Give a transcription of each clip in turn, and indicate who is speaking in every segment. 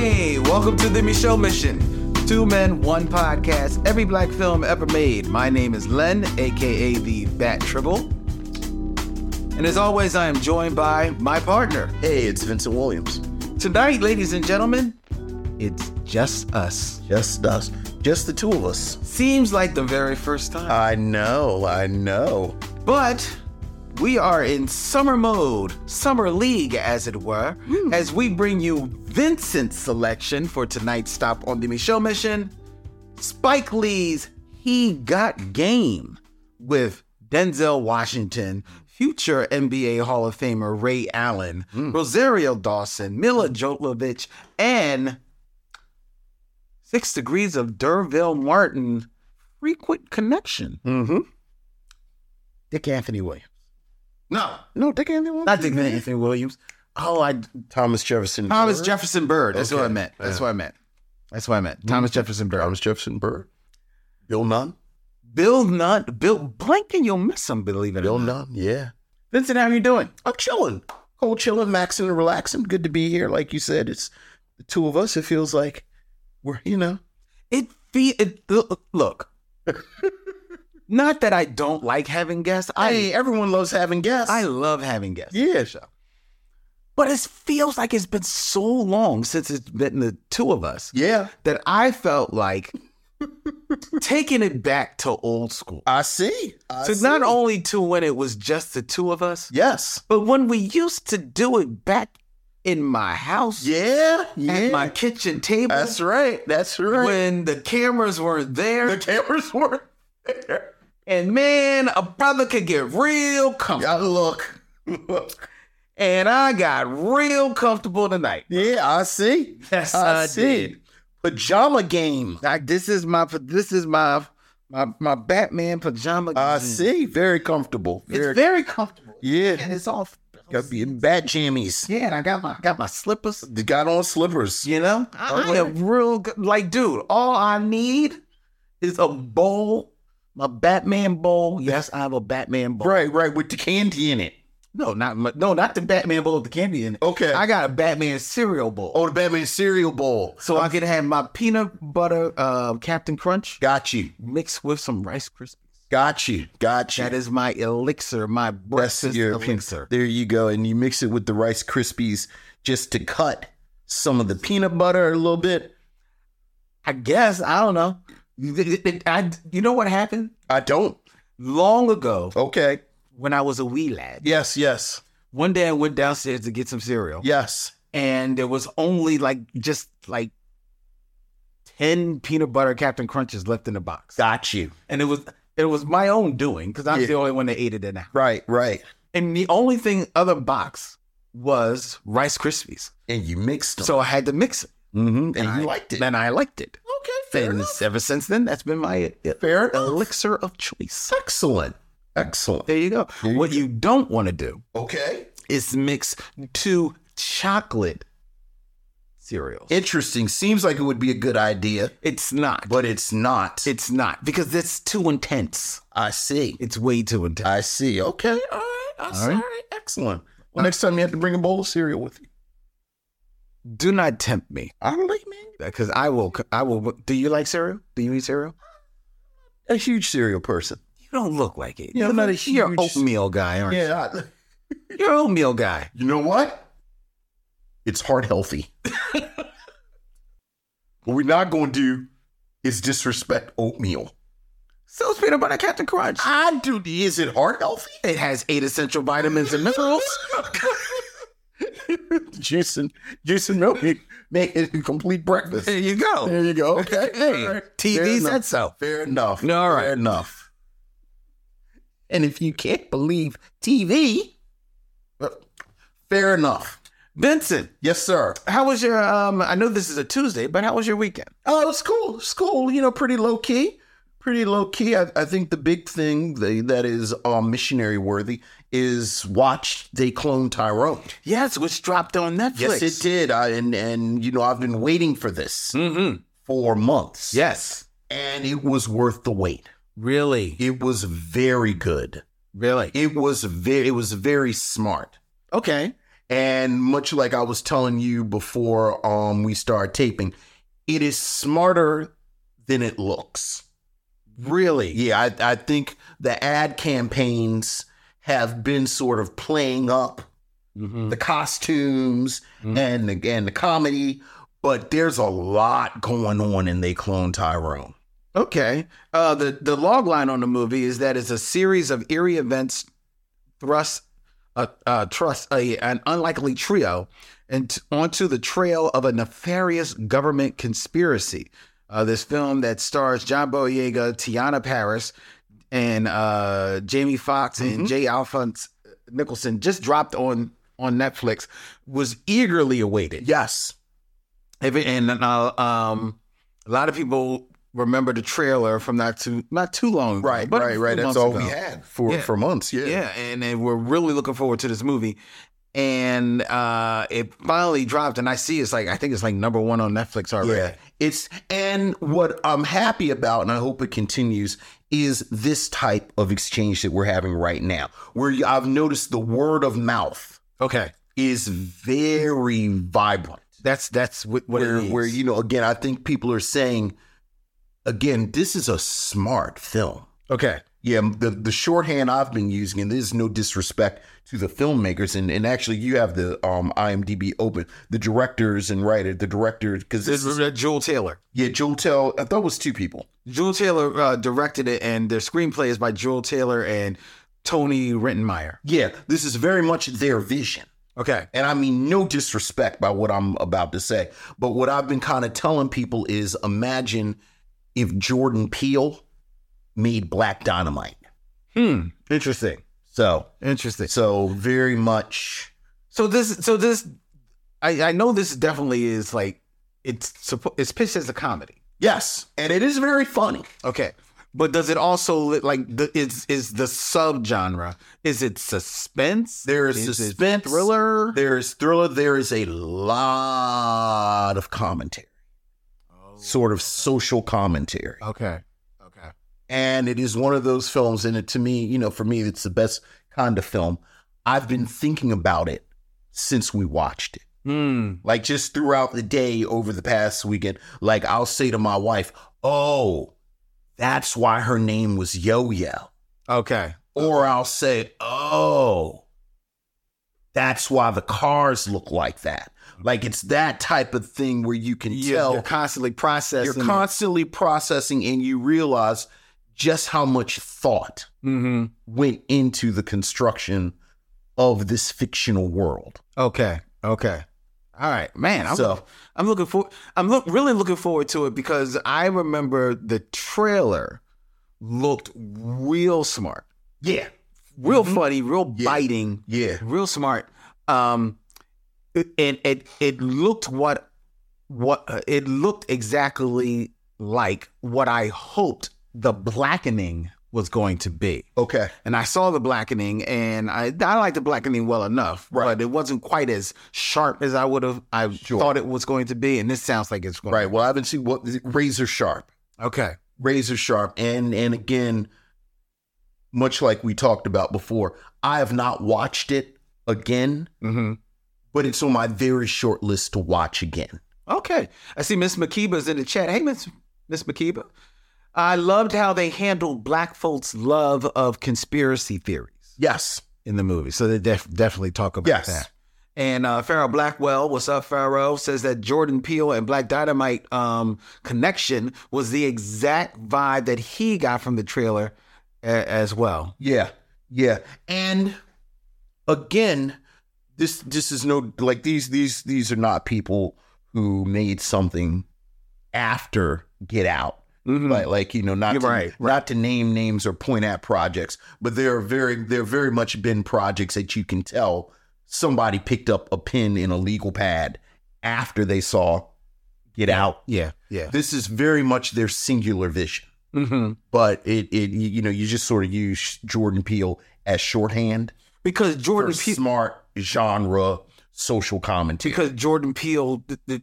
Speaker 1: Welcome to the Michelle Mission. Two men, one podcast, every black film ever made. My name is Len, aka the Bat Tribble. And as always, I am joined by my partner.
Speaker 2: Hey, it's Vincent Williams.
Speaker 1: Tonight, ladies and gentlemen, it's just us.
Speaker 2: Just us. Just the two of us.
Speaker 1: Seems like the very first time.
Speaker 2: I know, I know.
Speaker 1: But we are in summer mode, summer league, as it were, as we bring you Vincent's selection for tonight's stop on the Michelle Mission Spike Lee's He Got Game with Denzel Washington, future NBA Hall of Famer Ray Allen,
Speaker 2: Hmm.
Speaker 1: Rosario Dawson, Mila Jovovich, and Six Degrees of Derville Martin. Frequent connection.
Speaker 2: Mm-hmm. Dick Anthony Williams.
Speaker 1: No,
Speaker 2: No, Dick Anthony Williams.
Speaker 1: not Dick Anthony Williams. Oh, I
Speaker 2: Thomas Jefferson.
Speaker 1: Thomas
Speaker 2: Burr.
Speaker 1: Jefferson Bird. That's what I
Speaker 2: Okay.
Speaker 1: meant. That's
Speaker 2: Yeah. Mm-hmm.
Speaker 1: what I meant. That's what I meant. Thomas Jefferson Bird.
Speaker 2: Thomas Jefferson Burr. Bill Nunn.
Speaker 1: Bill Nunn. Bill Blank, and you'll miss him. Believe it
Speaker 2: Bill
Speaker 1: or not.
Speaker 2: Nunn. Yeah.
Speaker 1: Vincent, how you doing?
Speaker 2: I'm chilling. Cold chilling, maxing and relaxing. Good to be here. Like you said, it's the two of us. It feels like we're, you know.
Speaker 1: It fe- it l- look. not that I don't like having guests. I
Speaker 2: hey, everyone loves having guests.
Speaker 1: I love having guests.
Speaker 2: yeah.
Speaker 1: But it feels like it's been so long since it's been the two of us
Speaker 2: Yeah.
Speaker 1: that I felt like taking it back to old school.
Speaker 2: I see. I
Speaker 1: so
Speaker 2: see.
Speaker 1: not only to when it was just the two of us,
Speaker 2: Yes.
Speaker 1: But when we used to do it back in my house,
Speaker 2: Yeah. Yeah.
Speaker 1: at my kitchen table,
Speaker 2: That's right. That's right.
Speaker 1: when the cameras weren't there,
Speaker 2: the cameras weren't there.
Speaker 1: and man, a brother could get real comfortable.
Speaker 2: Yeah, look. Look.
Speaker 1: And I got real comfortable tonight.
Speaker 2: Yeah, I see.
Speaker 1: Yes, I did.
Speaker 2: Pajama game.
Speaker 1: Like, this is my this is my my my Batman pajama.
Speaker 2: I
Speaker 1: game.
Speaker 2: see. Very comfortable.
Speaker 1: It's
Speaker 2: Very,
Speaker 1: very comfortable.
Speaker 2: yeah.
Speaker 1: And it's all
Speaker 2: Got be in bat jammies.
Speaker 1: yeah. And I got my I got my slippers.
Speaker 2: They got on slippers.
Speaker 1: You know, I, I am real good. Like, dude, all I need is a bowl, my Batman bowl. Yes, I have a Batman bowl.
Speaker 2: Right, right, with the candy in it.
Speaker 1: No, not my- no, not the Batman bowl with the candy in it.
Speaker 2: Okay.
Speaker 1: Oh, I got a Batman cereal bowl,
Speaker 2: oh, the Batman cereal bowl.
Speaker 1: so I can have my peanut butter uh, Captain Crunch
Speaker 2: Got you.
Speaker 1: mixed with some Rice Krispies.
Speaker 2: Got you. Got you.
Speaker 1: That is my elixir, my
Speaker 2: That's
Speaker 1: breakfast
Speaker 2: your-
Speaker 1: elixir.
Speaker 2: There you go. And you mix it with the Rice Krispies just to cut some of the peanut butter a little bit.
Speaker 1: I guess I don't know. I, you know what happened
Speaker 2: I don't.
Speaker 1: long ago
Speaker 2: Okay.
Speaker 1: when I was a wee lad.
Speaker 2: Yes, yes,
Speaker 1: One day I went downstairs to get some cereal.
Speaker 2: yes.
Speaker 1: and there was only like just like 10 peanut butter captain crunches left in the box
Speaker 2: Got you.
Speaker 1: and it was it was my own doing because i'm
Speaker 2: Yeah.
Speaker 1: the only one that ate it in the house
Speaker 2: Right, right.
Speaker 1: and the only thing other box was rice krispies
Speaker 2: And you mixed them.
Speaker 1: so i had to mix it
Speaker 2: mm-hmm. And,
Speaker 1: I-
Speaker 2: you liked it.
Speaker 1: and i liked it
Speaker 2: okay,
Speaker 1: and ever since then that's been my uh,
Speaker 2: Fair enough.
Speaker 1: elixir of choice
Speaker 2: Excellent. Excellent.
Speaker 1: there you go
Speaker 2: There you
Speaker 1: what
Speaker 2: go.
Speaker 1: you don't want to do
Speaker 2: Okay.
Speaker 1: is mix two chocolate cereals
Speaker 2: Interesting. Seems like it would be a good idea,
Speaker 1: it's not
Speaker 2: but it's not.
Speaker 1: It's not because it's too intense.
Speaker 2: I see.
Speaker 1: It's way too intense.
Speaker 2: I see. Okay. All right. I see.
Speaker 1: All right.
Speaker 2: All right. Excellent. Well, next time you have to bring a bowl of cereal with you.
Speaker 1: Do not tempt me
Speaker 2: I don't like man.
Speaker 1: because I will. I will. Do you like cereal? Do you eat cereal?
Speaker 2: A huge cereal person.
Speaker 1: You don't look like it.
Speaker 2: Yeah, I'm not a
Speaker 1: You're an
Speaker 2: huge-
Speaker 1: oatmeal guy, aren't
Speaker 2: Yeah. I-
Speaker 1: you? You're an oatmeal guy.
Speaker 2: You know what? It's heart healthy. what we're not going to do is disrespect oatmeal.
Speaker 1: So it's peanut butter Captain Crunch.
Speaker 2: I do. Is it heart healthy?
Speaker 1: It has eight essential vitamins and minerals.
Speaker 2: juice and juice and milk make it a complete breakfast.
Speaker 1: there you go.
Speaker 2: There you go. Okay.
Speaker 1: Hey,
Speaker 2: All right. Fair
Speaker 1: TV
Speaker 2: enough.
Speaker 1: said so.
Speaker 2: Fair enough.
Speaker 1: No, all right.
Speaker 2: Fair enough. And if you can't believe TV, fair enough.
Speaker 1: Vincent,
Speaker 2: Yes, sir.
Speaker 1: how was your? Um, I know this is a Tuesday, but how was your weekend?
Speaker 2: Oh, it was cool. It's cool. You know, pretty low key. Pretty low key. I, I think the big thing the, that is um, missionary worthy is watch they clone Tyrone.
Speaker 1: Yes, which dropped on Netflix.
Speaker 2: Yes, it did. I, and and you know I've been waiting for this
Speaker 1: Mm-hmm.
Speaker 2: for months.
Speaker 1: Yes,
Speaker 2: and it was worth the wait.
Speaker 1: really,
Speaker 2: It was very good.
Speaker 1: really.
Speaker 2: It was very it was very smart.
Speaker 1: Okay.
Speaker 2: And much like I was telling you before um, we started taping, it is smarter than it looks.
Speaker 1: Really?
Speaker 2: Yeah, I, I think the ad campaigns have been sort of playing up
Speaker 1: Mhm.
Speaker 2: the costumes
Speaker 1: Mm-hmm.
Speaker 2: and the, and the comedy, but there's a lot going on in They Clone Tyrone.
Speaker 1: Okay. Uh, the the log line on the movie is that it's a series of eerie events thrust uh, uh, trust a, an unlikely trio and t- onto the trail of a nefarious government conspiracy. Uh, this film that stars John Boyega, Tiana Paris, and uh, Jamie Foxx and Jay Alphonse Nicholson just dropped on on Netflix was eagerly awaited.
Speaker 2: Yes.
Speaker 1: If it, and uh, um, a lot of people remember the trailer from not too not too long ago,
Speaker 2: Right,
Speaker 1: but a
Speaker 2: right,
Speaker 1: few
Speaker 2: right. That's
Speaker 1: months
Speaker 2: all
Speaker 1: ago.
Speaker 2: we had for,
Speaker 1: Yeah.
Speaker 2: for months. Yeah.
Speaker 1: Yeah, and, and we're really looking forward to this movie. And uh, it finally dropped, and I see it's like I think it's like number one on Netflix already.
Speaker 2: Yeah. It's and what I'm happy about, and I hope it continues, is this type of exchange that we're having right now, where you- I've noticed the word of mouth
Speaker 1: Okay,
Speaker 2: is very vibrant.
Speaker 1: that's that's what, what
Speaker 2: where,
Speaker 1: it is.
Speaker 2: where you know, again, I think people are saying, again, this is a smart film.
Speaker 1: okay?
Speaker 2: Yeah, the the shorthand I've been using, and there's no disrespect to the filmmakers, and, and actually you have the um IMDb open, the directors and writer, the directors because
Speaker 1: This
Speaker 2: this
Speaker 1: is
Speaker 2: is,
Speaker 1: uh, Jewel Taylor.
Speaker 2: yeah, Joel Tell, I thought it was two people.
Speaker 1: Jewel Taylor uh, directed it, and the screenplay is by Jewel Taylor and Tony Rittenmeyer.
Speaker 2: Yeah, this is very much their vision.
Speaker 1: Okay,
Speaker 2: And I mean no disrespect by what I'm about to say, but what I've been kind of telling people is imagine if Jordan Peele made Black Dynamite.
Speaker 1: hmm, interesting,
Speaker 2: So
Speaker 1: interesting.
Speaker 2: so very much
Speaker 1: So this, so this, I, I know this definitely is like it's suppo- it's pitched as a comedy,
Speaker 2: yes, and it is very funny.
Speaker 1: okay, but does it also li- like the, is is the subgenre? Is it suspense?
Speaker 2: There is
Speaker 1: Is it
Speaker 2: suspense,
Speaker 1: thriller.
Speaker 2: There is thriller. There is a lot of commentary, sort of social commentary,
Speaker 1: Oh, Okay, okay,
Speaker 2: and it is one of those films. And it, to me, you know, for me, it's the best kind of film. I've been thinking about it since we watched it,
Speaker 1: hmm,
Speaker 2: like just throughout the day over the past weekend. Like I'll say to my wife, "Oh, that's why her name was Yo Yo,"
Speaker 1: okay,
Speaker 2: or I'll say, "Oh." That's why the cars look like that. Like it's that type of thing where you can
Speaker 1: You-
Speaker 2: tell
Speaker 1: you're constantly processing.
Speaker 2: you're constantly processing and you realize just how much thought
Speaker 1: hmm
Speaker 2: went into the construction of this fictional world.
Speaker 1: Okay, okay, all right, man. I'm,
Speaker 2: So-
Speaker 1: I'm looking for. I'm look really looking forward to it because I remember the trailer looked real smart.
Speaker 2: Yeah.
Speaker 1: real funny, real
Speaker 2: Yeah.
Speaker 1: biting,
Speaker 2: Yeah.
Speaker 1: real smart. Um, it- and it it looked what what uh, it looked exactly like what I hoped the blackening was going to be.
Speaker 2: Okay.
Speaker 1: And I saw the blackening, and I I liked the blackening well enough, but it wasn't quite as sharp as I would have I
Speaker 2: Sure.
Speaker 1: thought it was going to be. And this sounds like it's going
Speaker 2: Right. Well, I haven't seen what razor sharp.
Speaker 1: Okay,
Speaker 2: Razor sharp. And and again, much like we talked about before, I have not watched it again,
Speaker 1: mm-hmm.
Speaker 2: but it's on my very short list to watch again.
Speaker 1: Okay. I see Miss Makiba's in the chat. Hey, Miss Miss Makiba. I loved how they handled black folks' love of conspiracy theories
Speaker 2: Yes.
Speaker 1: in the movie. So they def- definitely talk about
Speaker 2: Yes.
Speaker 1: that. And uh, Farrell Blackwell, what's up, Farrell? Says that Jordan Peele and Black Dynamite um, connection was the exact vibe that he got from the trailer a- as well.
Speaker 2: Yeah, yeah, and again, this this is no like these these these are not people who made something after Get Out.
Speaker 1: Mm-hmm.
Speaker 2: Like, like you know, not
Speaker 1: Hmm. You're
Speaker 2: to,
Speaker 1: right,
Speaker 2: not to name names or point at projects, but there are very there have very much been projects that you can tell somebody picked up a pen in a legal pad after they saw Get Out.
Speaker 1: Yeah, yeah.
Speaker 2: This is very much their singular vision
Speaker 1: Mm-hmm.
Speaker 2: but it it you you know you just sort of use Jordan Peele as shorthand
Speaker 1: Because
Speaker 2: for
Speaker 1: Jordan Peele.
Speaker 2: smart genre social commentary.
Speaker 1: because Jordan Peele th- th-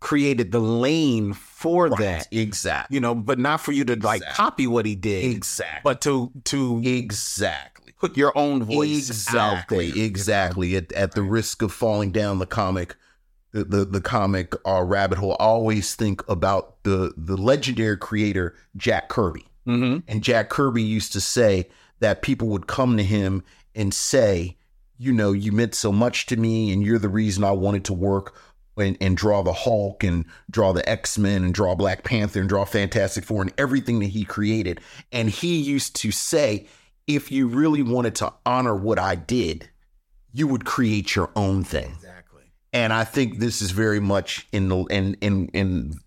Speaker 1: created the lane for that,
Speaker 2: exactly,
Speaker 1: you know, but not for you to like
Speaker 2: Exactly.
Speaker 1: copy what he did,
Speaker 2: exactly,
Speaker 1: but to to
Speaker 2: exactly.
Speaker 1: put your own voice out
Speaker 2: Exactly,
Speaker 1: there.
Speaker 2: exactly. At, at the risk of falling down the comic, the the, the comic uh, rabbit hole. I always think about the the legendary creator Jack Kirby,
Speaker 1: Mhm.
Speaker 2: and Jack Kirby used to say that people would come to him and say, you know, you meant so much to me, and you're the reason I wanted to work. And, and draw the Hulk and draw the X Men and draw Black Panther and draw Fantastic Four and everything that he created. And he used to say, if you really wanted to honor what I did, you would create your own thing.
Speaker 1: Exactly.
Speaker 2: And I think this is very much in the in in in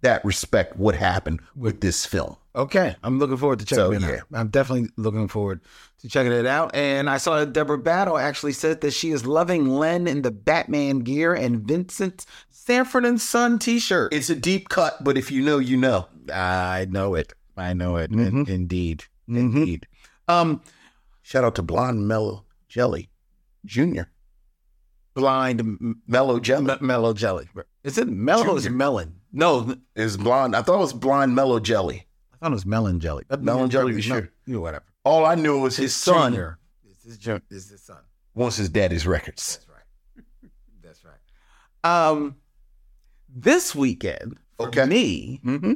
Speaker 2: that respect what happened with this film.
Speaker 1: Okay, I'm looking forward to checking
Speaker 2: So,
Speaker 1: it
Speaker 2: yeah.
Speaker 1: out. I'm definitely looking forward to checking it out. And I saw that Deborah Battle actually said that she is loving Len in the Batman gear and Vincent Sanford and Son T-shirt.
Speaker 2: It's a deep cut, but if you know, you know.
Speaker 1: I know it. I know it.
Speaker 2: Mhm.
Speaker 1: indeed, indeed. Um,
Speaker 2: Shout out to Blonde Mellow Jelly Junior.
Speaker 1: blind M-
Speaker 2: Mellow Jelly
Speaker 1: M- mellow jelly. Is it mellow? Is
Speaker 2: Junior.
Speaker 1: melon? No,
Speaker 2: is blonde. I thought it was Blonde Mellow Jelly.
Speaker 1: I thought it was melon jelly.
Speaker 2: Melon jelly,
Speaker 1: No,
Speaker 2: sure.
Speaker 1: you know, whatever.
Speaker 2: All I knew was his son
Speaker 1: Junior. It's his, jun- it's his son.
Speaker 2: wants his daddy's records.
Speaker 1: That's right. That's right. Um, this weekend for
Speaker 2: Okay.
Speaker 1: me,
Speaker 2: Mm-hmm.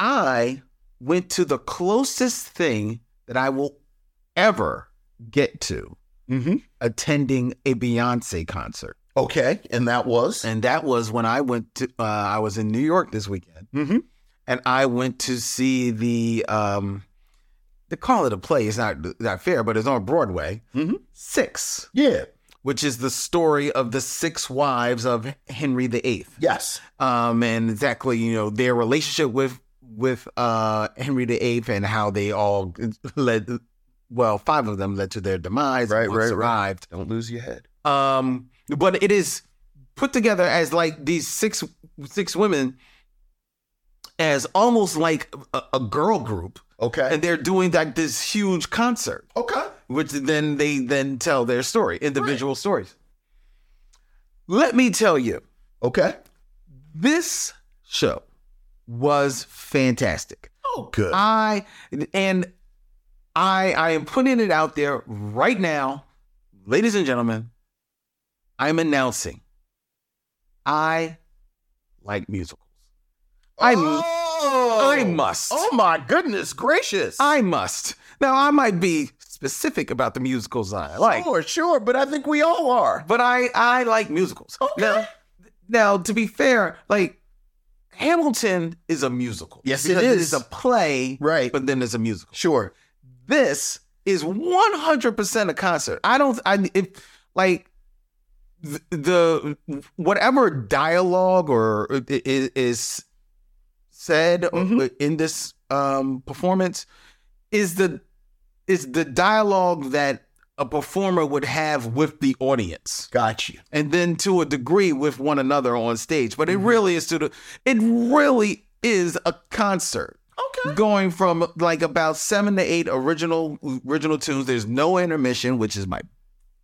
Speaker 1: I went to the closest thing that I will ever get to
Speaker 2: Mm-hmm.
Speaker 1: attending a Beyonce concert,
Speaker 2: Okay, and that was
Speaker 1: and that was when I went to. Uh, I was in New York this weekend,
Speaker 2: mm-hmm.
Speaker 1: and I went to see the. Um, they call it a play. It's not not fair, but it's on Broadway.
Speaker 2: Mhm.
Speaker 1: Six,
Speaker 2: yeah,
Speaker 1: which is the story of the six wives of Henry VIII.
Speaker 2: yes,
Speaker 1: um, and exactly you know their relationship with with uh, Henry VIII and how they all led. Well, five of them led to their demise.
Speaker 2: Right,
Speaker 1: one
Speaker 2: right, right.
Speaker 1: survived.
Speaker 2: Don't lose your head.
Speaker 1: Um, but it is put together as like these six six women as almost like a, a girl group,
Speaker 2: Okay.
Speaker 1: and they're doing like this huge concert
Speaker 2: okay.
Speaker 1: which then they then tell their story, individual stories. Let me tell you,
Speaker 2: Okay.
Speaker 1: this show was fantastic.
Speaker 2: Oh, good.
Speaker 1: I and I I am putting it out there right now, ladies and gentlemen. I'm announcing I like musicals. I mu-
Speaker 2: oh,
Speaker 1: I must.
Speaker 2: Oh my goodness gracious.
Speaker 1: I must. Now I might be specific about the musicals I like.
Speaker 2: sure, sure, but I think we all are.
Speaker 1: but I I like musicals.
Speaker 2: Okay.
Speaker 1: Now, now to be fair, like Hamilton is a musical.
Speaker 2: Yes, it
Speaker 1: because It
Speaker 2: is.
Speaker 1: is a play,
Speaker 2: Right.
Speaker 1: But then there's a musical.
Speaker 2: Sure.
Speaker 1: This is 100 percent a concert. I don't. I if like th- the whatever dialogue or i- i- is said
Speaker 2: Mhm.
Speaker 1: in this um performance is the is the dialogue that a performer would have with the audience
Speaker 2: Got you.
Speaker 1: and then to a degree with one another on stage. But it really is to the it really is a concert
Speaker 2: Okay.
Speaker 1: going from like about seven to eight original original tunes. There's no intermission, which is my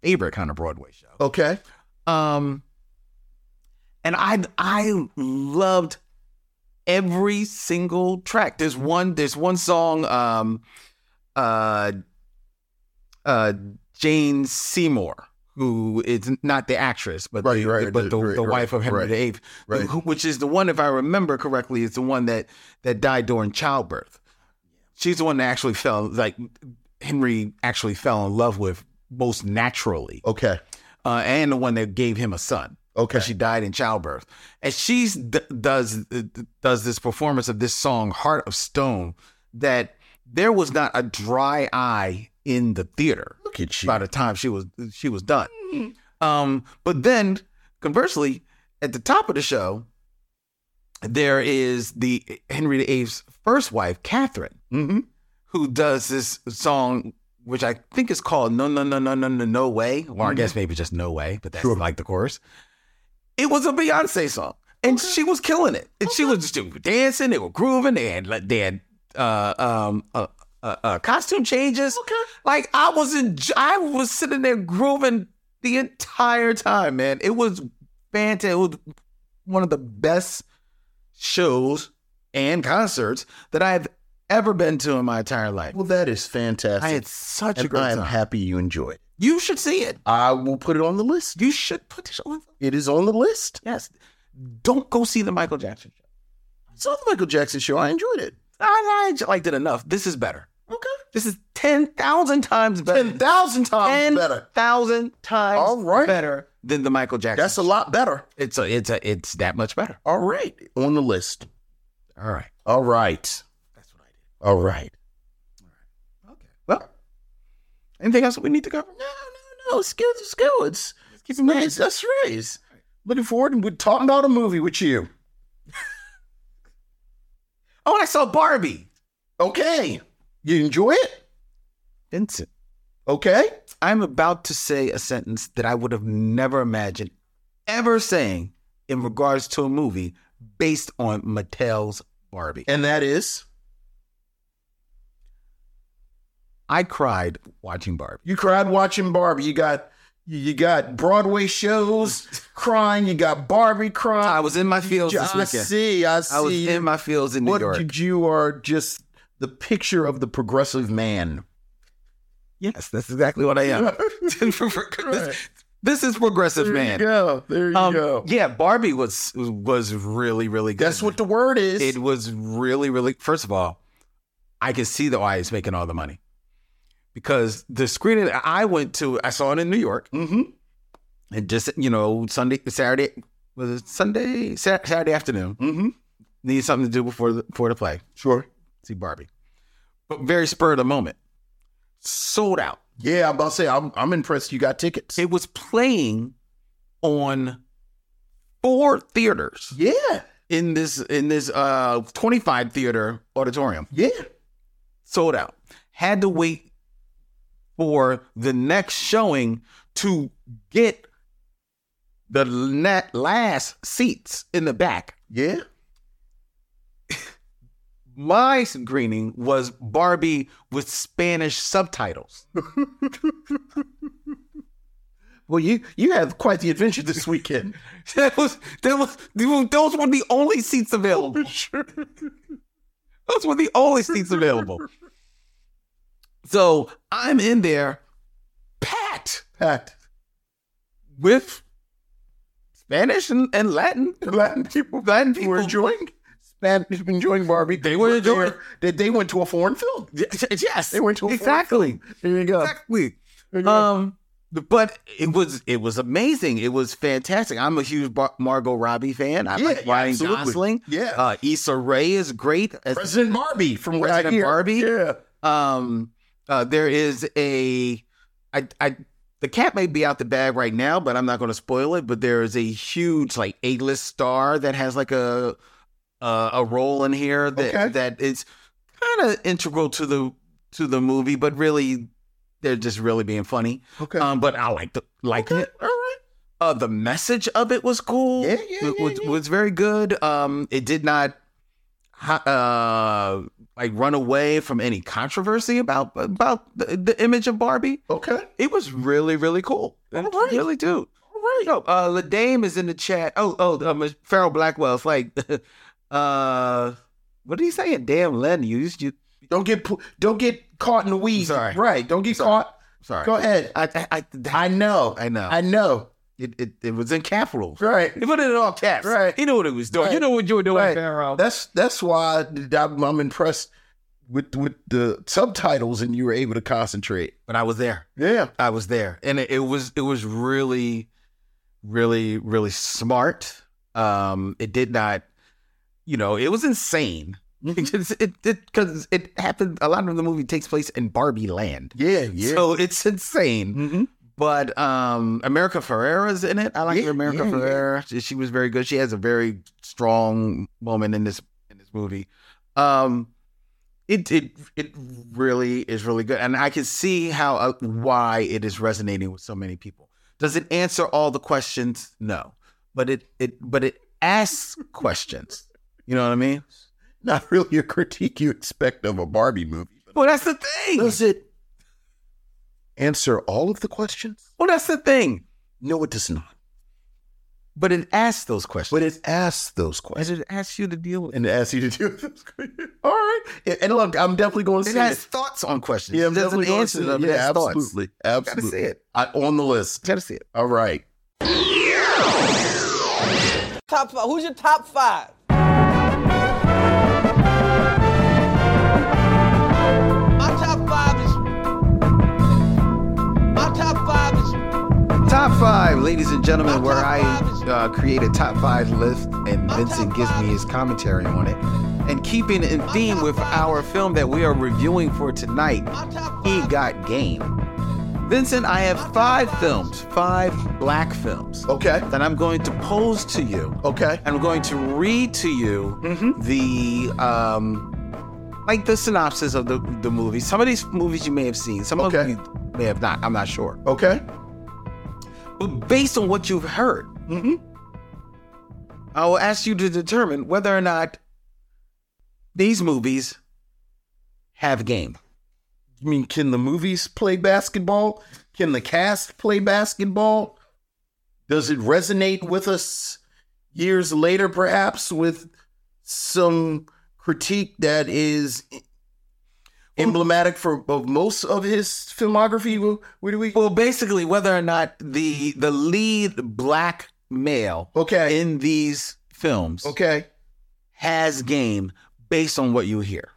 Speaker 1: favorite kind of Broadway show.
Speaker 2: Okay.
Speaker 1: Um, and I I loved every single track. There's one there's one song um uh uh Jane Seymour who is not the actress but
Speaker 2: Right,
Speaker 1: the,
Speaker 2: right,
Speaker 1: but the,
Speaker 2: right,
Speaker 1: the
Speaker 2: right,
Speaker 1: wife of Henry
Speaker 2: right,
Speaker 1: VIII
Speaker 2: right.
Speaker 1: who- which is the one if I remember correctly is the one that that died during childbirth. She's the one that actually fell like Henry actually fell in love with most naturally
Speaker 2: Okay.
Speaker 1: uh, and the one that gave him a son.
Speaker 2: Okay.
Speaker 1: 'cause She died in childbirth, and she d- does does this performance of this song "Heart of Stone" that there was not a dry eye in the theater
Speaker 2: Look at you.
Speaker 1: by the time she was she was done. Um, but then conversely, at the top of the show, there is the Henry VIII's first wife, Catherine,
Speaker 2: Mm-hmm.
Speaker 1: who does this song, which I think is called No No No No No No No Way. Well, I guess maybe just No Way, but that's
Speaker 2: Sure.
Speaker 1: like the chorus. It was a Beyonce song, and she was killing it. And she was just dancing. They were grooving. They had like, they had uh, um, uh, uh, uh, costume changes.
Speaker 2: Okay.
Speaker 1: Like I was in, I was sitting there grooving the entire time, man. It was fantastic. It was one of the best shows and concerts that I've ever been to in my entire life.
Speaker 2: Well, that is fantastic.
Speaker 1: I had such a
Speaker 2: and
Speaker 1: great
Speaker 2: I am
Speaker 1: time.
Speaker 2: happy you enjoyed it.
Speaker 1: You should see it.
Speaker 2: I will put it on the list.
Speaker 1: You should put this on.
Speaker 2: It is on the list.
Speaker 1: Yes. Don't go see the Michael Jackson show.
Speaker 2: I saw the Michael Jackson show. I enjoyed it.
Speaker 1: I, I j- liked it enough. This is better.
Speaker 2: Okay.
Speaker 1: This is 10,000 times better.
Speaker 2: Ten thousand times better.
Speaker 1: 10,000 times
Speaker 2: All right.
Speaker 1: better than the Michael Jackson.
Speaker 2: That's a lot better.
Speaker 1: it's a, it's a, it's that much better.
Speaker 2: All right. On the list.
Speaker 1: All right.
Speaker 2: All right.
Speaker 1: That's what I did.
Speaker 2: All right.
Speaker 1: Okay. Well, anything else we need to cover?
Speaker 2: No, no, no. Skills are skills.
Speaker 1: Keep in
Speaker 2: Nice. That's right. Looking forward to talking about a movie with you.
Speaker 1: Oh, and I saw Barbie.
Speaker 2: Okay. You enjoy it?
Speaker 1: Vincent.
Speaker 2: Okay.
Speaker 1: I'm about to say a sentence that I would have never imagined ever saying in regards to a movie based on Mattel's Barbie.
Speaker 2: And that is
Speaker 1: I cried watching Barbie.
Speaker 2: you cried watching Barbie. You got you- you got Broadway shows crying. You got Barbie
Speaker 1: I
Speaker 2: crying.
Speaker 1: was in my fields
Speaker 2: I,
Speaker 1: this weekend.
Speaker 2: see. I see.
Speaker 1: I was in my fields in New
Speaker 2: what
Speaker 1: York.
Speaker 2: did you are just the picture of the progressive man.
Speaker 1: yes, that's exactly what I am. this, this is progressive man.
Speaker 2: go. There you
Speaker 1: Um, yeah, Barbie was was really really good.
Speaker 2: That's what the word is.
Speaker 1: It was really, really. First of all, I could see the why it's making all the money because the screening that I went to, I saw it in New York,
Speaker 2: mm-hmm.
Speaker 1: and just you know Sunday, Saturday was it Sunday, Sa- Saturday afternoon.
Speaker 2: Mm-hmm.
Speaker 1: Needed something to do before the, before the play.
Speaker 2: Sure.
Speaker 1: See Barbie, but very spur of the moment, sold out.
Speaker 2: Yeah, I'm about to say I'm I'm impressed you got tickets.
Speaker 1: It was playing on four theaters
Speaker 2: Yeah.
Speaker 1: in this in this uh 25 theater auditorium.
Speaker 2: Yeah.
Speaker 1: sold out. Had to wait for the next showing to get the net last seats in the back.
Speaker 2: Yeah.
Speaker 1: My screening was Barbie with Spanish subtitles.
Speaker 2: Well, you you have quite the adventure this weekend.
Speaker 1: That was that was those were the only seats available. Those were the only seats available. So I'm in there, packed
Speaker 2: Packed.
Speaker 1: with Spanish and, and Latin
Speaker 2: Latin people,
Speaker 1: Latin
Speaker 2: people were
Speaker 1: people.
Speaker 2: enjoying Spanish enjoying Barbie. They
Speaker 1: were enjoying-
Speaker 2: that they went to a foreign film.
Speaker 1: Yes,
Speaker 2: They went to a foreign
Speaker 1: exactly,
Speaker 2: There you go.
Speaker 1: exactly.
Speaker 2: There you go.
Speaker 1: Um, but it was it was amazing. It was fantastic. I'm a huge Bar- Margot Robbie fan. I
Speaker 2: Yeah,
Speaker 1: like Ryan
Speaker 2: absolutely.
Speaker 1: Gosling.
Speaker 2: Yeah.
Speaker 1: uh, Issa Rae is great. As,
Speaker 2: President Barbie from what I
Speaker 1: President
Speaker 2: hear.
Speaker 1: Barbie?
Speaker 2: Yeah.
Speaker 1: um, uh, there is a I I the cat may be out the bag right now, but I'm not going to spoil it. But there is a huge like A list star that has like a uh, a role in here that
Speaker 2: Okay.
Speaker 1: that is kind of integral to the to the movie, but really they're just really being funny.
Speaker 2: Okay.
Speaker 1: Um, but I liked it. Liked
Speaker 2: Okay,
Speaker 1: it.
Speaker 2: All right.
Speaker 1: Uh, the message of it was cool.
Speaker 2: Yeah, yeah,
Speaker 1: It
Speaker 2: yeah,
Speaker 1: was,
Speaker 2: yeah.
Speaker 1: was very good. Um, it did not ha- uh like run away from any controversy about about the, the image of Barbie.
Speaker 2: Okay.
Speaker 1: It was really really cool.
Speaker 2: All
Speaker 1: It
Speaker 2: right.
Speaker 1: Really do.
Speaker 2: All right.
Speaker 1: Yo, uh, Ladame is in the chat. Oh, oh, um, Farrell Blackwell's like, uh, what did he say? Damn, Len, you used you.
Speaker 2: Don't get pu- don't get caught in the weeds.
Speaker 1: Sorry.
Speaker 2: Right. Don't get
Speaker 1: Sorry.
Speaker 2: caught.
Speaker 1: Sorry,
Speaker 2: Go ahead. I,
Speaker 1: I, I, I,
Speaker 2: know.
Speaker 1: I know.
Speaker 2: I know.
Speaker 1: it, it, it was in capitals.
Speaker 2: Right.
Speaker 1: He put it in all caps.
Speaker 2: Right.
Speaker 1: He knew what he was doing.
Speaker 2: Right.
Speaker 1: You know what you were doing,
Speaker 2: Right.
Speaker 1: Pharaoh.
Speaker 2: That's that's why that I'm, I'm impressed with with the subtitles and you were able to concentrate.
Speaker 1: but I was there.
Speaker 2: Yeah.
Speaker 1: I was there, and it, it was it was really, really, really smart. Um, it did not, you know, it was insane. Because it it because it, happened. A lot of the movie takes place in Barbie Land,
Speaker 2: Yeah. Yeah.
Speaker 1: so it's insane.
Speaker 2: mm-hmm.
Speaker 1: But um, America Ferrera's in it. I like
Speaker 2: Yeah,
Speaker 1: America
Speaker 2: yeah, yeah.
Speaker 1: Ferrera. She, she was very good. She has a very strong moment in this in this movie. Um, it it it really is really good, and I can see how uh, why it is resonating with so many people. Does it answer all the questions? No, but it it but it asks questions. You know what I mean?
Speaker 2: Not really a critique you expect of a Barbie movie. but-
Speaker 1: Well, that's the thing.
Speaker 2: Does it answer all of the questions?
Speaker 1: Well, that's the thing.
Speaker 2: No, it does not.
Speaker 1: But it asks those questions.
Speaker 2: But it asks those questions.
Speaker 1: As it asks you to deal with it.
Speaker 2: And it asks you to do those questions. All right. And- And look, I'm definitely going to
Speaker 1: It
Speaker 2: see
Speaker 1: has
Speaker 2: it.
Speaker 1: thoughts on questions.
Speaker 2: Yeah,
Speaker 1: it
Speaker 2: I'm
Speaker 1: doesn't
Speaker 2: definitely going to
Speaker 1: answer
Speaker 2: see
Speaker 1: them.
Speaker 2: it.
Speaker 1: it
Speaker 2: Yeah,
Speaker 1: has thoughts.
Speaker 2: absolutely. Absolutely.
Speaker 1: Gotta see it.
Speaker 2: I, on the list.
Speaker 1: Gotta see it.
Speaker 2: All right.
Speaker 3: Top five. Who's your top five? My top five is. My top five is.
Speaker 1: Top five, ladies and gentlemen,
Speaker 3: My
Speaker 1: where
Speaker 3: top
Speaker 1: I
Speaker 3: five is-
Speaker 1: uh, create a top five list and
Speaker 3: My
Speaker 1: Vincent
Speaker 3: top
Speaker 1: gives me
Speaker 3: five
Speaker 1: his commentary on it. And keeping in
Speaker 3: My
Speaker 1: theme
Speaker 3: top
Speaker 1: with
Speaker 3: five
Speaker 1: our
Speaker 3: is-
Speaker 1: film that we are reviewing for tonight,
Speaker 3: My top
Speaker 1: He
Speaker 3: five.
Speaker 1: Got Game. Vincent, I have
Speaker 3: My top
Speaker 1: five
Speaker 3: five is-
Speaker 1: films, five black films,
Speaker 2: Okay.
Speaker 1: that I'm going to pose to you.
Speaker 2: Okay.
Speaker 1: I'm going to read to you
Speaker 2: Mhm.
Speaker 1: the um, like the synopsis of the the movie. Some of these movies you may have seen, some of
Speaker 2: Okay.
Speaker 1: you may have not. I'm not sure.
Speaker 2: Okay.
Speaker 1: But based on what you've heard,
Speaker 2: Mm-hmm.
Speaker 1: I will ask you to determine whether or not these movies have game.
Speaker 2: You mean can the movies play basketball? Can the cast play basketball? Does it resonate with us years later, perhaps, with some critique that is emblematic for of most of his filmography? Where- Where do we?
Speaker 1: Well, basically, whether or not the the lead black male
Speaker 2: Okay.
Speaker 1: in these films
Speaker 2: Okay.
Speaker 1: has game based on what you hear.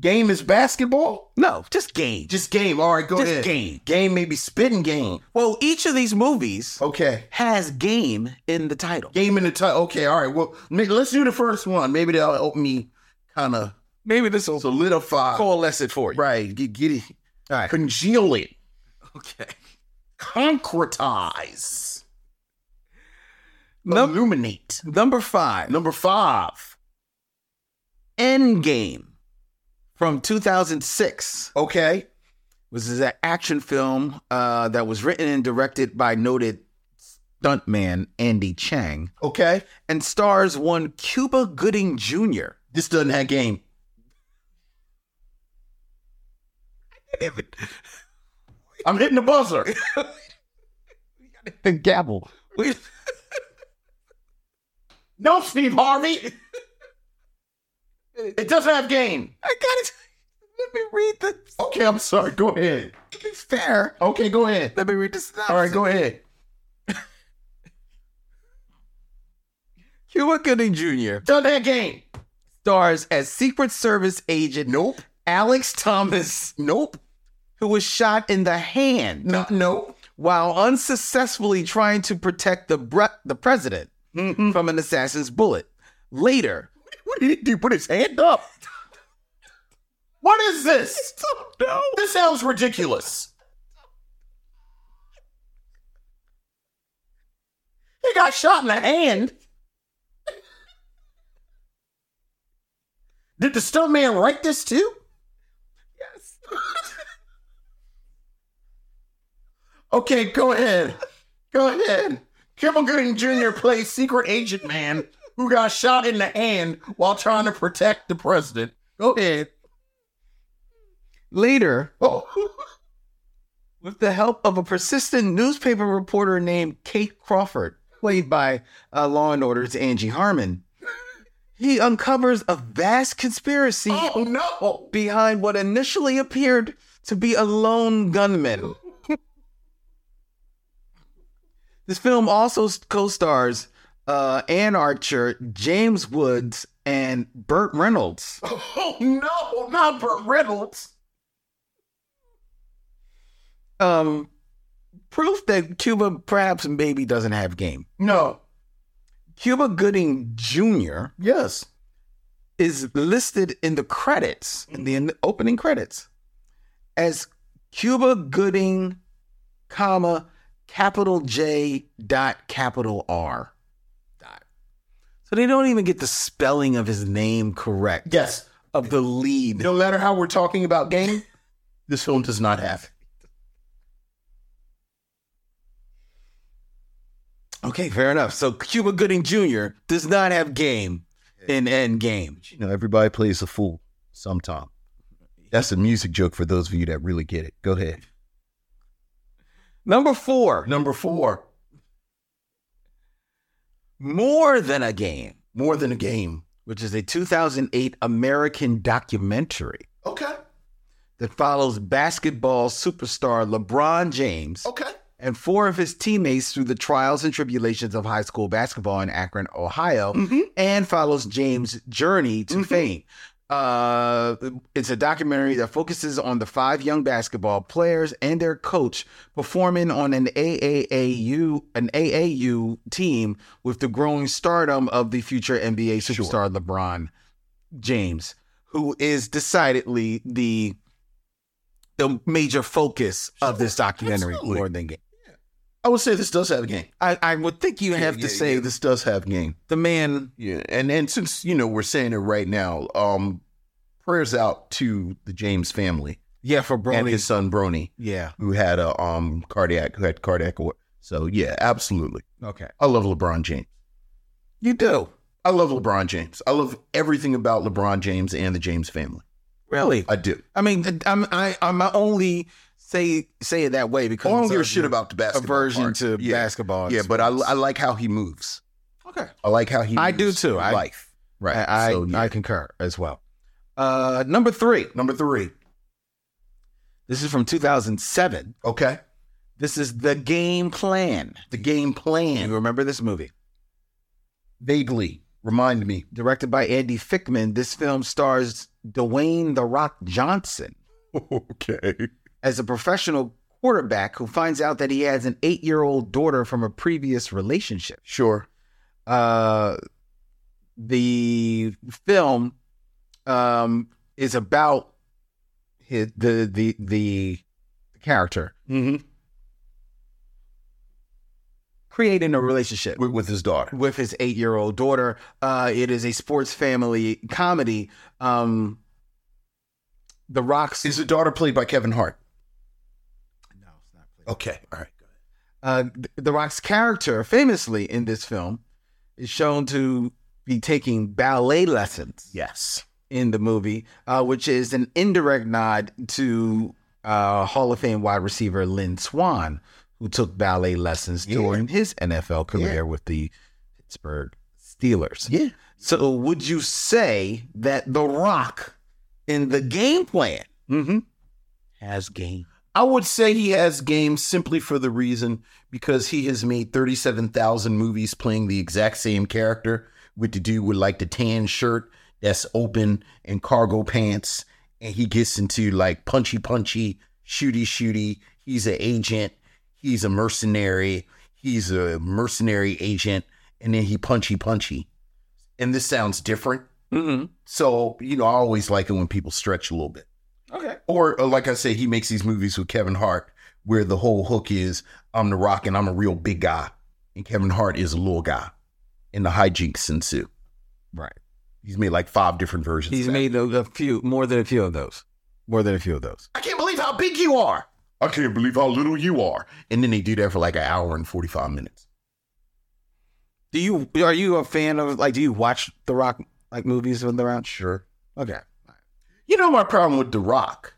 Speaker 2: Game is basketball.
Speaker 1: No, just game.
Speaker 2: Just game. All right, go
Speaker 1: Just
Speaker 2: ahead.
Speaker 1: game.
Speaker 2: Game maybe spitting game.
Speaker 1: Well, each of these movies
Speaker 2: Okay.
Speaker 1: has game in the title.
Speaker 2: Game in the title. Okay. All right. Well, ma- let's do the first one. Maybe that'll help me kind of
Speaker 1: Maybe this will
Speaker 2: solidify.
Speaker 1: coalesce it for you.
Speaker 2: Right. Get, get it.
Speaker 1: All right.
Speaker 2: Congeal it.
Speaker 1: Okay.
Speaker 2: Concretize.
Speaker 1: Num-
Speaker 2: Illuminate.
Speaker 1: number five,
Speaker 2: Number five.
Speaker 1: Endgame from 2006
Speaker 2: Okay.
Speaker 1: was is an action film uh, that was written and directed by noted stuntman Andy Chang
Speaker 2: Okay.
Speaker 1: and stars one Cuba Gooding Jr.
Speaker 2: This doesn't have game. I'm hitting the buzzer.
Speaker 1: The gavel. We,
Speaker 2: No, Steve Harvey. It doesn't have game.
Speaker 1: I gotta let me read the.
Speaker 2: Okay, I'm sorry. Go ahead.
Speaker 1: To be fair,
Speaker 2: Okay, go ahead.
Speaker 1: let me read the synopsis.
Speaker 2: All right, go ahead.
Speaker 1: Cuba Gooding Jr.
Speaker 2: Doesn't have game.
Speaker 1: stars as Secret Service agent
Speaker 2: Nope.
Speaker 1: Alex Thomas,
Speaker 2: Nope.
Speaker 1: who was shot in the hand
Speaker 2: Not nope.
Speaker 1: while unsuccessfully trying to protect the bre- the president
Speaker 2: Mhm.
Speaker 1: from an assassin's bullet. Later,
Speaker 2: What did he do? Put his hand up. What is this? This sounds ridiculous. He got shot in the hand. Did the stuntman write this too?
Speaker 1: yes,
Speaker 2: Okay, go ahead. Go ahead. Kimball Gooding Jr. plays secret agent man who got shot in the hand while trying to protect the president. Go ahead.
Speaker 1: later,
Speaker 2: Oh,
Speaker 1: with the help of a persistent newspaper reporter named Kate Crawford, played by uh, Law and Order's Angie Harmon, he uncovers a vast conspiracy
Speaker 2: oh no.
Speaker 1: behind what initially appeared to be a lone gunman. this film also co stars uh, Ann Archer, James Woods, and Burt Reynolds.
Speaker 2: Oh no, not Burt Reynolds.
Speaker 1: Um, proof that Cuba perhaps maybe doesn't have game.
Speaker 2: No.
Speaker 1: Cuba Gooding Jr.
Speaker 2: Yes.
Speaker 1: is listed in the credits, in the in- opening credits, as Cuba Gooding, comma, capital J dot capital R. Dot. So they don't even get the spelling of his name correct.
Speaker 2: Yes.
Speaker 1: Of the lead.
Speaker 2: No matter how we're talking about game, this film does not have. it.
Speaker 1: Okay, fair enough. So Cuba Gooding Jr. does not have game in Endgame.
Speaker 2: You know, everybody plays a fool sometime. That's a music joke for those of you that really get it. Go ahead.
Speaker 1: Number four,
Speaker 2: Number four.
Speaker 1: More Than a Game,
Speaker 2: More than a game.
Speaker 1: which is a 2008 American documentary
Speaker 2: Okay.
Speaker 1: that follows basketball superstar LeBron James
Speaker 2: Okay.
Speaker 1: and four of his teammates through the trials and tribulations of high school basketball in Akron, Ohio,
Speaker 2: Mm-hmm.
Speaker 1: and follows James' journey to fame. Uh, it's a documentary that focuses on the five young basketball players and their coach performing on an AAAU an AAU team with the growing stardom of the future NBA superstar LeBron James, who is decidedly the the major focus of this documentary
Speaker 2: Absolutely.
Speaker 1: more than game.
Speaker 2: I would say this does have a game.
Speaker 1: I, I would think you
Speaker 2: I
Speaker 1: have to say this
Speaker 2: this does have game.
Speaker 1: the man
Speaker 2: Yeah, and and since you know we're saying it right now, um, prayers out to the James family
Speaker 1: yeah for
Speaker 2: and
Speaker 1: Brody
Speaker 2: his son Brony,
Speaker 1: yeah
Speaker 2: who had a um cardiac who had cardiac. wa- So yeah, absolutely.
Speaker 1: okay
Speaker 2: I love LeBron James.
Speaker 1: you do
Speaker 2: I love LeBron James. I love everything about LeBron James and the James family.
Speaker 1: really
Speaker 2: I do.
Speaker 1: I mean I'm I I'm I only say say it that way because
Speaker 2: I don't
Speaker 1: it's
Speaker 2: give a
Speaker 1: a-
Speaker 2: shit about the basketball
Speaker 1: aversion
Speaker 2: part.
Speaker 1: to
Speaker 2: yeah.
Speaker 1: basketball and
Speaker 2: Yeah, but I, I like how he moves.
Speaker 1: okay
Speaker 2: I like how he.
Speaker 1: I do
Speaker 2: moves
Speaker 1: too.
Speaker 2: through
Speaker 1: I-
Speaker 2: life. Right.
Speaker 1: I I,
Speaker 2: So, yeah.
Speaker 1: I concur as well uh number three
Speaker 2: number three.
Speaker 1: this is from 2007
Speaker 2: Okay.
Speaker 1: this is the game plan
Speaker 2: The game
Speaker 1: you
Speaker 2: plan.
Speaker 1: remember this movie
Speaker 2: Vaguely remind me.
Speaker 1: directed by Andy Fickman this film stars Dwayne the Rock Johnson
Speaker 2: Okay.
Speaker 1: as a professional quarterback who finds out that he has an eight year old daughter from a previous relationship.
Speaker 2: Sure.
Speaker 1: Uh, the film um, is about his, the, the, the character
Speaker 2: Mm-hmm.
Speaker 1: creating a relationship.
Speaker 2: With, with his daughter.
Speaker 1: with his eight year old daughter. Uh, it is a sports family comedy. Um, the Rock's
Speaker 2: Is the daughter played by Kevin Hart?
Speaker 1: no, it's not played.
Speaker 2: Okay. All right.
Speaker 1: uh, th- The Rock's character, famously in this film, is shown to be taking ballet lessons
Speaker 2: Yes.
Speaker 1: in the movie, uh, which is an indirect nod to uh, Hall of Fame wide receiver Lynn Swan, who took ballet lessons
Speaker 2: Yeah.
Speaker 1: during his NFL career
Speaker 2: Yeah.
Speaker 1: with the Pittsburgh Steelers.
Speaker 2: Yeah.
Speaker 1: So, would you say that The Rock in the game plan
Speaker 2: Mm-hmm.
Speaker 1: has game?
Speaker 2: I would say he has games simply for the reason because he has made 37,000 movies playing the exact same character with the dude with like the tan shirt that's open and cargo pants. And he gets into like punchy, punchy, shooty, shooty. He's an agent. He's a mercenary. He's a mercenary agent. And then he punchy, punchy. And this sounds different.
Speaker 1: Mm-hmm.
Speaker 2: So, you know, I always like it when people stretch a little bit
Speaker 1: Okay.
Speaker 2: or uh, like I say, he makes these movies with Kevin Hart where the whole hook is I'm the rock and I'm a real big guy, and Kevin Hart is a little guy, and the hijinks ensue.
Speaker 1: Right.
Speaker 2: He's made like five different versions.
Speaker 1: He's
Speaker 2: of that.
Speaker 1: made a, a few, more than a few of those. More than a few of those.
Speaker 2: I can't believe how big you are. I can't believe how little you are. And then they do that for like an hour and forty five minutes.
Speaker 1: Do you are you a fan of like? Do you watch The Rock like movies with The Rock?
Speaker 2: Sure.
Speaker 1: Okay.
Speaker 2: You know my problem with The Rock.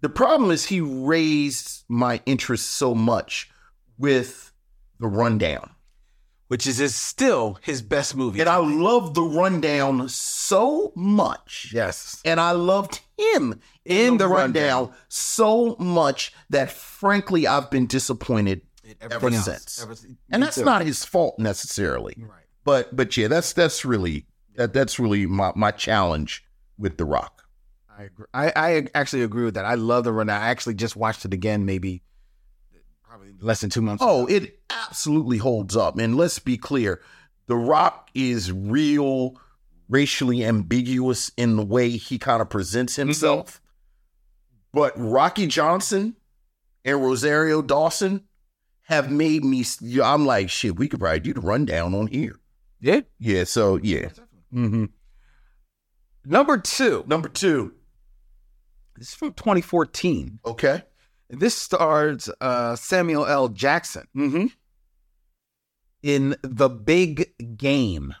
Speaker 2: The problem is he raised my interest so much with the rundown.
Speaker 1: Which is, is still his best movie.
Speaker 2: And I love the rundown so much.
Speaker 1: yes.
Speaker 2: And I loved him in,
Speaker 1: In
Speaker 2: the,
Speaker 1: the
Speaker 2: rundown, so much that frankly I've been disappointed.
Speaker 1: Everything else.
Speaker 2: since.
Speaker 1: Ever since-
Speaker 2: And
Speaker 1: Me
Speaker 2: that's
Speaker 1: too.
Speaker 2: not his fault necessarily.
Speaker 1: right.
Speaker 2: But but yeah, that's that's really that that's really my, my challenge with The Rock.
Speaker 1: I agree. I, I actually agree with that. I love the rundown. I actually just watched it again, maybe probably less than two months.
Speaker 2: Oh, it absolutely holds up. And let's be clear, The Rock is real racially ambiguous in the way he kind of presents himself. But Rocky Johnson and Rosario Dawson have made me I'm like, shit, we could probably do the rundown on here.
Speaker 1: yeah.
Speaker 2: Yeah, so yeah. Mm-hmm.
Speaker 1: Number two.
Speaker 2: Number two.
Speaker 1: This is from 2014.
Speaker 2: Okay.
Speaker 1: This stars uh, Samuel L. Jackson
Speaker 2: Mm-hmm.
Speaker 1: in The Big Game.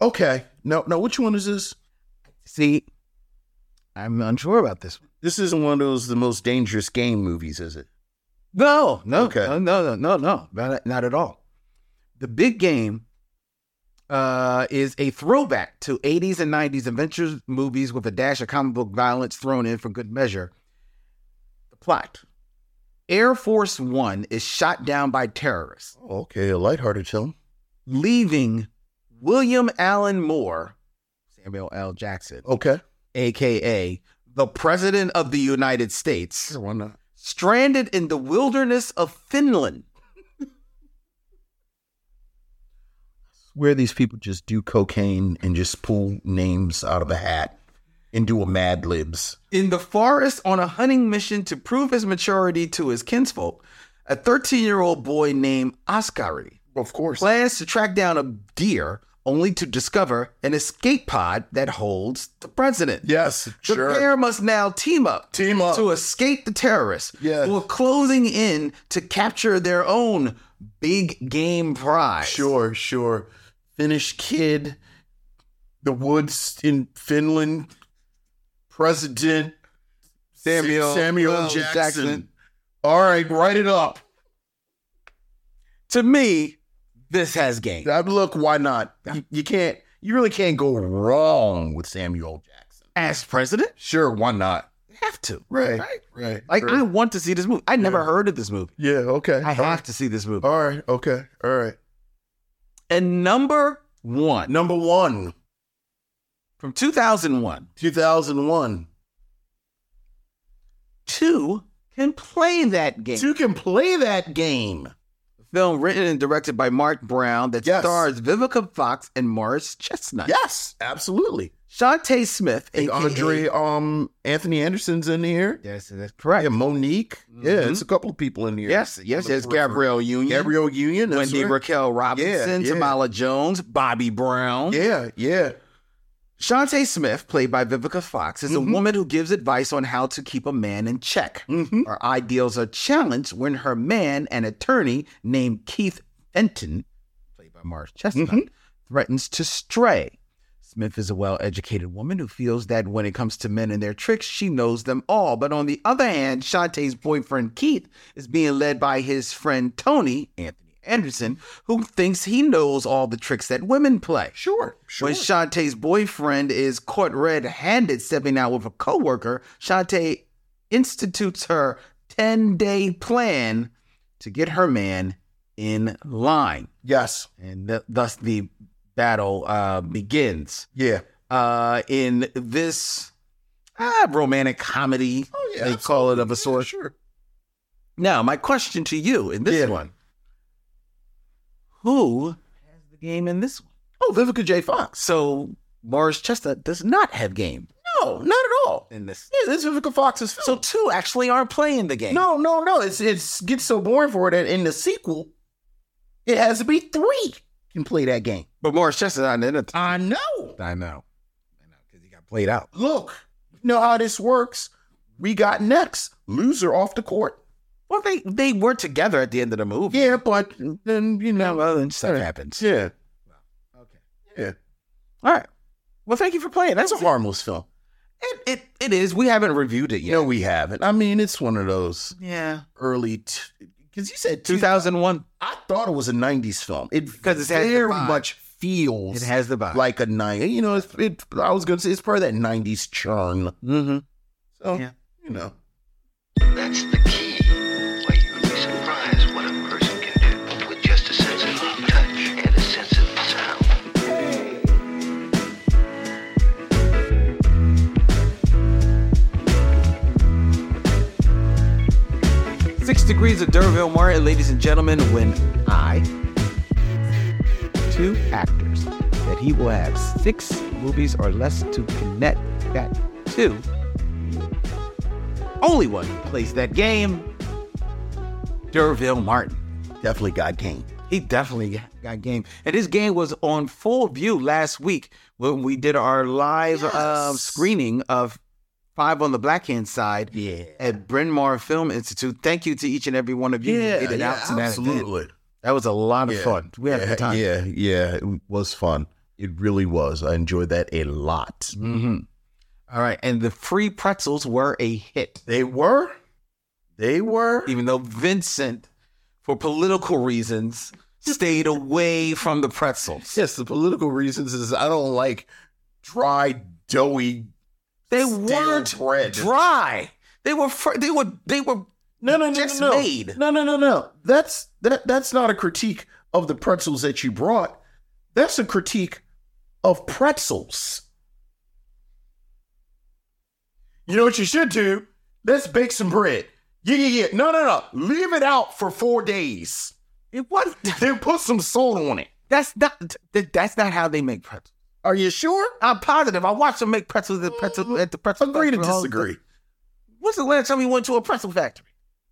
Speaker 2: Okay. No, no, which one is this?
Speaker 1: See, I'm unsure about this one.
Speaker 2: This isn't one of those the most dangerous game movies, is it?
Speaker 1: No, no,
Speaker 2: Okay.
Speaker 1: no, no, no, no, no, not, not at all. The Big Game uh, is a throwback to 80s and 90s adventure movies with a dash of comic book violence thrown in for good measure. The plot Air Force One is shot down by terrorists,
Speaker 2: Oh, okay, a lighthearted film.
Speaker 1: leaving William Allen Moore, Samuel L. Jackson,
Speaker 2: Okay.
Speaker 1: aka the President of the United States,
Speaker 2: why not?
Speaker 1: stranded in the wilderness of Finland.
Speaker 2: Where these people just do cocaine and just pull names out of a hat and do a Mad Libs.
Speaker 1: in the forest on a hunting mission to prove his maturity to his kinsfolk, a 13 year old boy named Oscari
Speaker 2: Of course.
Speaker 1: plans to track down a deer only to discover an escape pod that holds the president.
Speaker 2: Yes,
Speaker 1: The pair must now team up,
Speaker 2: Team up.
Speaker 1: to escape the terrorists
Speaker 2: Yes.
Speaker 1: who are closing in to capture their own big game prize.
Speaker 2: Sure, sure. Finnish kid, the woods in Finland, president
Speaker 1: Samuel
Speaker 2: Samuel
Speaker 1: L.
Speaker 2: Jackson.
Speaker 1: Jackson.
Speaker 2: All right, write it up.
Speaker 1: To me, this has game.
Speaker 2: I- Look, why not? You, you can't. You really can't go wrong with Samuel Jackson.
Speaker 1: As president,
Speaker 2: Sure, why not?
Speaker 1: have to.
Speaker 2: Right, right, right.
Speaker 1: Like,
Speaker 2: right.
Speaker 1: I want to see this movie. I never heard of this movie.
Speaker 2: yeah, okay.
Speaker 1: I have to see this movie.
Speaker 2: All right, okay, all right.
Speaker 1: And number one
Speaker 2: Number one,
Speaker 1: from 2001,
Speaker 2: two thousand one.
Speaker 1: two can play that game.
Speaker 2: Two can play that game.
Speaker 1: Film written and directed by Mark Brown that
Speaker 2: Yes.
Speaker 1: stars Vivica Fox and Morris Chestnut.
Speaker 2: Yes, absolutely.
Speaker 1: Shantae Smith,
Speaker 2: And
Speaker 1: aka-
Speaker 2: Andre, um, Anthony Anderson's in here.
Speaker 1: Yes, that's correct.
Speaker 2: Yeah, Monique. Yeah,
Speaker 1: Mhm.
Speaker 2: it's a couple of people in here.
Speaker 1: Yes, yes, yes. Gabrielle Union,
Speaker 2: Gabrielle Union. that's
Speaker 1: Wendy
Speaker 2: right.
Speaker 1: Raquel Robinson,
Speaker 2: yeah.
Speaker 1: Tamala Jones, Bobby Brown.
Speaker 2: Yeah, yeah.
Speaker 1: Shantae Smith, played by Vivica Fox, is
Speaker 2: Mhm.
Speaker 1: a woman who gives advice on how to keep a man in check.
Speaker 2: Mm-hmm.
Speaker 1: Her ideals are challenged when her man, an attorney named Keith Fenton, played by Morris Chestnut,
Speaker 2: Mm-hmm.
Speaker 1: threatens to stray. Smith is a well educated woman who feels that when it comes to men and their tricks, she knows them all. But on the other hand, Shantae's boyfriend Keith is being led by his friend Tony, Anthony Anderson, who thinks he knows all the tricks that women play.
Speaker 2: Sure, sure.
Speaker 1: When Shantae's boyfriend is caught red handed stepping out with a coworker, Shantae institutes her 10 day plan to get her man in line.
Speaker 2: yes.
Speaker 1: And th- thus the battle uh, begins.
Speaker 2: Yeah.
Speaker 1: Uh, in this ah, romantic comedy,
Speaker 2: Oh, yeah,
Speaker 1: they call it of a sort.
Speaker 2: Sure.
Speaker 1: Now, my question to you in this
Speaker 2: Yeah.
Speaker 1: one who has the game in this one?
Speaker 2: Oh, Vivica J. Fox.
Speaker 1: So Morris Chestnut does not have game
Speaker 2: No, not at all.
Speaker 1: in this.
Speaker 2: Yeah, this is Vivica Fox's
Speaker 1: So
Speaker 2: film.
Speaker 1: two actually aren't playing the game.
Speaker 2: no, no, no. It's it's gets so boring for it that in the sequel, it has to be three can play that game.
Speaker 1: but Morris Chestnut not in it.
Speaker 2: I know.
Speaker 1: I know, I know, because he got played out.
Speaker 2: Look, you know how this works. We got next loser off the court.
Speaker 1: Well, they they were together at the end of the movie.
Speaker 2: Yeah, but then you know.
Speaker 1: well, then stuff happens.
Speaker 2: Yeah.
Speaker 1: Okay.
Speaker 2: Yeah.
Speaker 1: All right. Well, thank you for playing. That's
Speaker 2: That's a
Speaker 1: hard.
Speaker 2: harmless film.
Speaker 1: It, it it is. We haven't reviewed it yet.
Speaker 2: No, we haven't. I mean, it's one of those
Speaker 1: Yeah.
Speaker 2: early because you said two
Speaker 1: Two
Speaker 2: thousand.
Speaker 1: thousand one.
Speaker 2: I thought it was a '90s film. It
Speaker 1: 'Cause it's had the
Speaker 2: very
Speaker 1: vibe.
Speaker 2: much feels
Speaker 1: It has the vibe.
Speaker 2: like a '90s. You know, it's, it. I was gonna say it's part of that '90s churn.
Speaker 1: mm-hmm.
Speaker 2: So
Speaker 1: Yeah.
Speaker 2: you know,
Speaker 4: That's the key. Why you'd be surprised what a person can do with just a sense of touch and a sense of sound.
Speaker 1: Six degrees of Derville Martin, ladies and gentlemen, when I two actors that he will have six movies or less to connect that to. Only one who plays that game. Derville Martin.
Speaker 2: definitely got game.
Speaker 1: He definitely got game. And his game was on full view last week when we did our live uh,
Speaker 2: Yes.
Speaker 1: screening of Five on the Black Hand Side
Speaker 2: Yeah.
Speaker 1: at Bryn Mawr Film Institute. Thank you to each and every one of you who made it out to that event.
Speaker 2: absolutely.
Speaker 1: That was a lot of
Speaker 2: Yeah.
Speaker 1: fun. We had a
Speaker 2: yeah,
Speaker 1: good time.
Speaker 2: yeah, yeah. It was fun. It really was. I enjoyed that a lot.
Speaker 1: hmm All right, and the free pretzels were a hit,
Speaker 2: They were. They were.
Speaker 1: even though Vincent, for political reasons, stayed away from the pretzels.
Speaker 2: Yes, the political reasons is I don't like dry, doughy.
Speaker 1: They
Speaker 2: stale
Speaker 1: weren't
Speaker 2: bread.
Speaker 1: dry. They were fr- they were they were
Speaker 2: No, no, no,
Speaker 1: Just
Speaker 2: no, no.
Speaker 1: made.
Speaker 2: No, no, no, no. That's that. That's not a critique of the pretzels that you brought. That's a critique of pretzels. You know what you should do? Let's bake some bread. Yeah, yeah, yeah. No, no, no. Leave it out for four days.
Speaker 1: it was
Speaker 2: Then put some salt on it.
Speaker 1: that's not th- that's not how they make pretzels.
Speaker 2: Are you sure?
Speaker 1: I'm positive. I watched them make pretzels at pretzel at the pretzel
Speaker 2: Agree to
Speaker 1: factory all the time.
Speaker 2: disagree.
Speaker 1: What's the last time you went to a pretzel factory?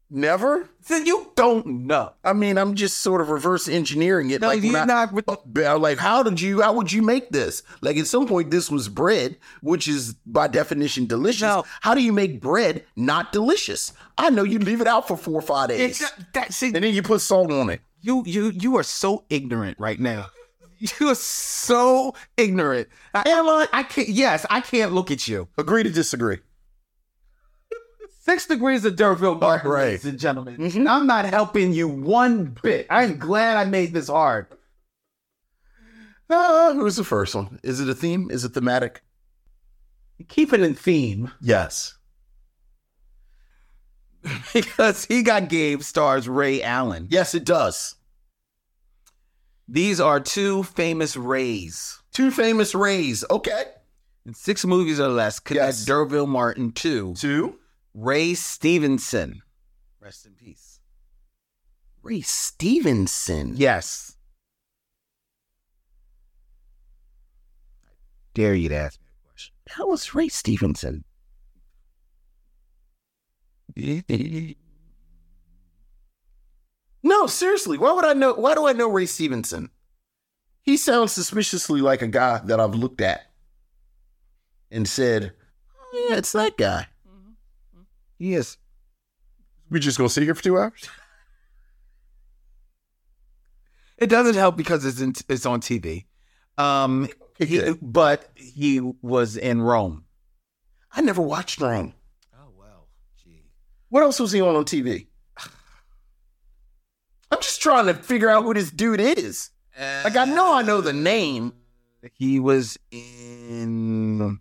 Speaker 2: Never.
Speaker 1: Then you don't know.
Speaker 2: I mean, I'm just sort of reverse engineering it.
Speaker 1: No,
Speaker 2: like,
Speaker 1: you're
Speaker 2: when I-
Speaker 1: not. with-
Speaker 2: But, like how did you how would you make this like at some point this was bread which is by definition delicious
Speaker 1: No.
Speaker 2: how do you make bread not delicious i know you leave it out for four or five days
Speaker 1: It's not, that see
Speaker 2: and then you put salt on it
Speaker 1: you you you are so ignorant right now. You are so ignorant. I, am I? I can't. Yes, I can't look at you.
Speaker 2: agree to disagree
Speaker 1: Six degrees of Durville, Mark,
Speaker 2: All right.
Speaker 1: ladies and gentlemen. I'm not helping you one bit. I'm glad I made this hard.
Speaker 2: uh, who's the first one is it a theme is it thematic
Speaker 1: Keep it in theme
Speaker 2: yes
Speaker 1: because he got Gabe stars Ray Allen.
Speaker 2: yes it does
Speaker 1: These are two famous Rays.
Speaker 2: two famous rays okay
Speaker 1: In six movies or less, Cadet
Speaker 2: Yes.
Speaker 1: Durville Martin two.
Speaker 2: two
Speaker 1: Ray Stevenson. Rest in peace.
Speaker 2: ray stevenson
Speaker 1: Yes. Dare you to ask me a question?
Speaker 2: that was ray stevenson No, seriously, why would I know? Why do I know Ray Stevenson? He sounds suspiciously like a guy that I've looked at and said, oh, "Yeah, it's that guy."
Speaker 1: Yes.
Speaker 2: We just gonna sit here for two hours?
Speaker 1: It doesn't help because it's in, it's on TV. Um,
Speaker 2: Okay,
Speaker 1: he-
Speaker 2: good.
Speaker 1: but he was in Rome.
Speaker 2: I never watched Rome.
Speaker 1: Oh well, gee.
Speaker 2: What else was he on on TV? I'm just trying to figure out who this dude is. Like I know I know the name.
Speaker 1: He was in.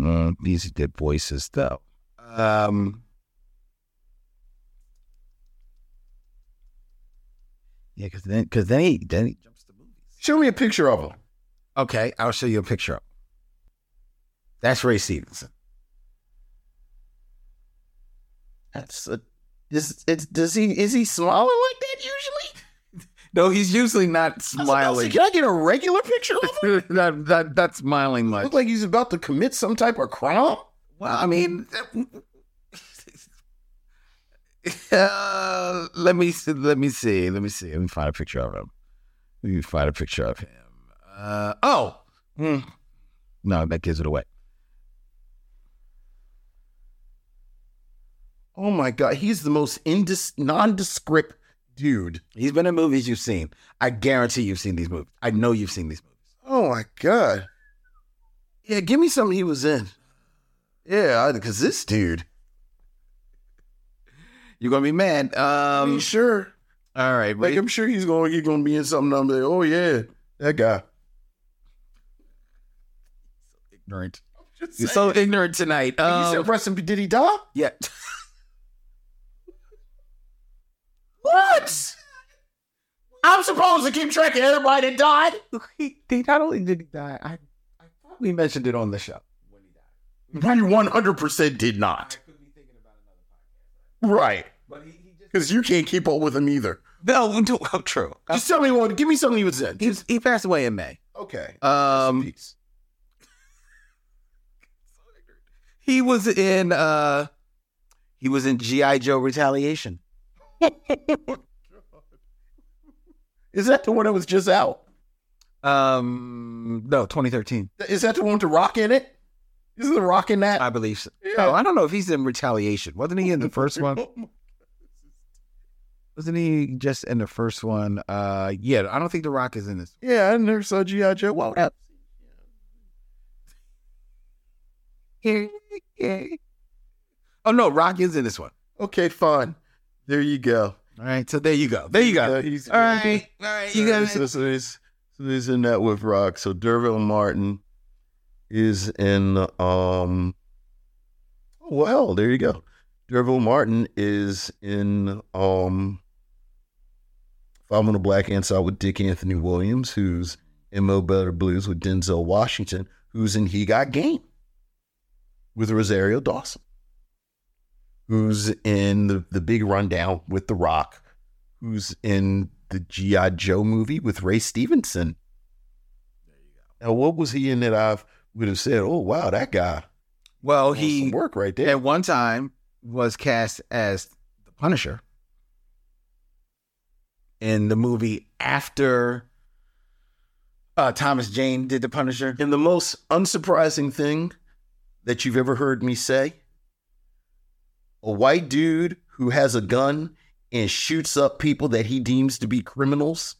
Speaker 1: Uh, these good voices though. Um. Yeah, because then, because then he then he jumps to movies.
Speaker 2: Show me a picture of him.
Speaker 1: Okay, I'll show you a picture of. him. That's Ray Stevenson.
Speaker 2: That's a, is, it's, does he is he smiling like that usually?
Speaker 1: No, he's usually not
Speaker 2: I was like, Can I get a regular picture of him?
Speaker 1: not, not, not smiling much.
Speaker 2: Look like he's about to commit some type of crime.
Speaker 1: Well, I mean, uh, let me see, let me see, let me see, let me find a picture of him. Let me find a picture of him. Uh, oh, Hmm. no, that gives it away.
Speaker 2: Oh my god, he's the most indis- nondescript dude.
Speaker 1: He's been in movies you've seen. I guarantee you've seen these movies. I know you've seen these movies.
Speaker 2: Oh my god. Yeah, give me something he was in. Yeah, because this dude.
Speaker 1: You're gonna be mad.
Speaker 2: I'm
Speaker 1: Um,
Speaker 2: sure.
Speaker 1: all right,
Speaker 2: Like
Speaker 1: wait.
Speaker 2: I'm sure he's going. He's going to be in something. I'm like, oh yeah, that guy.
Speaker 1: ignorant.
Speaker 2: Just
Speaker 1: You're
Speaker 2: saying.
Speaker 1: so ignorant tonight.
Speaker 2: you
Speaker 1: Um,
Speaker 2: said rest in peace. Did he die?
Speaker 1: yeah.
Speaker 2: What? I'm supposed to keep track of everybody that died.
Speaker 1: he, he not only did he die, I, I thought we mentioned it on the show.
Speaker 2: He 100 percent did not. Right. Because you can't keep up with him either.
Speaker 1: No, no oh, true.
Speaker 2: Just tell me one. Give me something he was in.
Speaker 1: He, he passed away in May.
Speaker 2: Okay.
Speaker 1: Um, he was in uh, he was in GI Joe Retaliation.
Speaker 2: Is that the one that was just out?
Speaker 1: Um, no, 2013,
Speaker 2: Is that the one with the rock in it? Isn't the rock in that?
Speaker 1: I believe. So.
Speaker 2: Yeah. Oh,
Speaker 1: Oh, I don't know if he's in Retaliation. Wasn't he in the first one? Wasn't he just in the first one? Uh, yeah, I don't think The Rock is in this.
Speaker 2: Yeah, uh, I never saw G.I. Joe. Wow. that-
Speaker 1: oh no, Rock is in this one. Oh,
Speaker 2: Okay, fine. There you go.
Speaker 1: All right, so there you go. There you go.
Speaker 2: Yeah, he's-
Speaker 1: all right, all right, you
Speaker 2: So-
Speaker 1: guys.
Speaker 2: So, so he's, so he's in that with Rock. So Derville Martin is in. um Well, there you go. Derville Martin is in. um Five on the Black Inside with Dick Anthony Williams, who's in Mo Better Blues with Denzel Washington, who's in He Got Game with Rosario Dawson, who's in the, the Big Rundown with The Rock, who's in the G.I. Joe movie with Ray Stevenson. Now, what was he in that I would have said, oh, wow, that guy
Speaker 1: Well,
Speaker 2: wants some
Speaker 1: he
Speaker 2: work right there.
Speaker 1: at one time was cast as the Punisher in the movie after uh, Thomas Jane did the Punisher.
Speaker 2: And the most unsurprising thing that you've ever heard me say a white dude who has a gun and shoots up people that he deems to be criminals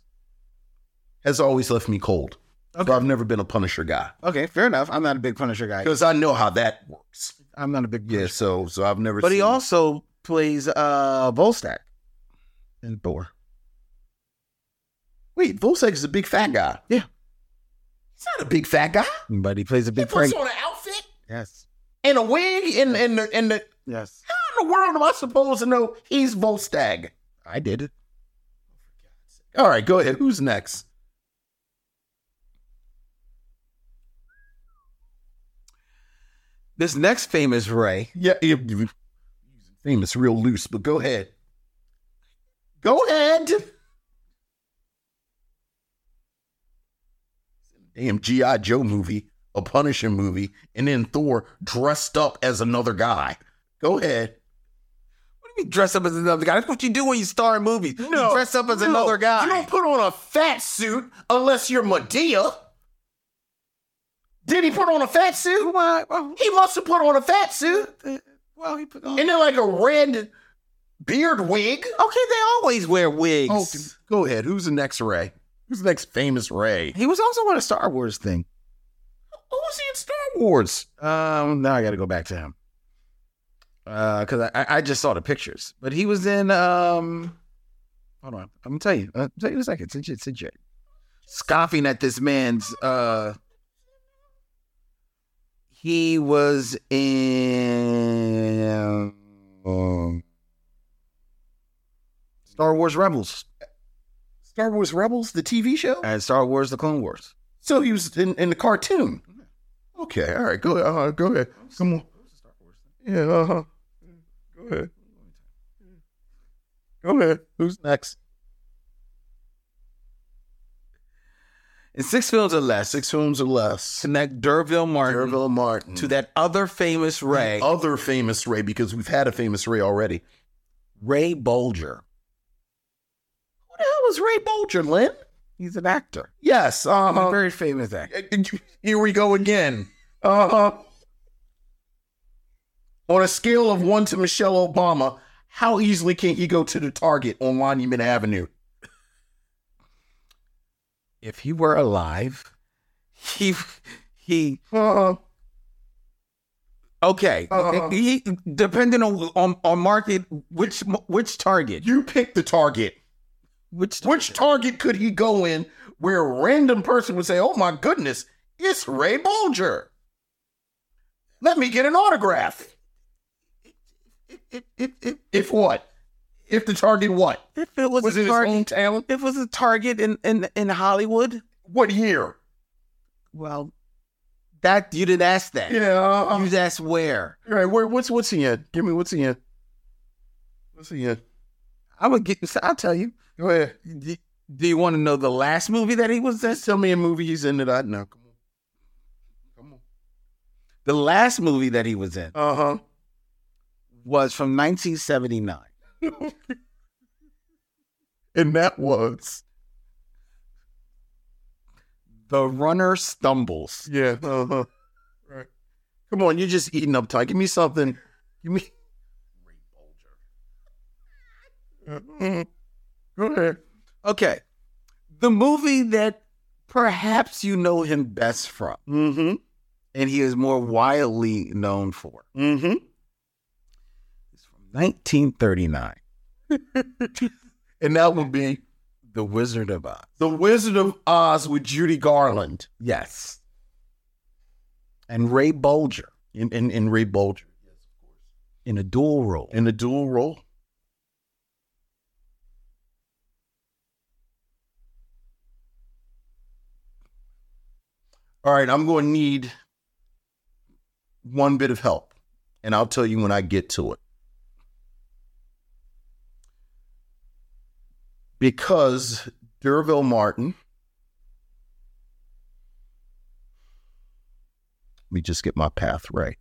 Speaker 2: has always left me cold.
Speaker 1: Okay.
Speaker 2: So I've never been a Punisher guy
Speaker 1: Okay, fair enough. I'm not a big Punisher guy.
Speaker 2: because I know how that works.
Speaker 1: I'm not a big
Speaker 2: Yeah,
Speaker 1: Punisher.
Speaker 2: so so I've never
Speaker 1: But he
Speaker 2: seen-
Speaker 1: also plays uh Volstagg in Thor.
Speaker 2: Wait, Volsek is a big fat guy.
Speaker 1: Yeah.
Speaker 2: He's not a big fat guy.
Speaker 1: But he plays a
Speaker 2: He
Speaker 1: big
Speaker 2: puts
Speaker 1: prank.
Speaker 2: on an outfit
Speaker 1: Yes.
Speaker 2: and a wig and and the, and the,
Speaker 1: Yes.
Speaker 2: how in the world am I supposed to know he's Volstagg?
Speaker 1: I did it.
Speaker 2: All right, go ahead. Who's next?
Speaker 1: This next famous Ray.
Speaker 2: Yeah, you- you- famous, real loose, but go ahead. Go ahead. Damn G.I. Joe movie, a Punisher movie, and then Thor dressed up as another guy. Go ahead.
Speaker 1: What do you mean dress up as another guy? That's what you do when you star in movies. you dress up as
Speaker 2: no.
Speaker 1: another guy.
Speaker 2: You don't put on a fat suit unless you're Medea. Did he put on a fat suit?
Speaker 1: Why- well,
Speaker 2: He must have put on a fat suit.
Speaker 1: uh, well, he put on.
Speaker 2: And then like a red beard wig.
Speaker 1: okay, they always wear wigs.
Speaker 2: Oh, go ahead. Who's the next Ray? Who's the next famous Ray?
Speaker 1: He was also on a Star Wars thing.
Speaker 2: Who Oh, was he in Star Wars?
Speaker 1: Um, now I got to go back to him. Uh, cause I- I I just saw the pictures, but he was in um. Hold on, I'm gonna tell you. Uh, tell you in a second. Since you, since you scoffing at this man's uh. He was in um, Star Wars Rebels
Speaker 2: Star Wars Rebels, the TV show?
Speaker 1: and Star Wars: The Clone Wars.
Speaker 2: So he was in, in the cartoon. Okay, all right, go uh, go ahead. Come on. Yeah, uh huh. Go ahead. Go ahead. Who's next?
Speaker 1: In six films or less,
Speaker 2: Six films or less.
Speaker 1: connect Derville Oh. Martin
Speaker 2: Derville Martin.
Speaker 1: to that other famous Ray,
Speaker 2: other famous Ray, because we've had a famous Ray already.
Speaker 1: Ray Bolger.
Speaker 2: Who the hell was Ray Bolger, Lynn?
Speaker 1: He's an actor.
Speaker 2: Yes, uh
Speaker 1: A
Speaker 2: huh.
Speaker 1: very famous actor.
Speaker 2: Here we go again. Uh huh. On a scale of one to Michelle Obama, how easily can you go to the Target on Monument Avenue?
Speaker 1: If he were alive, he he
Speaker 2: Uh
Speaker 1: okay.
Speaker 2: Uh-huh.
Speaker 1: He depending on, on on market which which target
Speaker 2: You pick the Target.
Speaker 1: which
Speaker 2: Which Target could he go in where a random person would say, "Oh my goodness, it's Ray Bolger. Let me get an autograph."
Speaker 1: if, if, if,
Speaker 2: If what? If the Target what?
Speaker 1: if it was,
Speaker 2: Was
Speaker 1: a
Speaker 2: it his
Speaker 1: target,
Speaker 2: hometown?
Speaker 1: if it was a target in in in Hollywood,
Speaker 2: What year?
Speaker 1: well, that you didn't ask that.
Speaker 2: Yeah. uh,
Speaker 1: You asked where.
Speaker 2: All right, where, what's what's he in? Give me what's he in? What's he in?
Speaker 1: I would get. I'll tell you.
Speaker 2: Go ahead.
Speaker 1: Do, do you want to know the last movie that he was in?
Speaker 2: Just tell me a movie he's in that I know. Come on. Come on.
Speaker 1: The last movie that he was in
Speaker 2: Uh huh.
Speaker 1: was from 1979.
Speaker 2: Uh-huh. And that was
Speaker 1: The Runner Stumbles.
Speaker 2: yeah. Uh huh. Right. Come on, you're just eating up time. Give me something. Give me. Ray Bolger. Go ahead.
Speaker 1: Okay. The movie that perhaps you know him best from
Speaker 2: Mm-hmm.
Speaker 1: and he is more widely known for
Speaker 2: Mm-hmm.
Speaker 1: is from 1939.
Speaker 2: and that would be
Speaker 1: The Wizard of Oz.
Speaker 2: The Wizard of Oz with Judy Garland
Speaker 1: Yes.
Speaker 2: and Ray Bolger
Speaker 1: In in, in Ray Bolger. In a dual role.
Speaker 2: in a dual role. All right, I'm going to need one bit of help, and I'll tell you when I get to it. Because Durville Martin, let me just get my path right.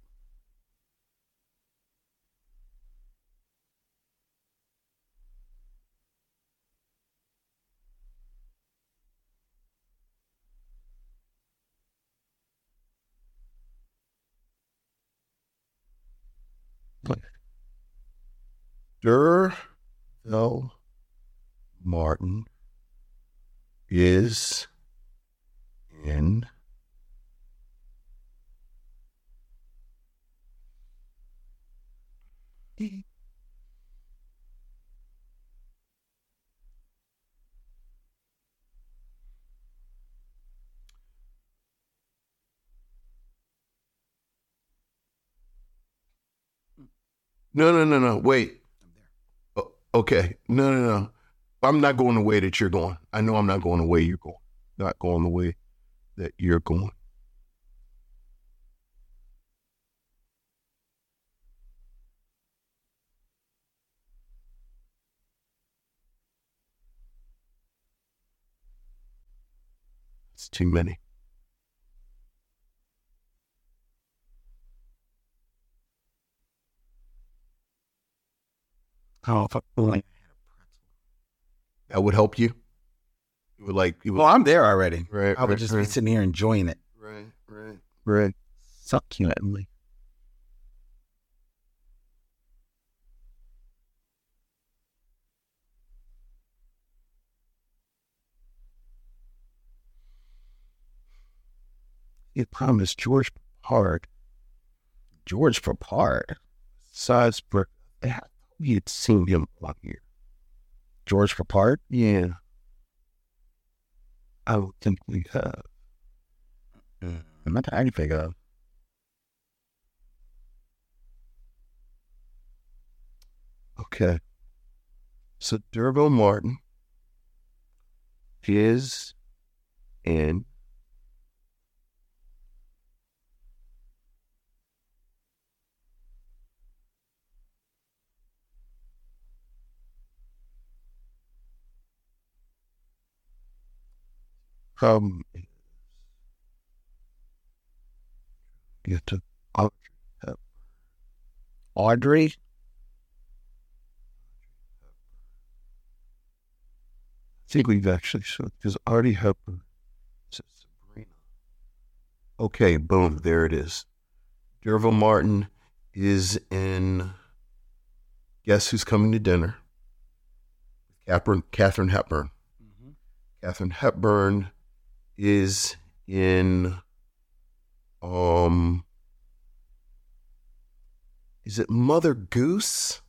Speaker 2: Durville Martin is in No, no, no, no. Wait. O- Okay. No, no, no. I'm not going the way that you're going. I know I'm not going the way you're going. Not going the way that you're going. It's too many.
Speaker 1: Oh, fuck. Well,
Speaker 2: That would help you. It would like it would,
Speaker 1: I'm there already.
Speaker 2: right,
Speaker 1: I would just be
Speaker 2: right,
Speaker 1: sitting here enjoying it.
Speaker 2: right, right, right.
Speaker 1: Succulently.
Speaker 2: It promised George Hard.
Speaker 1: George Papard.
Speaker 2: size for we had seen him on here.
Speaker 1: George Papard?
Speaker 2: Yeah. I don't think we have.
Speaker 1: I'm Mm, not I can figure out.
Speaker 2: Okay. So Durville Martin is in um get to
Speaker 1: Audrey?
Speaker 2: I think we've actually shown because Artie Hepburn said Sabrina. Okay, boom, there it is. Derville Martin is in Guess Who's Coming to Dinner? Catherine, Catherine Hepburn.
Speaker 1: Mm-hmm.
Speaker 2: Catherine Hepburn is in um is it Mother Goose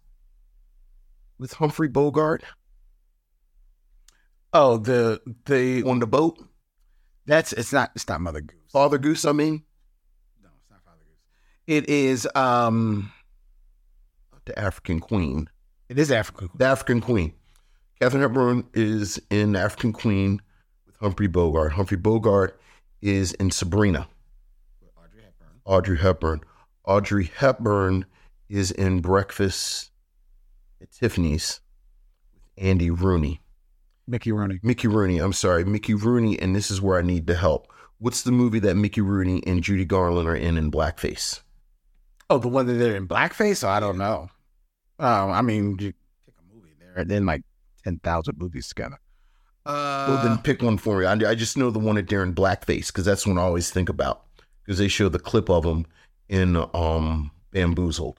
Speaker 2: with Humphrey Bogart
Speaker 1: Oh,
Speaker 2: Uh,
Speaker 1: the the
Speaker 2: on the boat?
Speaker 1: that's it's not it's not Mother Goose.
Speaker 2: Father Goose, I mean.
Speaker 1: No, it's not Father Goose. It is um
Speaker 2: the African Queen.
Speaker 1: it is African.
Speaker 2: The African Queen. Catherine Hepburn is in The African Queen with Humphrey Bogart. Humphrey Bogart is in Sabrina.
Speaker 1: Audrey Hepburn.
Speaker 2: Audrey Hepburn. Audrey Hepburn is in Breakfast at Tiffany's with Andy Rooney.
Speaker 1: Mickey Rooney.
Speaker 2: Mickey Rooney, I'm sorry, Mickey Rooney, and this is where I need the help. What's the movie that Mickey Rooney and Judy Garland are in in blackface?
Speaker 1: Oh, the one that they're in blackface? Oh, I don't know. Um, I mean you pick a movie there and then like ten thousand movies together. Uh
Speaker 2: Well, then pick one for me. I, I just know the one that they're in blackface because that's one I always think about because they show the clip of them in um Bamboozled.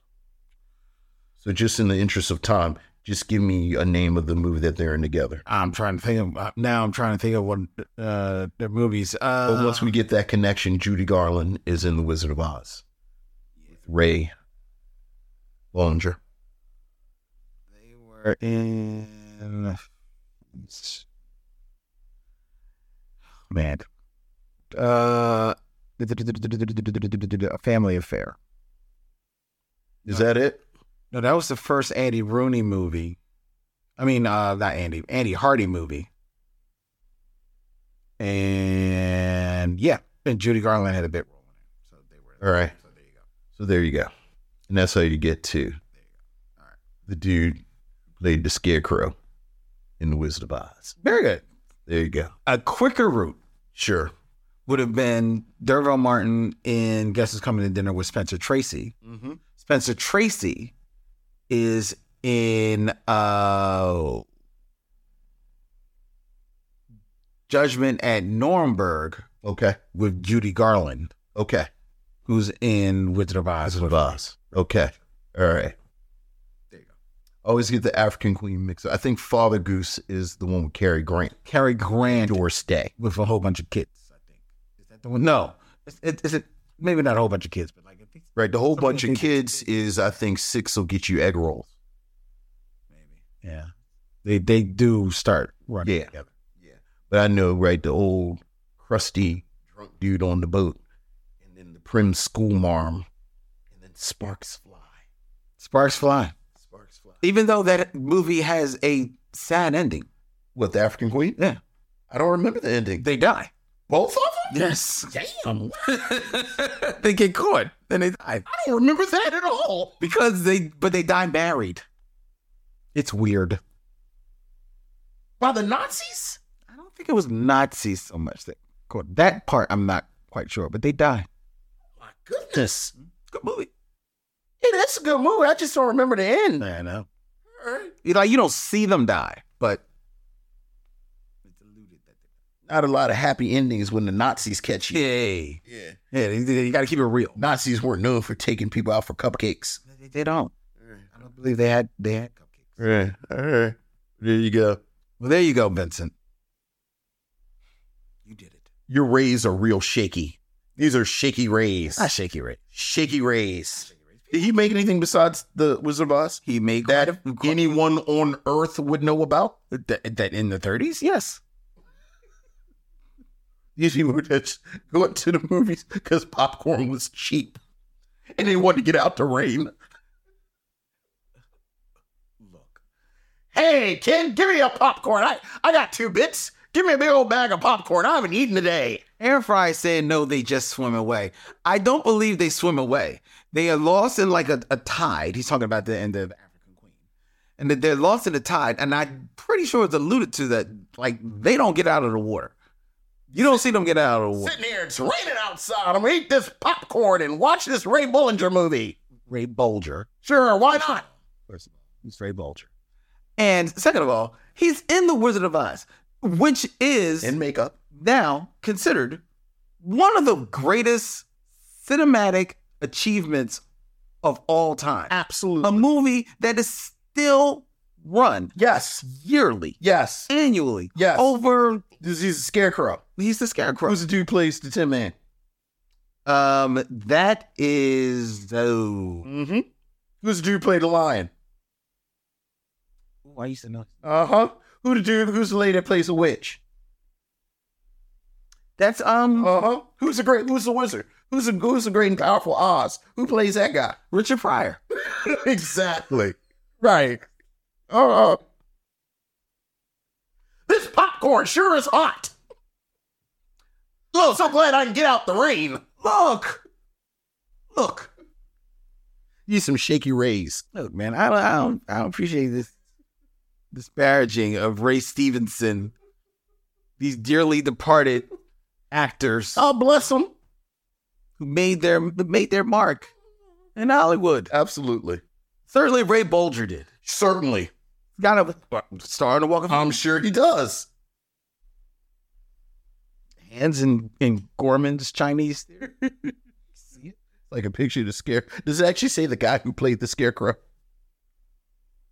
Speaker 2: So just in the interest of time, just give me a name of the movie that they're in together.
Speaker 1: I'm trying to think of uh, now I'm trying to think of one uh their movies. Uh
Speaker 2: but once we get that connection, Judy Garland is in The Wizard of Oz. with Ray Bollinger.
Speaker 1: they were in
Speaker 5: Man. Uh, a family affair.
Speaker 2: Is that it?
Speaker 1: No, that was the first Andy Rooney movie. I mean, uh, not Andy, Andy Hardy movie. And yeah, and Judy Garland had a big role in it. So they were.
Speaker 2: All right.
Speaker 1: So there you go.
Speaker 2: So there you go. And that's how you get to the dude who played the scarecrow in The Wizard of Oz.
Speaker 1: Very good.
Speaker 2: There you go.
Speaker 1: A quicker route
Speaker 2: Sure.
Speaker 1: would have been Derville Martin in Guess Who's Coming to Dinner with Spencer Tracy.
Speaker 2: Mm-hmm.
Speaker 1: Spencer Tracy is in uh, Judgment at Nuremberg
Speaker 2: Okay.
Speaker 1: with Judy Garland,
Speaker 2: Okay.
Speaker 1: who's in Wizard of Oz.
Speaker 2: Wizard of Oz. Okay. All right.
Speaker 1: There you go.
Speaker 2: Always get the African Queen mix. up. I think Father Goose is the one with Cary Grant.
Speaker 1: Cary Grant
Speaker 2: Doris Day.
Speaker 1: with a whole bunch of kids. I think is that the one? No, is it, is it maybe not a whole bunch of kids, but like I think
Speaker 2: Right. The whole bunch of kids is I think six will get you egg rolls.
Speaker 1: maybe yeah. They they do start running
Speaker 2: Yeah.
Speaker 1: together.
Speaker 2: But I know, right, the old crusty drunk dude on the boat, and then the prim school marm, and then sparks fly.
Speaker 1: Sparks fly.
Speaker 2: Sparks fly.
Speaker 1: Even though that movie has a sad ending,
Speaker 2: What the African Queen?
Speaker 1: Yeah.
Speaker 2: I don't remember the ending.
Speaker 1: they die.
Speaker 2: Both of them?
Speaker 1: Yes.
Speaker 2: Damn.
Speaker 1: they get caught and they die
Speaker 2: I don't remember that at all.
Speaker 1: because they but they die married. It's weird.
Speaker 2: By the Nazis?
Speaker 1: I don't think it was Nazis so much that caught that part. I'm not quite sure, but they die.
Speaker 2: My goodness.
Speaker 1: Good movie.
Speaker 2: Yeah, that's a good movie. I just don't remember the end.
Speaker 1: I know. You like you don't see them die, but
Speaker 2: Not a lot of happy endings when the Nazis catch you.
Speaker 1: yay, yeah, yeah. You, you got to keep it real.
Speaker 2: Nazis weren't known for taking people out for cupcakes.
Speaker 1: They, they don't. I don't believe they had they had cupcakes.
Speaker 2: Right. All right. There you go.
Speaker 1: Well, there you go, Vincent. You did it.
Speaker 2: Your rays are real shaky. These are shaky rays.
Speaker 1: Not shaky, right?
Speaker 2: shaky rays. Did he make anything besides the Wizard of Oz
Speaker 1: He made
Speaker 2: that
Speaker 1: quite a- quite-
Speaker 2: anyone on Earth would know about?
Speaker 1: that, that in the 30s. Yes.
Speaker 2: These people were just going to the movies because popcorn was cheap, and they wanted to get out the rain.
Speaker 1: Look,
Speaker 2: Hey, kid, give me a popcorn. I I got two bits. Give me a big old bag of popcorn. I haven't eaten today.
Speaker 1: Air Fry said no, they just swim away. I don't believe they swim away. They are lost in like a, a tide. He's talking about the end of African Queen. And that they're lost in the tide. And I'm pretty sure it's alluded to that, like, they don't get out of the water. You don't see them get out of the water.
Speaker 2: Sitting here, it's raining outside. I'm gonna eat this popcorn and watch this Ray Bollinger movie.
Speaker 1: Ray Bolger.
Speaker 2: Sure, why not?
Speaker 1: First of all, he's Ray Bolger. And second of all, he's in The Wizard of Oz, which is
Speaker 2: In makeup.
Speaker 1: now considered one of the greatest cinematic achievements of all time.
Speaker 2: Absolutely.
Speaker 1: A movie that is still run
Speaker 2: yes.
Speaker 1: yearly,
Speaker 2: Yes.
Speaker 1: annually,
Speaker 2: Yes.
Speaker 1: over.
Speaker 2: This is a scarecrow.
Speaker 1: He's the scarecrow.
Speaker 2: Who's the dude who plays the Tin Man?
Speaker 1: Um, that is oh,
Speaker 2: Mm-hmm. Who's the dude who played the lion?
Speaker 1: I used to know.
Speaker 2: Uh-huh. Who the dude? Who's the lady that plays the witch?
Speaker 1: That's um
Speaker 2: Uh-huh. Who's the great? Who's the wizard? Who's the who's the great and powerful Oz? Who plays that guy?
Speaker 1: Richard Pryor.
Speaker 2: exactly. Right. Uh. This popcorn sure is hot. Oh, so glad I can get out the rain.
Speaker 1: Look, look.
Speaker 2: You some shaky rays.
Speaker 1: Look, man, I don't, I don't, I don't appreciate this disparaging of Ray Stevenson, these dearly departed actors
Speaker 2: Oh, bless them.
Speaker 1: who made their made their mark in Hollywood.
Speaker 2: Absolutely.
Speaker 1: Certainly, Ray Bolger did.
Speaker 2: Certainly.
Speaker 1: Got a star on the Walk of
Speaker 2: I'm sure he does.
Speaker 1: Hands in in Gorman's Chinese. theater.
Speaker 2: Like a picture of the scare. Does it actually say the guy who played the scarecrow?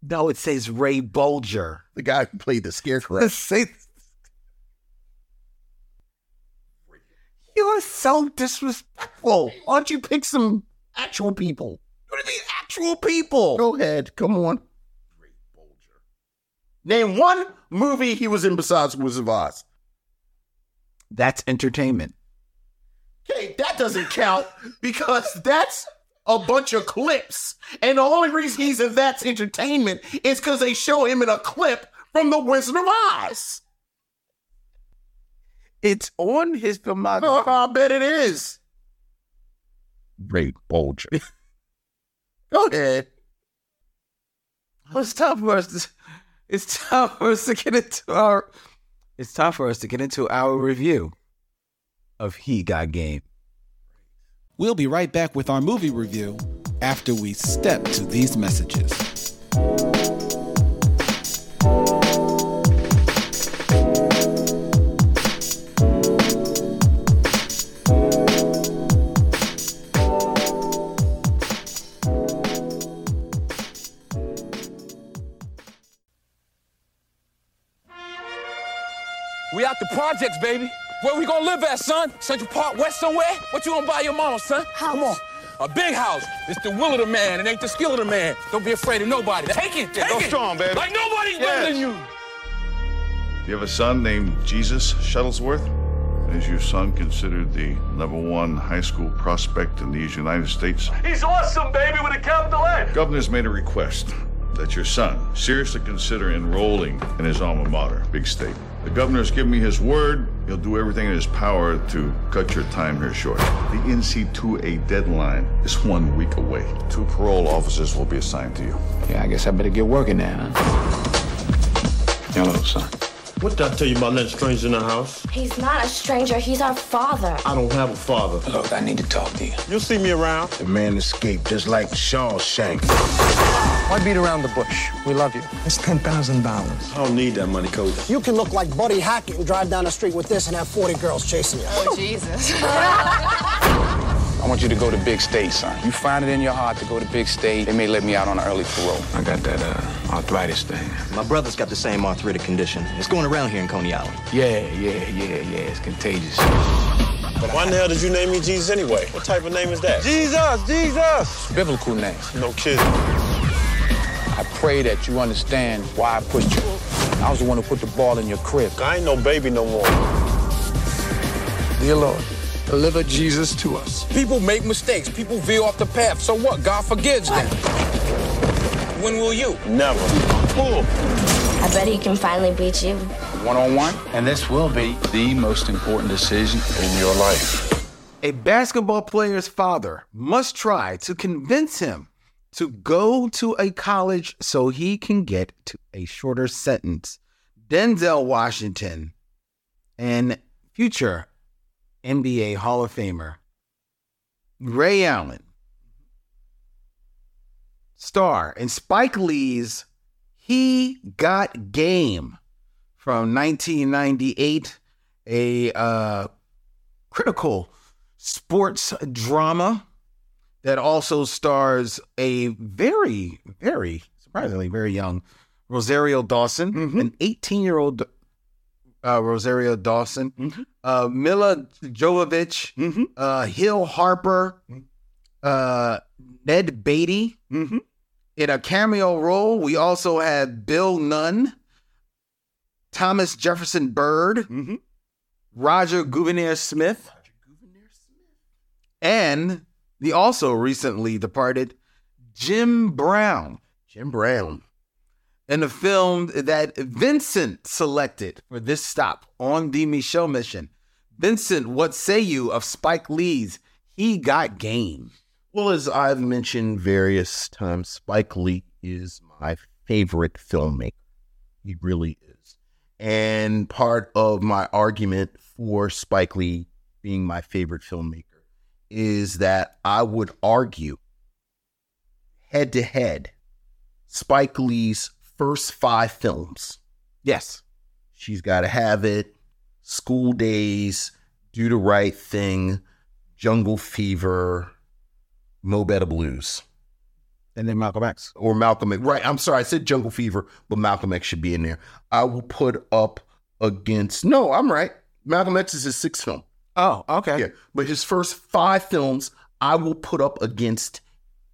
Speaker 1: No, it says Ray Bolger.
Speaker 2: The guy who played the scarecrow.
Speaker 1: It says- You are so disrespectful.
Speaker 2: Why don't you pick some actual people?
Speaker 1: What are these actual people?
Speaker 2: Go ahead. Come on. Name one movie he was in besides Wizard of Oz.
Speaker 1: That's entertainment.
Speaker 2: Okay, that doesn't count because that's a bunch of clips. And the only reason he's in that's entertainment is because they show him in a clip from The Wizard of Oz.
Speaker 1: It's on his
Speaker 2: Oh,
Speaker 1: filmography.
Speaker 2: I bet it is. Ray Bolger. Go ahead.
Speaker 1: Well, it's time for us. To, it's time for us to get into our. It's time for us to get into our review of He Got Game.
Speaker 6: We'll be right back with our movie review after we step to these messages.
Speaker 7: We out the projects, baby. Where we gonna live at, son? Central Park West somewhere? What you gonna buy your mama, son? Come on. A big house. It's the will of the man. It ain't the skill of the man. Don't be afraid of nobody. Take it. Take
Speaker 8: go
Speaker 7: it.
Speaker 8: strong, baby.
Speaker 7: Like nobody's
Speaker 8: Yes.
Speaker 7: better than you.
Speaker 8: You have a son named Jesus Shuttlesworth? Is your son considered the number one high school prospect in these United States?
Speaker 9: He's awesome, baby, with a capital A.
Speaker 8: Governor's made a request that your son seriously consider enrolling in his alma mater, Big State. The governor's given me his word. He'll do everything in his power to cut your time here short. The NC2A deadline is one week away. Two parole officers will be assigned to you.
Speaker 9: Yeah, I guess I better get working now, huh? Hello, son.
Speaker 10: What did I tell you about letting strangers in the house?
Speaker 11: He's not a stranger. He's our father.
Speaker 10: I don't have a father.
Speaker 9: Look, I need to talk to you.
Speaker 10: You'll see me around.
Speaker 9: The man escaped just like Shawshank.
Speaker 7: Why beat around the bush? We love you.
Speaker 9: It's $10,000.
Speaker 10: I don't need that money, coach.
Speaker 9: You can look like Buddy Hackett and drive down the street with this and have 40 girls chasing you. Oh, Jesus. I want you to go to Big State, son. You find it in your heart to go to Big State. They may let me out on an early parole. I got that uh, arthritis thing.
Speaker 10: My brother's got the same arthritic condition. It's going around here in Coney Island.
Speaker 9: Yeah, yeah, yeah, yeah. It's contagious.
Speaker 10: Why in the hell did you name me Jesus anyway? What type of name is that?
Speaker 9: Jesus, Jesus. Biblical name.
Speaker 10: No kidding.
Speaker 9: I pray that you understand why I pushed you. I was the one who put the ball in your crib.
Speaker 10: I ain't no baby no more.
Speaker 9: Dear Lord, deliver Jesus to us.
Speaker 7: People make mistakes. People veer off the path. So what? God forgives them. When will you?
Speaker 10: Never. Fool.
Speaker 11: I bet he can finally beat you.
Speaker 9: One on one, and this will be the most important decision in your life.
Speaker 1: A basketball player's father must try to convince him to go to a college so he can get to a shorter sentence. Denzel Washington and future NBA Hall of Famer Ray Allen, star in Spike Lee's He Got Game from 1998, a uh, critical sports drama that also stars a very, very surprisingly very young Rosario Dawson, an 18 year old uh, Rosario Dawson, uh, Mila Jovovich, uh, Hill Harper, uh, Ned Beatty. In a cameo role, we also have Bill Nunn, Thomas Jefferson Byrd, Roger Gouverneur Smith, and the also recently departed Jim Brown. Jim Brown. In a film that Vincent selected for this stop on the Michelle mission. Vincent, what say you of Spike Lee's He Got Game?
Speaker 2: Well, as I've mentioned various times, Spike Lee is my favorite filmmaker. He really is. And part of my argument for Spike Lee being my favorite filmmaker is that I would argue head to head Spike Lee's first five films.
Speaker 1: Yes.
Speaker 2: She's Got to Have It, School Days, Do the Right Thing, Jungle Fever, Mo Better Blues,
Speaker 1: And then Malcolm X.
Speaker 2: or Malcolm X. Right, I'm sorry, I said Jungle Fever, but Malcolm X should be in there. I will put up against, no, I'm right. Malcolm X is his sixth film.
Speaker 1: Oh, okay.
Speaker 2: Yeah, but his first five films, I will put up against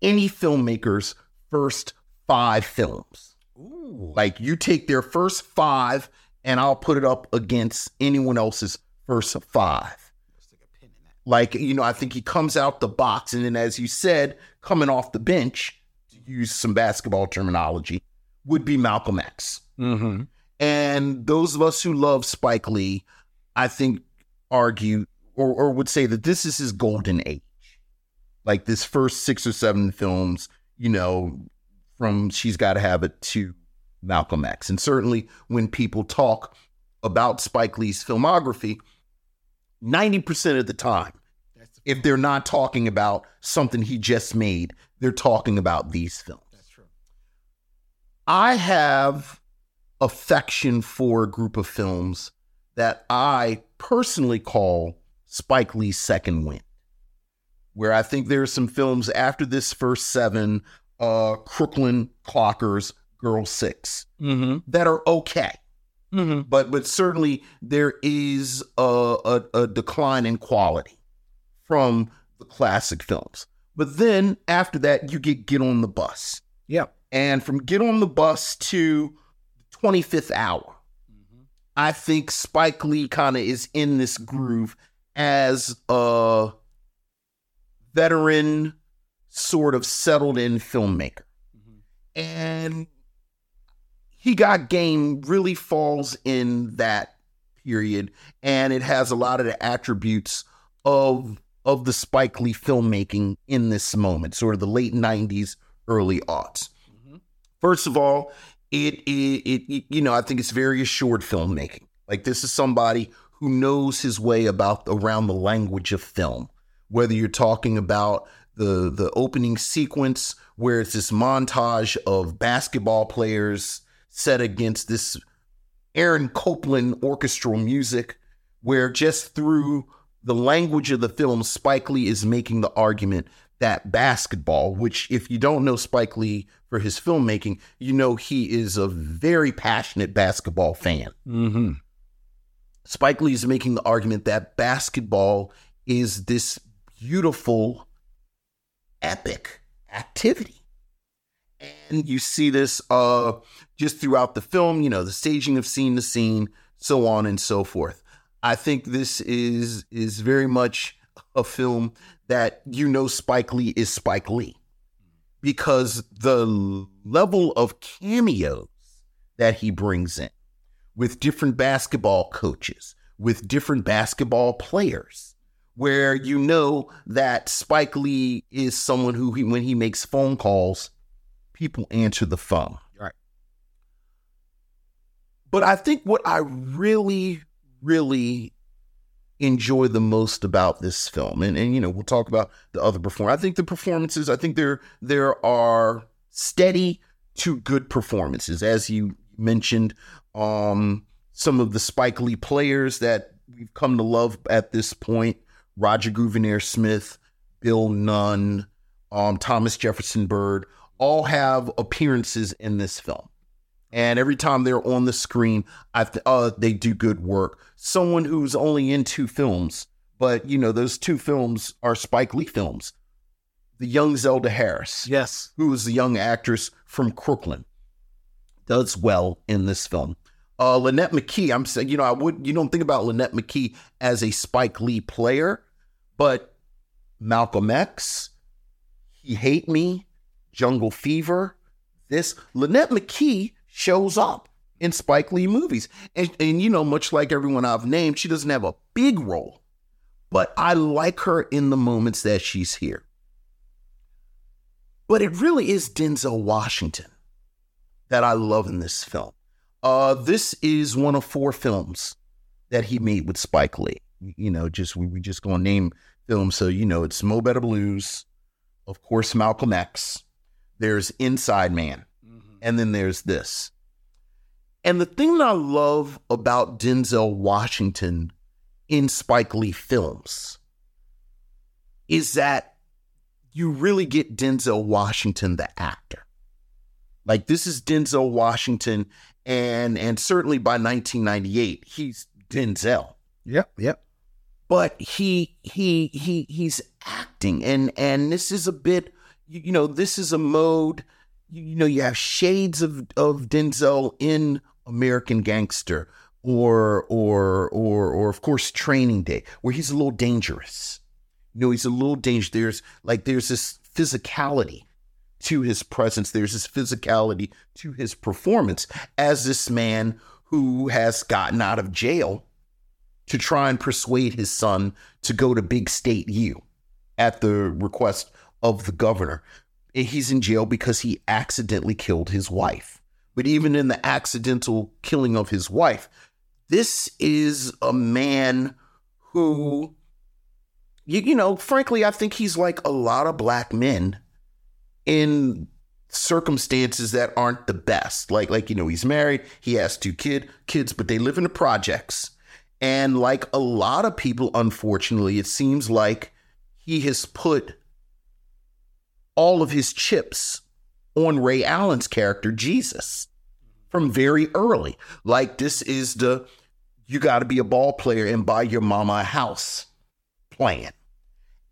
Speaker 2: any filmmaker's first five films. Like you take their first five, and I'll put it up against anyone else's first five. Like you know, I think he comes out the box, and then as you said, coming off the bench, to use some basketball terminology, would be Malcolm X.
Speaker 5: Mm-hmm.
Speaker 2: And those of us who love Spike Lee, I think, argue or, or would say that this is his golden age. Like this first six or seven films, you know, from She's Gotta Have It to Malcolm X. And certainly when people talk about Spike Lee's filmography, 90% of the time, if they're not talking about something he just made, they're talking about these films. I have affection for a group of films that I personally call Spike Lee's second wind, where I think there are some films after this first seven, uh, Crooklyn Clockers, Girl 6 that are okay. But but certainly there is a, a, a decline in quality from the classic films. But then after that, you get Get on the Bus.
Speaker 5: Yeah.
Speaker 2: And from Get on the Bus to 25th Hour, I think Spike Lee kind of is in this groove as a veteran, sort of settled in filmmaker. And he got game really falls in that period and it has a lot of the attributes of of the Spike Lee filmmaking in this moment sort of the late 90s early aughts first of all it, it it it- you know I think it's very assured filmmaking like this is somebody who knows his way about around the language of film whether you're talking about the the opening sequence where it's this montage of basketball players set against this Aaron Copland orchestral music where just through the language of the film Spike Lee is making the argument that basketball which if you don't know Spike Lee for his filmmaking you know he is a very passionate basketball fan
Speaker 5: Mm-hmm.
Speaker 2: Spike Lee is making the argument that basketball is this beautiful, epic activity. And you see this uh, just throughout the film, you know, the staging of scene to scene, so on and so forth. I think this is is very much a film that you know Spike Lee is Spike Lee because the level of cameos that he brings in with different basketball coaches, with different basketball players, where you know that Spike Lee is someone who, he, when he makes phone calls, people answer the phone.
Speaker 5: Right.
Speaker 2: But I think what I really, really enjoy the most about this film, and, and you know, we'll talk about the other performance. I think the performances, I think there there are steady to good performances, as you mentioned. Um, some of the Spike Lee players that we've come to love at this point: Roger Gouverneur Smith, Bill Nunn, um, Thomas Jefferson Bird, all have appearances in this film and every time they're on the screen, I th- uh, they do good work. Someone who's only in two films, but you know those two films are Spike Lee films. The young Zelda Harris,
Speaker 5: yes,
Speaker 2: who is the young actress from Crooklyn, does well in this film. Uh, Lynette McKee, I'm saying, you know, I would you don't think about Lynette McKee as a Spike Lee player, but Malcolm X, He Hate Me, Jungle Fever, this Lynette McKee shows up in Spike Lee movies. And, and you know, much like everyone I've named, she doesn't have a big role, but I like her in the moments that she's here. But it really is Denzel Washington that I love in this film. Uh, this is one of four films that he made with Spike Lee. You know, just we, we just gonna name films. So you know, it's Mo Better Blues, of course, Malcolm X. There's Inside Man, and then there's this. And the thing that I love about Denzel Washington in Spike Lee films is that you really get Denzel Washington the actor. Like this is Denzel Washington, and and certainly by 1998 he's Denzel
Speaker 5: Yep. Yep.
Speaker 2: but he he he he's acting and and this is a bit you you know this is a mode you, you know you have shades of of Denzel in American Gangster or or or or of course Training Day where he's a little dangerous. You know he's a little dangerous. There's like there's this physicality to his presence. There's this physicality to his performance as this man who has gotten out of jail to try and persuade his son to go to big state U at the request of the governor. And He's in jail because he accidentally killed his wife. But even in the accidental killing of his wife, this is a man who, you, you know, frankly, I think he's like a lot of black men in circumstances that aren't the best. Like like you know, he's married, he has two kid kids, but they live in the projects. And like a lot of people, unfortunately, it seems like he has put all of his chips on Ray Allen's character, Jesus, from very early. Like this is the you gotta be a ball player and buy your mama a house plan.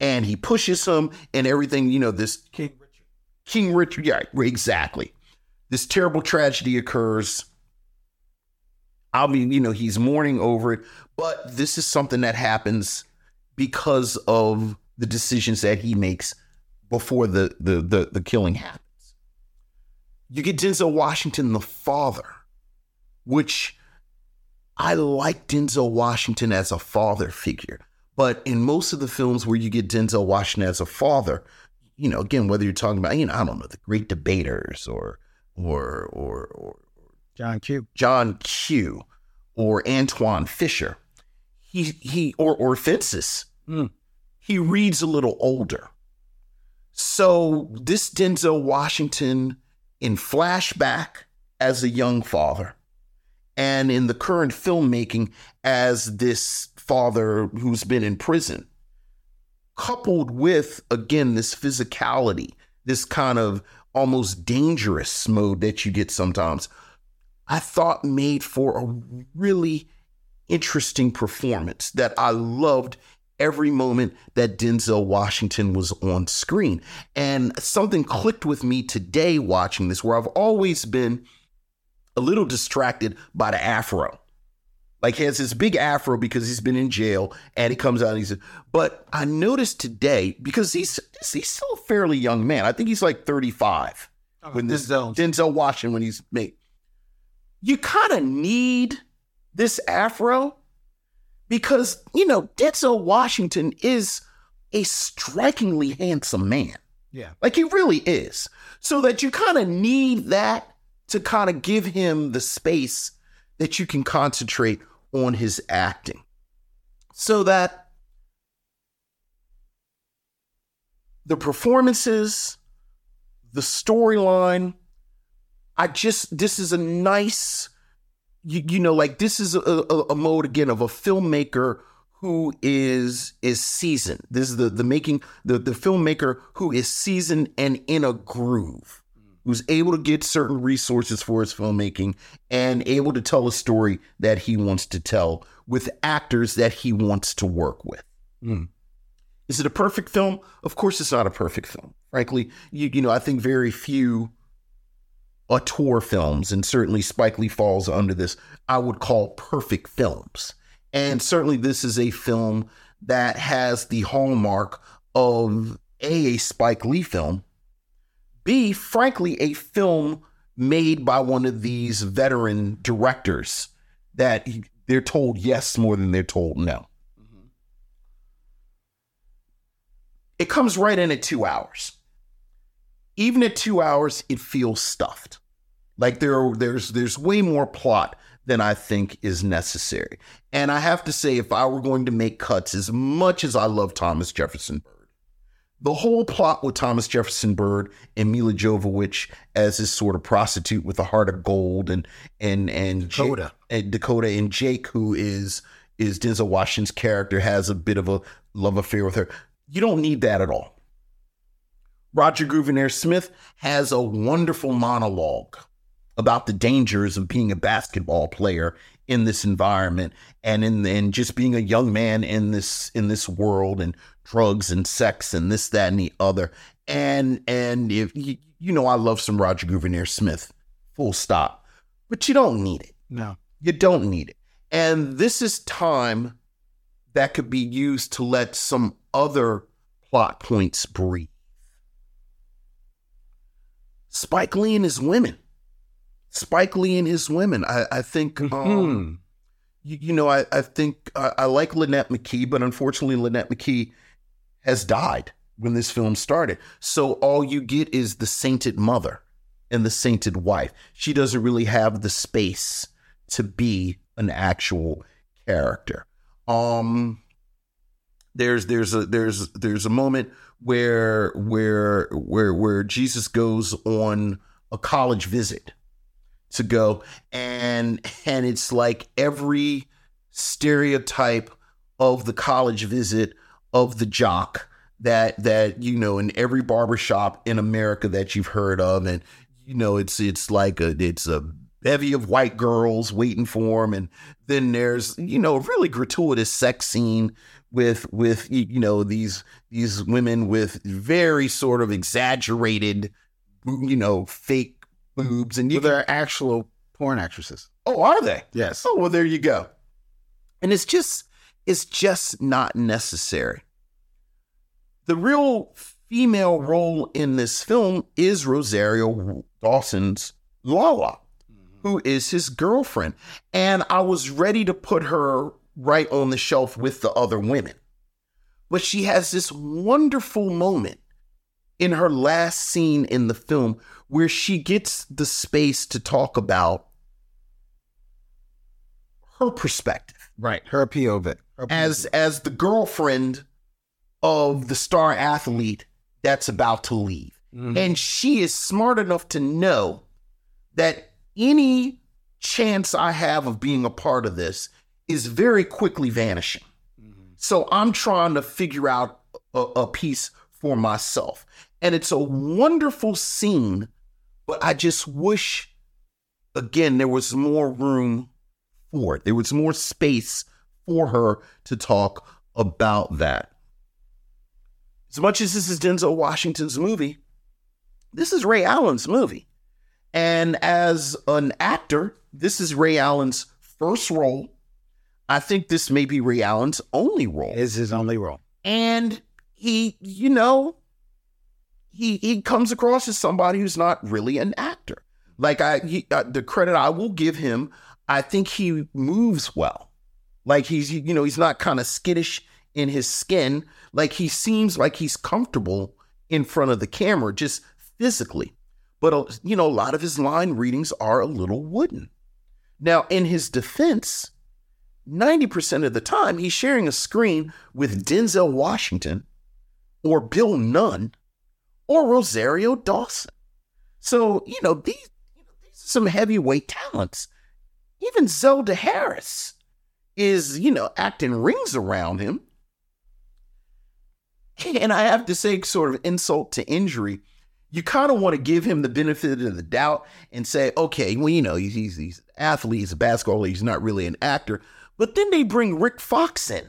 Speaker 2: And he pushes him and everything, you know, this King King Richard. Yeah, exactly. This terrible tragedy occurs. I mean, you know, he's mourning over it, but this is something that happens because of the decisions that he makes before the the the, the killing happens. You get Denzel Washington, the father, which I like Denzel Washington as a father figure. But in most of the films where you get Denzel Washington as a father, you know, again, whether you're talking about, you know, I don't know, the great debaters or or or or John Q. John Q or Antoine Fisher. He he or or Fences. He reads a little older. So this Denzel Washington in flashback as a young father and in the current filmmaking as this father who's been in prison coupled with again this physicality this kind of almost dangerous mode that you get sometimes i thought made for a really interesting performance that i loved every moment that denzel washington was on screen and something clicked with me today watching this where i've always been a little distracted by the afro like he has this big afro because he's been in jail and he comes out and he says, but I noticed today because he's he's still a fairly young man. I think he's like 35 when this Denzel. Washington when he's made. You kind of need this afro because you know Denzel Washington is a strikingly handsome man.
Speaker 5: Yeah.
Speaker 2: Like he really is. So that you kind of need that to kind of give him the space that you can concentrate on his acting. So that the performances, the storyline, I just, this is a nice, you, you know, like this is a, a, a mode again of a filmmaker who is is seasoned. This is the the making the the filmmaker who is seasoned and in a groove, who's able to get certain resources for his filmmaking and able to tell a story that he wants to tell with actors that he wants to work with. Is it a perfect film? Of course, it's not a perfect film. Frankly, you you know, I think very few auteur films, and certainly Spike Lee falls under this, I would call perfect films. And certainly this is a film that has the hallmark of A, a Spike Lee film, B, frankly, a film made by one of these veteran directors that he- they're told yes more than they're told no. It comes right in at two hours even at two hours, it feels stuffed. Like there, are- there's there's way more plot than I think is necessary. And I have to say, if I were going to make cuts, as much as I love Thomas Jefferson Bird, the whole plot with Thomas Jefferson Bird and Mila Jovovich as this sort of prostitute with a heart of gold, and and and Ja-
Speaker 5: Dakota.
Speaker 2: and Dakota and Jake, who is is Denzel Washington's character, has a bit of a love affair with her. You don't need that at all. Roger Gouverneur Smith has a wonderful monologue about the dangers of being a basketball player in this environment and in and just being a young man in this in this world and drugs and sex and this that and the other and and if you, you know, I love some Roger Gouverneur Smith, full stop. But you don't need it.
Speaker 6: No.
Speaker 2: You don't need it. And this is time that could be used to let some other plot points breathe. Spike Lee and his women. Spike Lee and his women. I, I think, um, you, you know, I, I think I, I like Lynette McKee, but unfortunately, Lynette McKee has died when this film started. So all you get is the sainted mother and the sainted wife. She doesn't really have the space to be an actual character. Um there's there's a there's there's a moment where where where where Jesus goes on a college visit to go and and it's like every stereotype of the college visit of the jock that that you know in every barbershop in America that you've heard of and you know it's it's like a it's a bevy of white girls waiting for him and then there's you know a really gratuitous sex scene with with y- you know these these women with very sort of exaggerated you know fake boobs and you
Speaker 1: Well, they're actual porn actresses.
Speaker 2: Oh, are they?
Speaker 1: Yes.
Speaker 2: Oh, well, there you go. And it's just, it's just not necessary. The real female role in this film is Rosario Dawson's Lala,
Speaker 1: Mm-hmm.
Speaker 2: who is his girlfriend. And I was ready to put her right on the shelf with the other women. But she has this wonderful moment in her last scene in the film where she gets the space to talk about her perspective
Speaker 1: Right. Her POV.
Speaker 2: as as the girlfriend of the star athlete that's about to leave and she is smart enough to know that any chance i have of being a part of this is very quickly vanishing so i'm trying to figure out a, a piece for myself and it's a wonderful scene but i just wish again there was more room for it. There was more space for her to talk about that. As much as this is Denzel Washington's movie, this is Ray Allen's movie. And as an actor, this is Ray Allen's first role. I think this may be Ray Allen's only role.
Speaker 1: Is his only role.
Speaker 2: And he, you know, he he comes across as somebody who's not really an actor. Like I, he, uh, the credit I will give him, I think he moves well. Like he's, you know, he's not kind of skittish in his skin. Like he seems like he's comfortable in front of the camera, just physically. But uh, you know, a lot of his line readings are a little wooden. Now, in his defense, ninety percent of the time he's sharing a screen with Denzel Washington or Bill Nunn or Rosario Dawson. So, you know, these, you know, these are some heavyweight talents. Even Zelda Harris is, you know, acting rings around him. And I have to say, sort of insult to injury, you kind of want to give him the benefit of the doubt and say, okay, well, you know, he's, he's, he's an athlete, he's a basketball, player, he's not really an actor. But then they bring Rick Fox in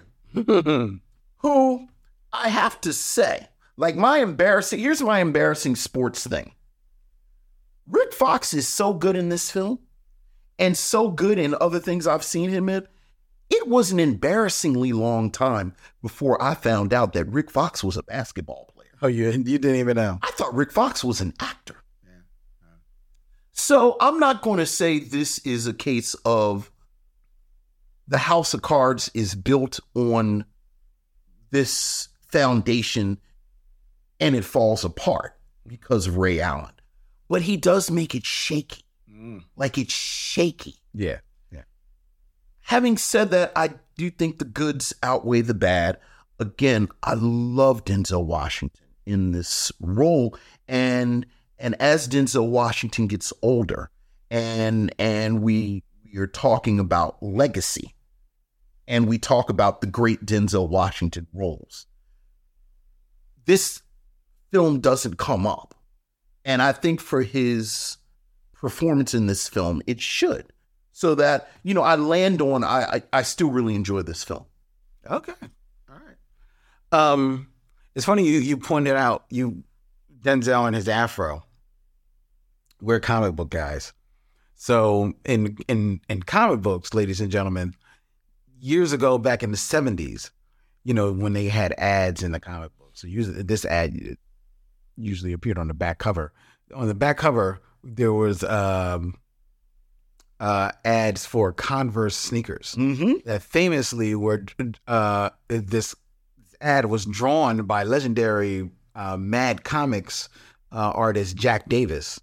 Speaker 2: who I have to say, like my embarrassing, here's my embarrassing sports thing. Rick Fox is so good in this film and so good in other things I've seen him in. It was an embarrassingly long time before I found out that Rick Fox was a basketball player.
Speaker 1: Oh, you you didn't even know.
Speaker 2: I thought Rick Fox was an actor. So I'm not going to say this is a case of the House of Cards is built on this foundation and it falls apart because of Ray Allen. But he does make it shaky. Like it's shaky.
Speaker 1: Yeah.
Speaker 2: Having said that, I do think the goods outweigh the bad. Again, I love Denzel Washington in this role, and and as Denzel Washington gets older, and and we we are talking about legacy, and we talk about the great Denzel Washington roles. This film doesn't come up, and I think for his performance in this film, it should so that you know I land on I I, I still really enjoy this film.
Speaker 1: Okay. All right. Um, it's funny you you pointed out you Denzel and his afro. We're comic book guys. So in in in comic books, ladies and gentlemen, years ago back in the 70s, you know, when they had ads in the comic book. So usually this ad usually appeared on the back cover. On the back cover, there was um uh, ads for Converse sneakers that famously were uh, this ad was drawn by legendary uh, Mad Comics uh, artist Jack Davis,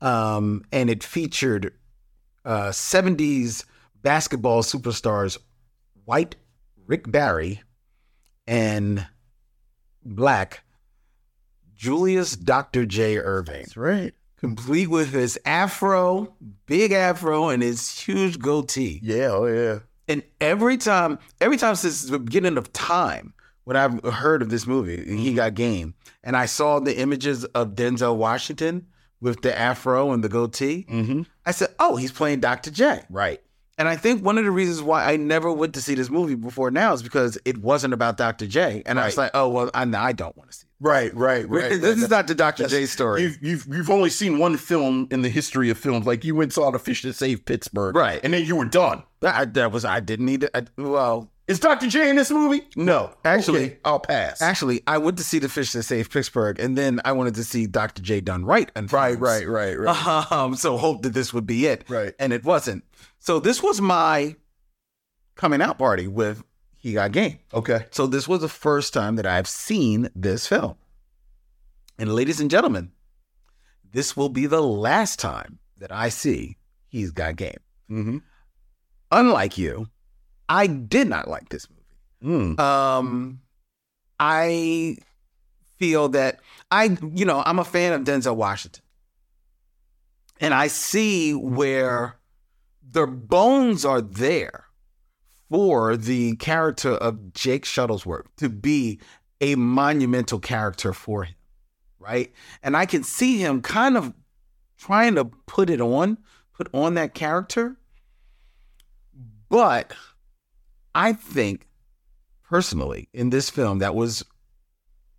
Speaker 1: um, and it featured uh, '70s basketball superstars White Rick Barry and Black Julius Dr. J. Irving. That's
Speaker 2: right.
Speaker 1: Complete with his afro, big afro, and his huge goatee.
Speaker 2: Yeah, oh yeah.
Speaker 1: And every time, every time since the beginning of time, when I've heard of this movie,
Speaker 2: Mm-hmm.
Speaker 1: he got game, and I saw the images of Denzel Washington with the afro and the goatee,
Speaker 2: Mm-hmm.
Speaker 1: I said, "Oh, he's playing Dr. J."
Speaker 2: Right.
Speaker 1: And I think one of the reasons why I never went to see this movie before now is because it wasn't about Dr. J, and I was like, "Oh, well, I, I don't want to see."
Speaker 2: Right, right, right.
Speaker 1: This is not the Dr. J story.
Speaker 2: You've, you've you've only seen one film in the history of films. Like you went and saw the fish that saved Pittsburgh,
Speaker 1: Right.
Speaker 2: And then you were done.
Speaker 1: That, I- that was I didn't need it. I- Well,
Speaker 2: Is Dr. J in this movie? No.
Speaker 1: Actually-
Speaker 2: Okay, I'll pass.
Speaker 1: actually, I went to see The Fish That Saved Pittsburgh, and then I wanted to see Dr. J done right. And
Speaker 2: right, right, right, right.
Speaker 1: Um, so hoped that this would be it.
Speaker 2: Right.
Speaker 1: And it wasn't. So this was my coming out party with He Got Game.
Speaker 2: Okay.
Speaker 1: So this was the first time that I've seen this film. And ladies and gentlemen, this will be the last time that I see He's Got Game.
Speaker 2: Mm-hmm.
Speaker 1: Unlike you, I did not like this movie.
Speaker 2: Mm.
Speaker 1: Um, I feel that I, you know, I'm a fan of Denzel Washington, and I see where the bones are there for the character of Jake Shuttlesworth to be a monumental character for him, right? And I can see him kind of trying to put it on, put on that character, but I think personally in this film that was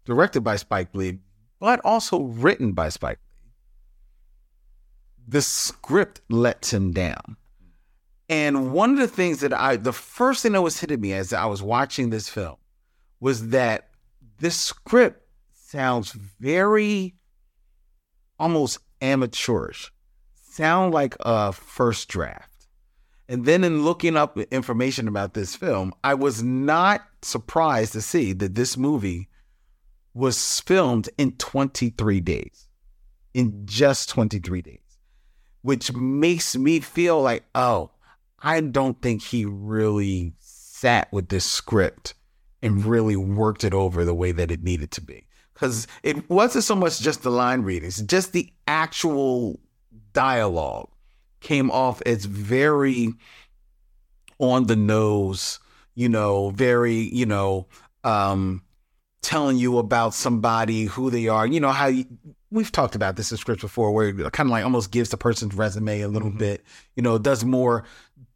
Speaker 1: directed by Spike Lee, but also written by Spike Lee. The script lets him down. And one of the things that I, the first thing that was hitting me as I was watching this film was that this script sounds very almost amateurish, sound like a first draft. And then in looking up information about this film, I was not surprised to see that this movie was filmed in 23 days, in just 23 days, which makes me feel like, oh, I don't think he really sat with this script and really worked it over the way that it needed to be. Because it wasn't so much just the line readings, just the actual dialogue came off as very on the nose, you know, very, you know, um, telling you about somebody, who they are, you know, how you, we've talked about this in scripts before, where it kind of like almost gives the person's resume a little bit, you know, does more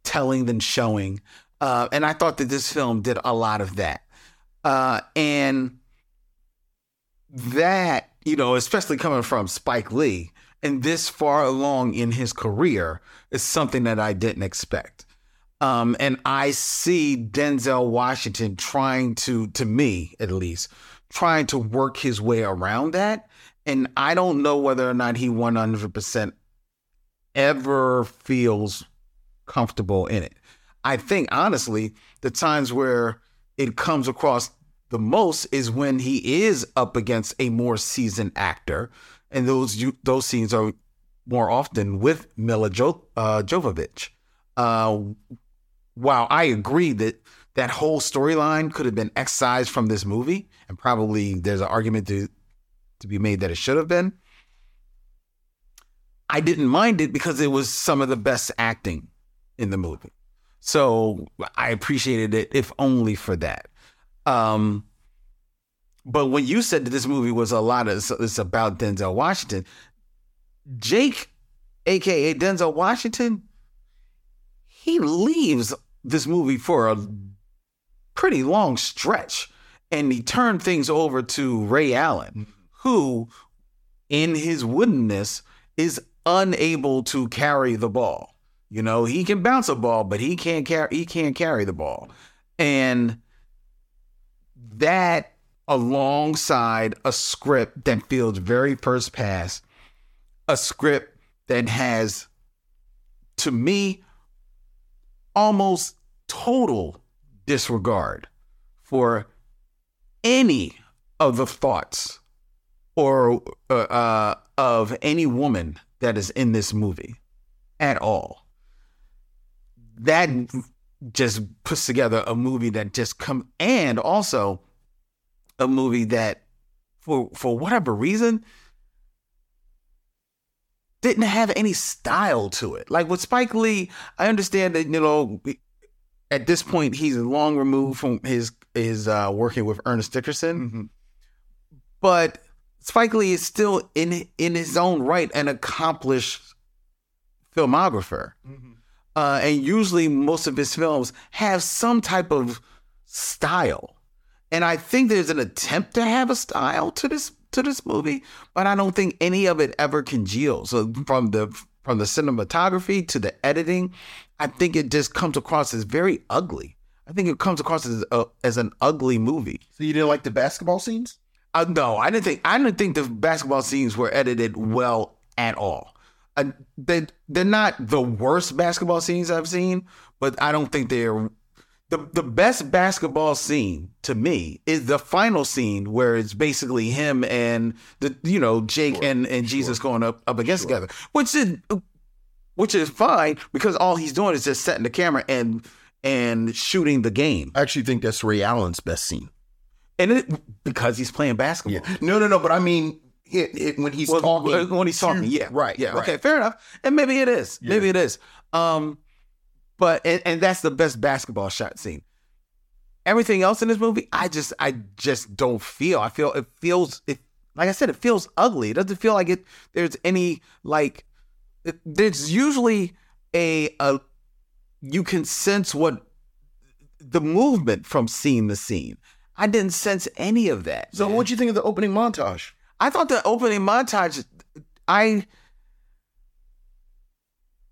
Speaker 1: telling than showing. Uh, and I thought that this film did a lot of that. Uh, and that, you know, especially coming from Spike Lee and this far along in his career is something that I didn't expect. Um, and I see Denzel Washington trying to, to me at least, trying to work his way around that. And I don't know whether or not he 100% ever feels comfortable in it. I think honestly, the times where it comes across the most is when he is up against a more seasoned actor, and those you, those scenes are more often with Mila jo- uh, Jovovich. Uh, while I agree that that whole storyline could have been excised from this movie, and probably there's an argument to to be made that it should have been. I didn't mind it because it was some of the best acting in the movie. So I appreciated it, if only for that. Um, but when you said that this movie was a lot of, it's, it's about Denzel Washington, Jake, aka Denzel Washington, he leaves this movie for a pretty long stretch and he turned things over to Ray Allen, who in his woodenness, is unable to carry the ball. You know, he can bounce a ball, but he can't carry he can't carry the ball. And that alongside a script that feels very first pass, a script that has to me almost total disregard for any of the thoughts or uh, uh, of any woman that is in this movie at all. That just puts together a movie that just come and also a movie that for for whatever reason didn't have any style to it. Like with Spike Lee, I understand that you know at this point he's long removed from his his uh, working with Ernest Dickerson, but Spike Lee is still in in his own right an accomplished filmographer, uh, and usually most of his films have some type of style. And I think there's an attempt to have a style to this to this movie, but I don't think any of it ever congeals. So from the from the cinematography to the editing, I think it just comes across as very ugly. I think it comes across as a, as an ugly movie. So you didn't like the basketball scenes? Uh, no, I didn't think I didn't think the basketball scenes were edited well at all. Uh, they they're not the worst basketball scenes I've seen, but I don't think they're the the best basketball scene to me is the final scene where it's basically him and the you know Jake and, and Jesus going up up against together, which is which is fine because all he's doing is just setting the camera and and shooting the game.
Speaker 2: I actually think that's Ray Allen's best scene.
Speaker 1: And it, because he's playing basketball.
Speaker 2: No, no, no. But I mean, it, it, when he's
Speaker 1: Well,
Speaker 2: talking,
Speaker 1: when he's talking, yeah,
Speaker 2: right,
Speaker 1: yeah,
Speaker 2: right.
Speaker 1: okay, fair enough. And maybe it is, maybe it is. Um, but and, and that's the best basketball shot scene. Everything else in this movie, I just, I just don't feel. I feel it feels it. Like I said, it feels ugly. It doesn't feel like it. There's any like. it- There's usually a a. You can sense what the movement from scene to scene. I didn't sense any of that.
Speaker 2: So, what'd you think of the opening montage?
Speaker 1: I thought the opening montage, I,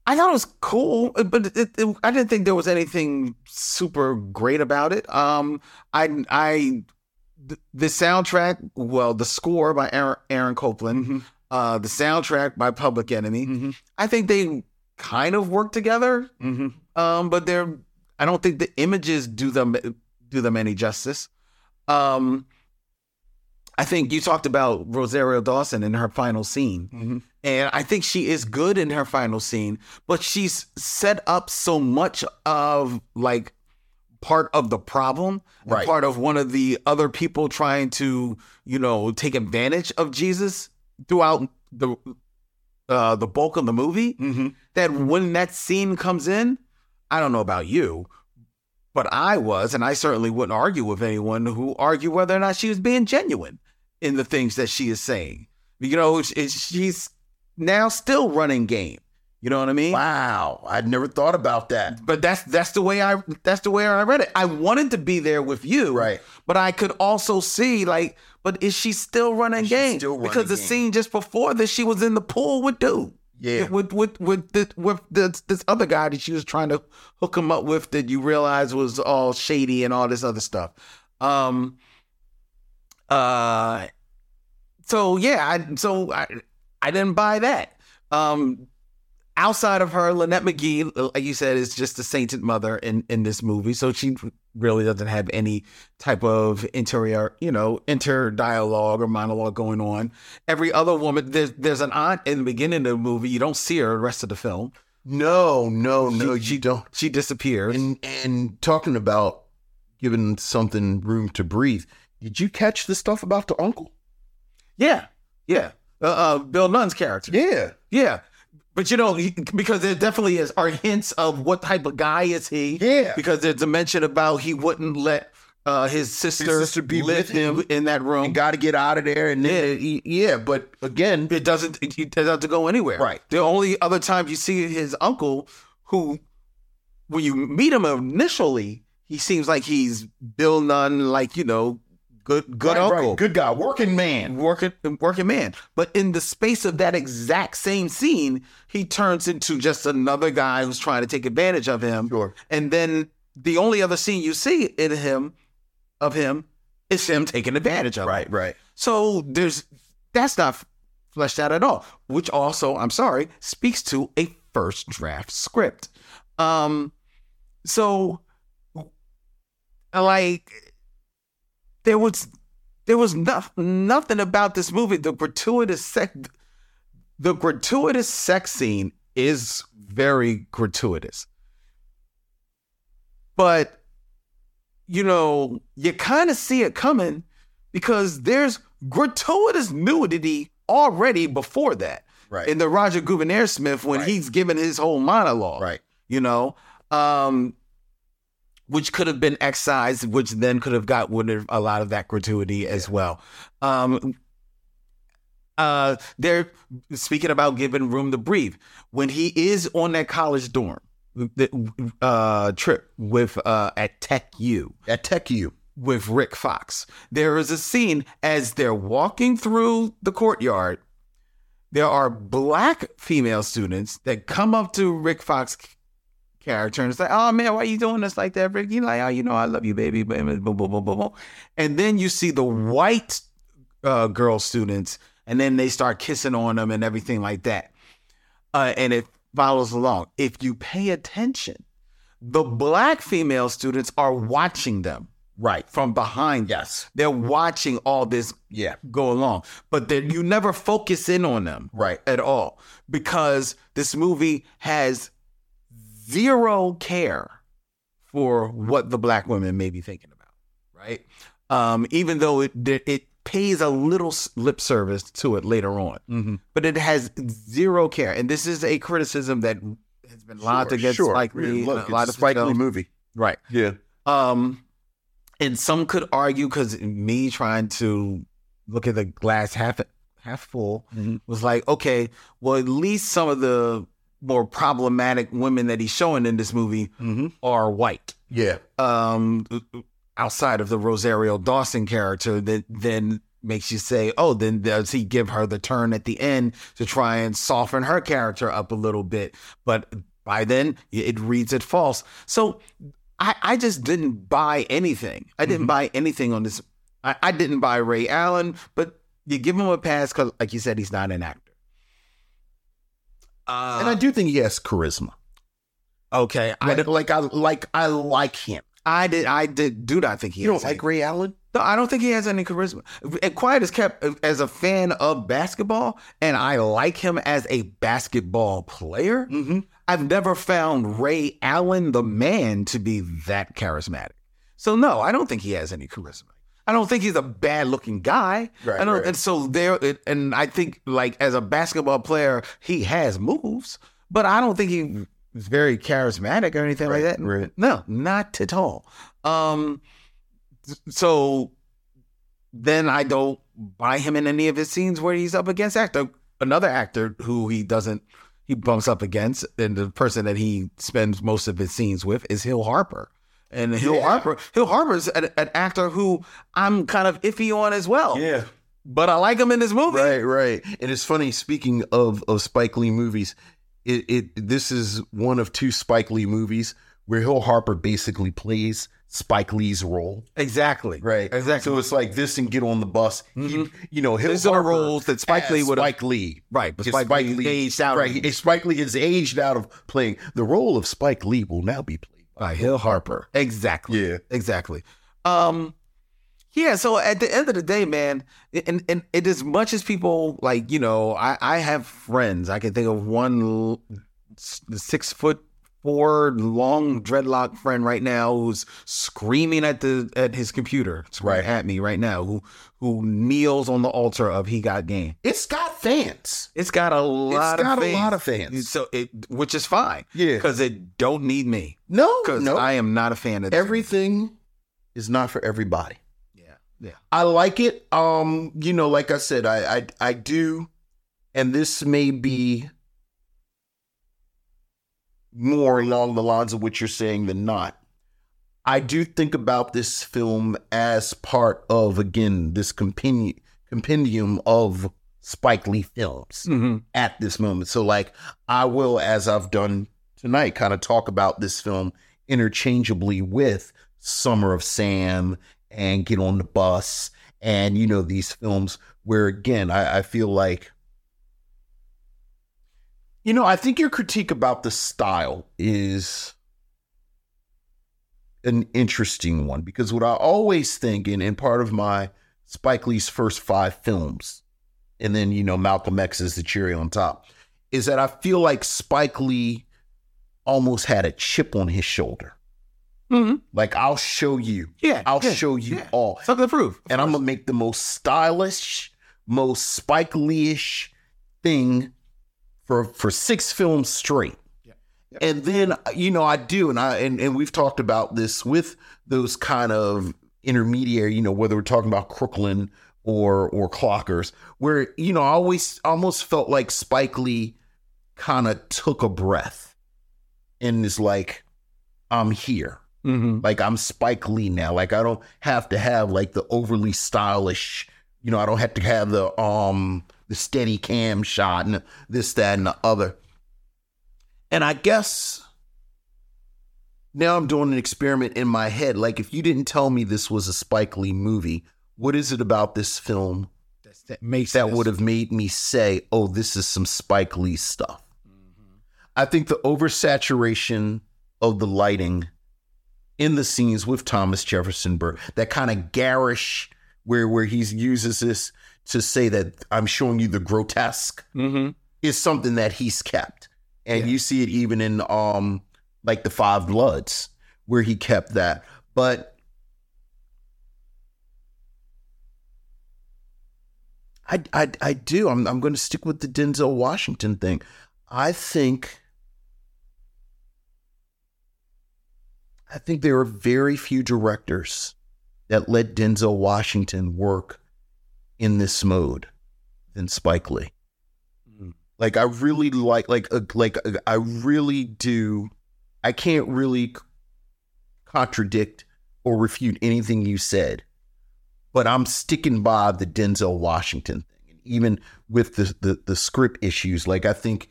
Speaker 1: I thought it was cool, but it, it, I didn't think there was anything super great about it. Um, I, I, th- the soundtrack, well, the score by Aaron, Aaron Copland, uh, the soundtrack by Public Enemy. I think they kind of work together, um, but they're. I don't think the images do them do them any justice. Um, I think you talked about Rosario Dawson in her final scene. And I think she is good in her final scene, but she's set up so much of like part of the problem, and
Speaker 2: Right.
Speaker 1: part of one of the other people trying to, you know, take advantage of Jesus throughout the uh, the bulk of the movie. That when that scene comes in, I don't know about you, but I was, and I certainly wouldn't argue with anyone who argued whether or not she was being genuine in the things that she is saying. You know, it's- it's- she's now still running game. You know what I mean?
Speaker 2: Wow, I'd never thought about that.
Speaker 1: But that's that's the way I that's the way I read it. I wanted to be there with you,
Speaker 2: Right.
Speaker 1: But I could also see like, but is she still running game?
Speaker 2: still running
Speaker 1: because the
Speaker 2: game.
Speaker 1: scene just before this, she was in the pool with dude.
Speaker 2: Yeah.
Speaker 1: with with with this, with this, this other guy that she was trying to hook him up with that you realize was all shady and all this other stuff. Um. Uh. So yeah, I so I I didn't buy that. Um, outside of her, Lynette McGee, like you said, is just a sainted mother in in this movie. So she really doesn't have any type of interior, you know, inter dialogue or monologue going on. Every other woman, there's there's an aunt in the beginning of the movie. You don't see her the rest of the film.
Speaker 2: No, no, no, you don't.
Speaker 1: She disappears.
Speaker 2: And and talking about giving something room to breathe, did you catch the stuff about the uncle?
Speaker 1: yeah, yeah. Uh, uh, Bill Nunn's character.
Speaker 2: Yeah,
Speaker 1: Yeah. But you know, he- because there definitely is are hints of what type of guy is he.
Speaker 2: Yeah.
Speaker 1: Because there's a mention about he wouldn't let uh, his sister,
Speaker 2: sister be
Speaker 1: live
Speaker 2: with him.
Speaker 1: in that room.
Speaker 2: got to get out of there, and then, yeah. but again,
Speaker 1: it doesn't it it doesn't have to go anywhere.
Speaker 2: Right.
Speaker 1: The only other time you see his uncle, who when you meet him initially, he seems like he's Bill Nunn, like, you know, good good
Speaker 2: Right, right.
Speaker 1: uncle,
Speaker 2: Good guy, working man,
Speaker 1: working working man. But in the space of that exact same scene, he turns into just another guy who's trying to take advantage of him. Sure. And then the only other scene you see in him of him is him taking advantage of right, him.
Speaker 2: Right.
Speaker 1: So there's that's not f- fleshed out at all, which also, I'm sorry, speaks to a first draft script. Um so like there was there was no, nothing about this movie. The gratuitous sex, the gratuitous sex scene is very gratuitous, but you know you kind of see it coming because there's gratuitous nudity already before that.
Speaker 2: Right.
Speaker 1: In the Roger Gouverneur Smith when he's giving his whole monologue.
Speaker 2: Right.
Speaker 1: You know, um, which could have been excised, which then could have got rid of a lot of that gratuity as well. Um, uh, they're speaking about giving room to breathe when he is on that college dorm the, uh, trip with uh, at Tech U
Speaker 2: at Tech U
Speaker 1: with Rick Fox. There is a scene as they're walking through the courtyard. There are black female students that come up to Rick Fox's character and it's like, oh man, why you doing this like that, Rick? You like, oh, you know, I love you, baby. Boom, boom, boom, boom, boom, boom. And then you see the white uh, girl students, and then they start kissing on them and everything like that. Uh, and it follows along. If you pay attention, the black female students are watching them. Right. From behind. Yes. They're
Speaker 2: Mm-hmm.
Speaker 1: watching all this
Speaker 2: Yeah.
Speaker 1: go along. But then you never focus in on them.
Speaker 2: Right.
Speaker 1: At all. Because this movie has zero care for what the black women may be thinking about, right? Um, even though it it pays a little s- lip service to it later on,
Speaker 2: Mm-hmm.
Speaker 1: but it has zero care. And this is a criticism that has been lodged against Spike Lee. and
Speaker 2: Look,
Speaker 1: a lot
Speaker 2: it's a
Speaker 1: of
Speaker 2: Spike Lee
Speaker 1: films.
Speaker 2: movie.
Speaker 1: right?
Speaker 2: Yeah.
Speaker 1: Um, and some could argue because me trying to look at the glass half half full
Speaker 2: Mm-hmm.
Speaker 1: was like, okay, well, at least some of the more problematic women that he's showing in this movie are white.
Speaker 2: Mm-hmm. Yeah.
Speaker 1: Um, outside of the Rosario Dawson character, that then makes you say, oh, then does he give her the turn at the end to try and soften her character up a little bit? But by then, it reads it false. So I, I just didn't buy anything. I
Speaker 2: Mm-hmm.
Speaker 1: didn't buy anything on this. I, I didn't buy Ray Allen, but you give him a pass because, like you said, he's not an actor. Uh,
Speaker 2: and I do think he has charisma.
Speaker 1: okay, I,
Speaker 2: Like, like I like I like him.
Speaker 1: I did. I did. Do not think he.
Speaker 2: You don't
Speaker 1: has any-
Speaker 2: like Ray Allen?
Speaker 1: No, I don't think he has any charisma. And Quiet is kept uh, as a fan of basketball, and I like him as a basketball player.
Speaker 2: Mm-hmm.
Speaker 1: I've never found Ray Allen, the man, to be that charismatic. So no, I don't think he has any charisma. I don't think he's a bad-looking guy.
Speaker 2: Right,
Speaker 1: I don't,
Speaker 2: right.
Speaker 1: And so there, it, and I think like as a basketball player, he has moves, but I don't think he is very charismatic or anything like that.
Speaker 2: right.
Speaker 1: No, not at all. Um, so then I don't buy him in any of his scenes where he's up against actor another actor who he doesn't he bumps up against and the person that he spends most of his scenes with is Hill Harper. And Hill Harper Hill Harper's an, an actor who I'm kind of iffy on as well. But I like him in this movie.
Speaker 2: Right, right. And it's funny. Speaking of of Spike Lee movies, it, it this is one of two Spike Lee movies where Hill Harper basically plays Spike Lee's role.
Speaker 1: Exactly.
Speaker 2: Right.
Speaker 1: Exactly. Mm-hmm.
Speaker 2: So it's like this and get on the bus. He, you know, Hill
Speaker 1: These are
Speaker 2: Harper
Speaker 1: roles that Spike
Speaker 2: as
Speaker 1: Lee would've-
Speaker 2: Spike Lee.
Speaker 1: Right, but
Speaker 2: Is
Speaker 1: Spike Lee aged out of
Speaker 2: Right.
Speaker 1: him.
Speaker 2: is Spike Lee is aged out of playing. The role of Spike Lee will now be played
Speaker 1: by Hill Harper. Exactly.
Speaker 2: Yeah.
Speaker 1: Exactly. Um yeah, so at the end of the day, man, and and it as much as people like, you know, I I have friends. I can think of one l- s- six foot four long dreadlock friend right now who's screaming at the at his computer, right at me right now, who who kneels on the altar of he got game.
Speaker 2: It's got fans.
Speaker 1: It's got a lot of
Speaker 2: got a
Speaker 1: fans.
Speaker 2: lot of fans.
Speaker 1: So it which is fine.
Speaker 2: Yeah.
Speaker 1: Because it don't need me.
Speaker 2: No,
Speaker 1: Because
Speaker 2: no.
Speaker 1: I am not a fan of this.
Speaker 2: Everything is not for everybody.
Speaker 1: Yeah. Yeah.
Speaker 2: I like it. Um, you know, like I said, I I, I do, and this may be more along the lines of what you're saying than not. I do think about this film as part of again this compendium compendium of Spike Lee films
Speaker 1: Mm-hmm.
Speaker 2: at this moment. So like I will, as I've done tonight, kind of talk about this film interchangeably with Summer of Sam and Get on the Bus and you know these films where again I, I feel like you know, I think your critique about the style is an interesting one because what I always think, and, and part of my Spike Lee's first five films, and then, you know, Malcolm X is the cherry on top, is that I feel like Spike Lee almost had a chip on his shoulder. Like, I'll show you.
Speaker 1: Yeah,
Speaker 2: I'll
Speaker 1: yeah,
Speaker 2: show you
Speaker 1: yeah.
Speaker 2: all.
Speaker 1: Something to prove.
Speaker 2: And I'm going to make the most stylish, most Spike Lee ish thing for for six films straight. And then you know I do, and I and, and we've talked about this with those kind of intermediary, you know, whether we're talking about Crooklyn or or Clockers, where you know I always almost felt like Spike Lee kind of took a breath and is like, I'm here,
Speaker 1: Mm-hmm.
Speaker 2: like I'm Spike Lee now. Like I don't have to have like the overly stylish, you know, I don't have to have the um the steady cam shot and this, that, and the other. And I guess now I'm doing an experiment in my head. Like if you didn't tell me this was a Spike Lee movie, what is it about this film
Speaker 1: that makes
Speaker 2: that would have made me say, "Oh, this is some Spike Lee stuff"? I think the oversaturation of the lighting in the scenes with Thomas Jefferson Burke, that kind of garish where where he uses this to say that I'm showing you the grotesque is something that he's kept. And you see it even in um like the Five Bloods where he kept that. But I I I do. I'm I'm going to stick with the Denzel Washington thing. I think I think there are very few directors that let Denzel Washington work in this mode than Spike Lee. Like I really like like uh, like uh, I really do. I can't really c- contradict or refute anything you said, but I'm sticking by the Denzel Washington thing, and even with the the, the script issues. Like I think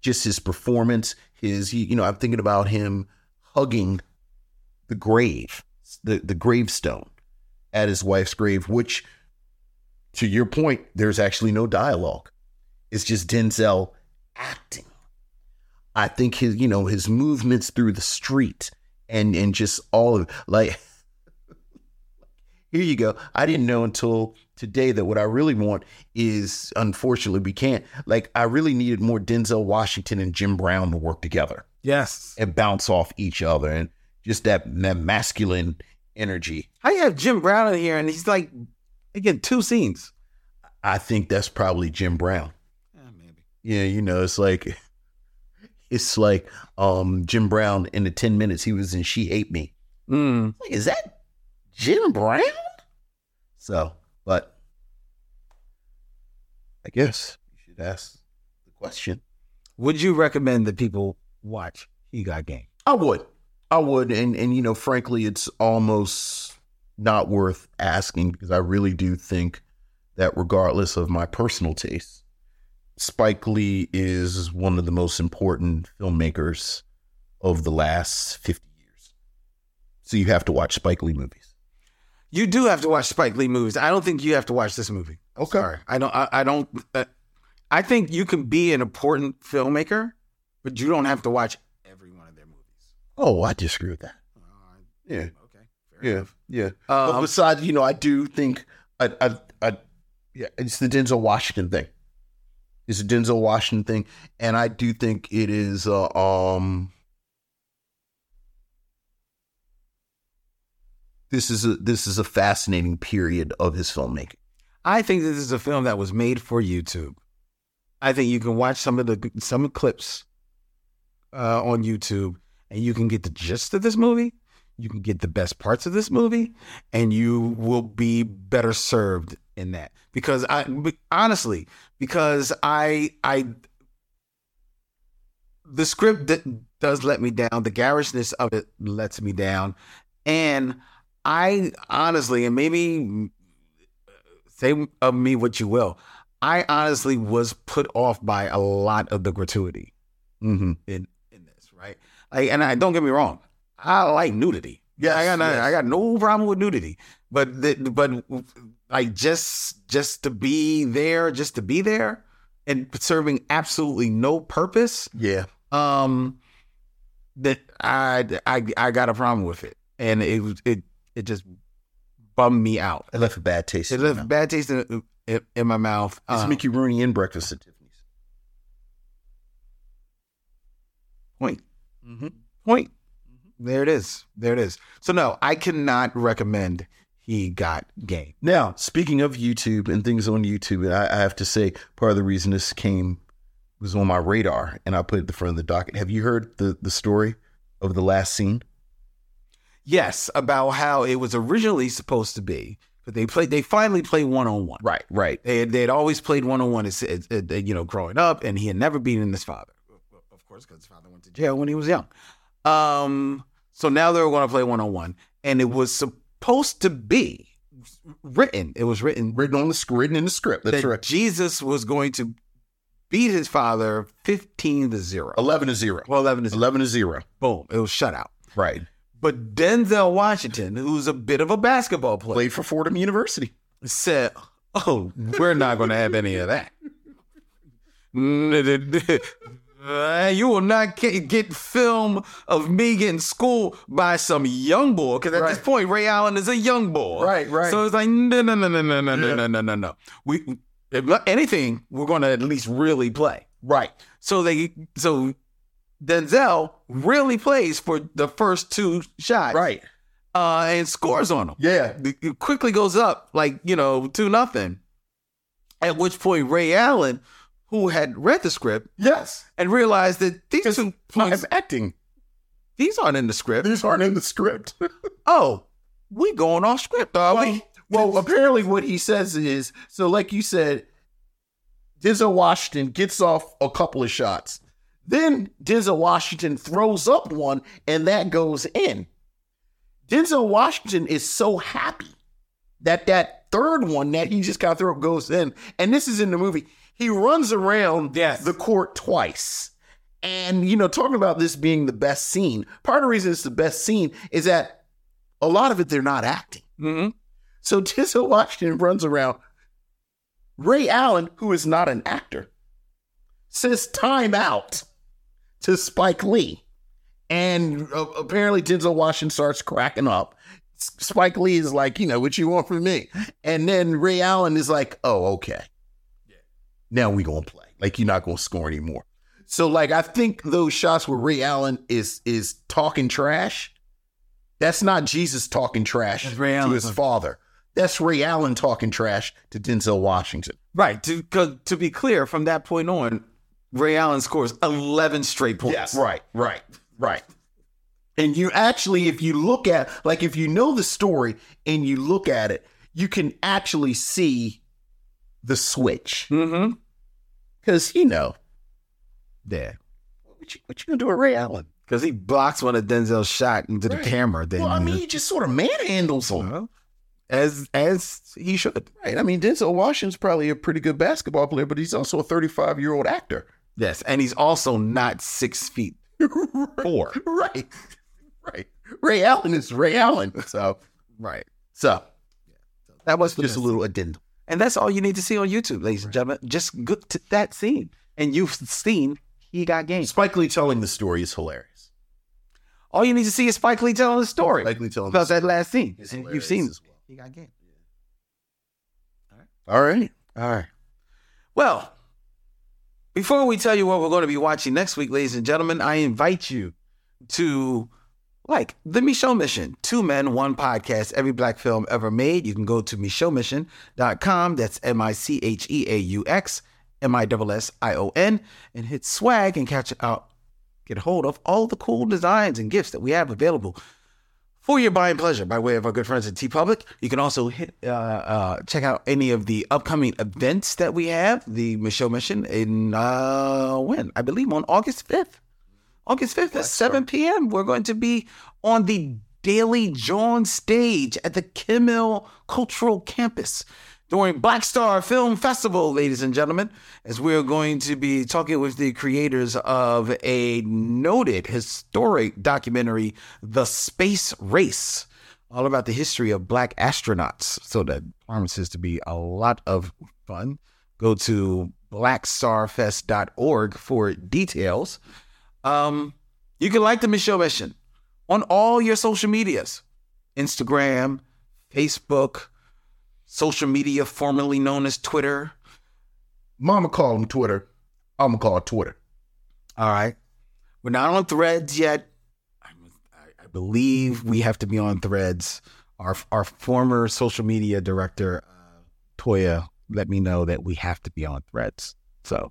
Speaker 2: just his performance, his he- you know, I'm thinking about him hugging the grave, the the gravestone at his wife's grave, which to your point, there's actually no dialogue. It's just Denzel acting. I think his, you know, his movements through the street and and just all of like here you go. I didn't know until today that what I really want is unfortunately we can't. Like I really needed more Denzel Washington and Jim Brown to work together
Speaker 1: Yes.
Speaker 2: and bounce off each other and just that that masculine energy.
Speaker 1: How you have Jim Brown in here and he's like, again, two scenes.
Speaker 2: I think that's probably Jim Brown. Yeah, maybe. Yeah, you know, it's like it's like um Jim Brown in the 10 minutes he was in She Hate Me. Like, is that Jim Brown? So, but I guess you should ask the question.
Speaker 1: Would you recommend that people watch He Got Game?
Speaker 2: I would. I would. And and you know, frankly, it's almost not worth asking because I really do think that regardless of my personal taste, Spike Lee is one of the most important filmmakers of the last 50 years. So you have to watch Spike Lee movies.
Speaker 1: You do have to watch Spike Lee movies. I don't think you have to watch this movie. Okay. I don't. I, I don't. Uh, I think you can be an important filmmaker, but you don't have to watch.
Speaker 2: Oh, I disagree with that. Yeah. Okay. Yeah. Yeah. but
Speaker 1: Um,
Speaker 2: besides, you know, I do think I, I, I, yeah, it's the Denzel Washington thing. It's a Denzel Washington thing, and I do think it is. Uh, um, this is a this is a fascinating period of his filmmaking.
Speaker 1: I think that this is a film that was made for YouTube. I think you can watch some of the some clips uh, on YouTube, and you can get the gist of this movie. You can get the best parts of this movie, and you will be better served in that. Because I be- honestly, because I I the script that does let me down. The garishness of it lets me down, And I honestly, and maybe say of me what you will, I honestly was put off by a lot of the gratuity
Speaker 2: Mm-hmm.
Speaker 1: in in this, right? Like, and I don't get me wrong, I like nudity. Yeah, I got no- I got no problem with nudity, but the, but like just just to be there, just to be there, and serving absolutely no purpose.
Speaker 2: Yeah.
Speaker 1: Um, that I I I got a problem with it, and it was- it it just bummed me out.
Speaker 2: It left a bad taste.
Speaker 1: It
Speaker 2: in my
Speaker 1: left a bad taste in, in, in my mouth.
Speaker 2: It's
Speaker 1: Um,
Speaker 2: Mickey Rooney in Breakfast at Tiffany's.
Speaker 1: Point. Point. There it is. There it is. So no, I cannot recommend he got game.
Speaker 2: Now, speaking of YouTube and things on YouTube, and I, I have to say, part of the reason this came was on my radar, and I put it at the front of the docket. Have you heard the the story of the last scene?
Speaker 1: Yes, about how it was originally supposed to be, but they played. They finally played one on one.
Speaker 2: Right, right.
Speaker 1: They had, they had always played one on one. You know, growing up, and he had never beaten his father, of course, because his father went to jail when he was young. Um, so now they were going to play one on one, and it was supposed to be written. It was written
Speaker 2: written on the sc- written in the script. That's
Speaker 1: that
Speaker 2: correct.
Speaker 1: Jesus was going to beat his father fifteen to zero.
Speaker 2: Eleven to zero.
Speaker 1: Well, eleven to zero.
Speaker 2: Eleven to zero.
Speaker 1: Boom! It was shutout.
Speaker 2: Right.
Speaker 1: But Denzel Washington, who's a bit of a basketball player,
Speaker 2: Played for Fordham University.
Speaker 1: said, "Oh, we're not going to have any of that. Uh, you will not get, get film of me getting schooled by some young boy because at this point Ray Allen is a young boy.
Speaker 2: Right, right.
Speaker 1: So it's like no, no, no, no, no, no, no, no, no, no, no. We if not anything, we're going to at least really play.
Speaker 2: Right.
Speaker 1: So they so Denzel really plays for the first two shots,
Speaker 2: Right.
Speaker 1: Uh, and scores on them
Speaker 2: Yeah.
Speaker 1: it quickly goes up like you know two nothing at which point ray allen who had read the script
Speaker 2: Yes.
Speaker 1: and realized that these
Speaker 2: Because
Speaker 1: two
Speaker 2: I'm
Speaker 1: points
Speaker 2: acting.
Speaker 1: these aren't in the script
Speaker 2: These aren't in the script.
Speaker 1: oh we going off script are
Speaker 2: Well,
Speaker 1: we
Speaker 2: well, apparently what he says is so, like you said, Denzel Washington gets off a couple of shots. Then Denzel Washington throws up one and that goes in. Denzel Washington is so happy that that third one that he just got through goes in. And this is in the movie. He runs around
Speaker 1: Yes.
Speaker 2: the court twice. And, you know, talking about this being the best scene, part of the reason it's the best scene is that a lot of it they're not acting.
Speaker 1: mm-hmm.
Speaker 2: So Denzel Washington runs around. Ray Allen, who is not an actor, says time out to Spike Lee. And uh, apparently Denzel Washington starts cracking up. S- Spike Lee is like, you know, what you want from me? And then Ray Allen is like, oh, okay. Now we gonna play. Like you're not gonna score anymore. So like I think those shots where Ray Allen is is talking trash, that's not Jesus talking trash
Speaker 1: That's Ray
Speaker 2: to
Speaker 1: Allen
Speaker 2: his
Speaker 1: talking-
Speaker 2: father. That's Ray Allen talking trash to Denzel Washington.
Speaker 1: right to 'cause to be clear from that point on ray allen scores 11 straight points
Speaker 2: Right, right, right. And you actually, if you look at, like, if you know the story and you look at it, you can actually see the switch.
Speaker 1: mm-hmm
Speaker 2: Because, you know,
Speaker 1: yeah
Speaker 2: what you, what you going to do with Ray Allen?
Speaker 1: because he blocks one of denzel's shot into the
Speaker 2: Right.
Speaker 1: camera then
Speaker 2: Well, I mean, he just sort of manhandles him.
Speaker 1: Well, as as he should
Speaker 2: Right. I mean, Denzel Washington's probably a pretty good basketball player, but he's also a 35 year old actor.
Speaker 1: yes and he's also not six feet four
Speaker 2: Right. Right. Ray Allen is Ray Allen. So,
Speaker 1: right
Speaker 2: so
Speaker 1: That was
Speaker 2: just a little addendum.
Speaker 1: and that's all you need to see on YouTube, ladies and gentlemen. Just go to that scene, and you've seen he got game.
Speaker 2: Spike Lee telling the story is hilarious.
Speaker 1: All you need to see is Spike Lee telling the story
Speaker 2: Spike Lee telling
Speaker 1: about
Speaker 2: the
Speaker 1: that last scene.
Speaker 2: It's
Speaker 1: And you've
Speaker 2: hilarious
Speaker 1: seen
Speaker 2: as well.
Speaker 1: he got game.
Speaker 2: All right. All right.
Speaker 1: Well, before we tell you what we're going to be watching next week, ladies and gentlemen, I invite you to like the Michelle Mission, Two Men, One Podcast, every black film ever made. You can go to michellemission.com. That's M I C H E A U X M I S S I O N and hit swag and catch out. Get a hold of all the cool designs and gifts that we have available for your buying pleasure by way of our good friends at T Public. You can also hit uh, uh, check out any of the upcoming events that we have. The Michelle Mission in uh, when I believe on August fifth. August fifth at seven p.m. We're going to be on the Daily John stage at the Kimmel Cultural Campus during Black Star Film Festival, ladies and gentlemen, as we're going to be talking with the creators of a noted historic documentary, The Space Race, all about the history of black astronauts. So that promises to be a lot of fun. Go to blackstarfest.org for details. Um, you can like the Michelle Mission on all your social medias Instagram, Facebook, social media formerly known as Twitter.
Speaker 2: Mama call him Twitter. I'ma call it Twitter.
Speaker 1: All right. We're not on threads yet. I, I believe we have to be on threads. Our, our former social media director, uh, Toya, let me know that we have to be on threads. So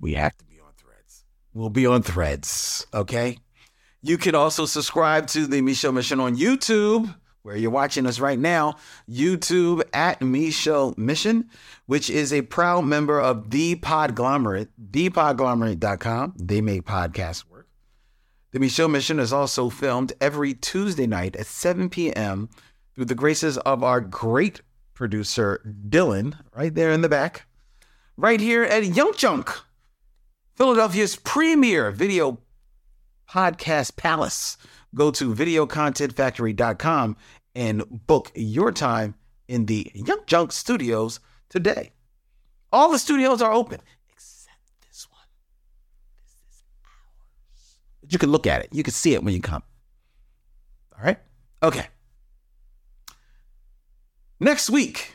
Speaker 1: we have to be on threads. We'll be on threads. Okay. You can also subscribe to the Michelle Mission on YouTube, where you're watching us right now. YouTube at Michelle Mission, which is a proud member of the Podglomerate, thepodglomerate.com. They make podcasts work. The Michelle Mission is also filmed every Tuesday night at 7 p.m. through the graces of our great producer, Dylan, right there in the back, right here at Young Junk, Philadelphia's premier video podcast palace. Go to videocontentfactory.com and book your time in the Young Junk Studios today. All the studios are open except this one. This is ours. You can look at it. You can see it when you come. All right? Okay. Next week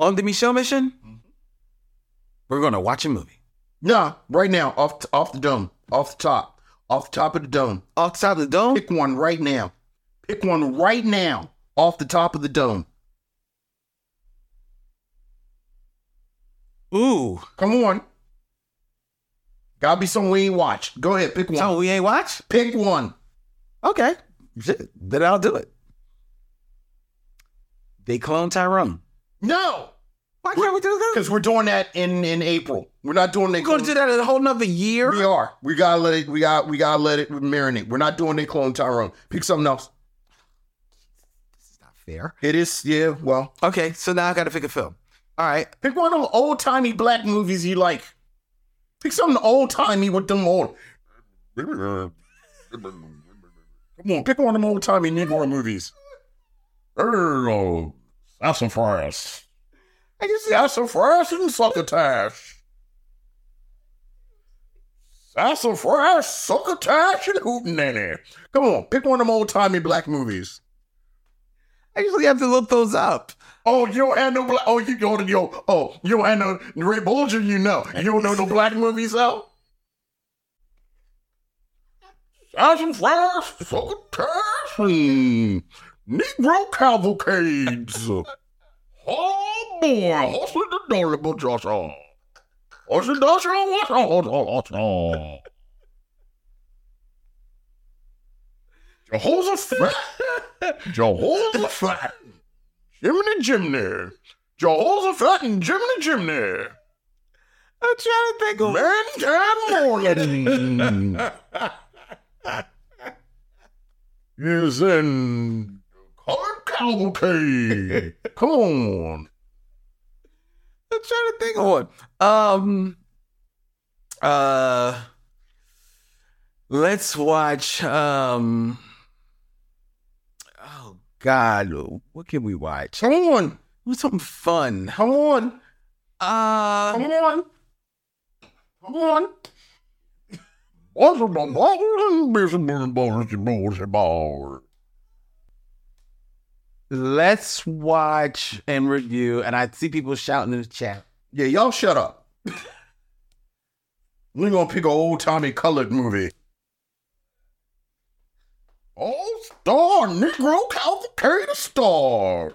Speaker 1: on the Michelle Mission, we're going to watch a movie.
Speaker 2: Nah, right now, off t- off the dome, off the top, off the top of the dome,
Speaker 1: off the top of the dome.
Speaker 2: Pick one right now. Pick one right now, off the top of the dome.
Speaker 1: Ooh,
Speaker 2: come on. Gotta be something we ain't watched. Go ahead, pick one.
Speaker 1: So we ain't watched.
Speaker 2: Pick one.
Speaker 1: Okay. Then I'll do it. They clone Tyrone.
Speaker 2: No,
Speaker 1: Why can't we do that?
Speaker 2: because we're doing that in in April. We're not doing that.
Speaker 1: We're going to do that in a whole nother year.
Speaker 2: We are. We gotta let it. We got. We gotta let it marinate. We're not doing that clone Tyrone. Pick something else.
Speaker 1: Fair.
Speaker 2: It is. Yeah. Well,
Speaker 1: Okay, so now I got to pick a film. All right.
Speaker 2: pick one of the old timey black movies you like. Pick something old timey with them old. Come on, pick one of them old timey Negro movies. Oh, sassafras. I guess sassafras and succotash. Sassafras, succotash, and hootenanny. Come on, pick one of them old timey black movies.
Speaker 1: I usually have to look those up.
Speaker 2: Oh, you don't have no black. Oh, you don't yo. Oh, you don't have no Ray Bulger. You know, you don't know no black movies out. Sassafras, succotash, and Negro cavalcades. oh boy, hustle the dollar, but Joshua. Hustle Joshua, what's on? Jehoshaphat, Jehoshaphat. Jiminy Jiminy. Jehoshaphat and Jiminy Jiminy.
Speaker 1: I'm trying to think of
Speaker 2: Man Time Morgan. is in Colored Cavalcade. Come on.
Speaker 1: I'm trying to think of one. Um, uh, let's watch. Um, oh God, what can we watch?
Speaker 2: Come on.
Speaker 1: What's something fun?
Speaker 2: Come on.
Speaker 1: Uh,
Speaker 2: Come on. Come on. What's the ball?
Speaker 1: let's watch and review. And I see people shouting in the chat.
Speaker 2: Yeah, y'all shut up. We're gonna pick an old timey colored movie. All star Negro Cavalcade Star.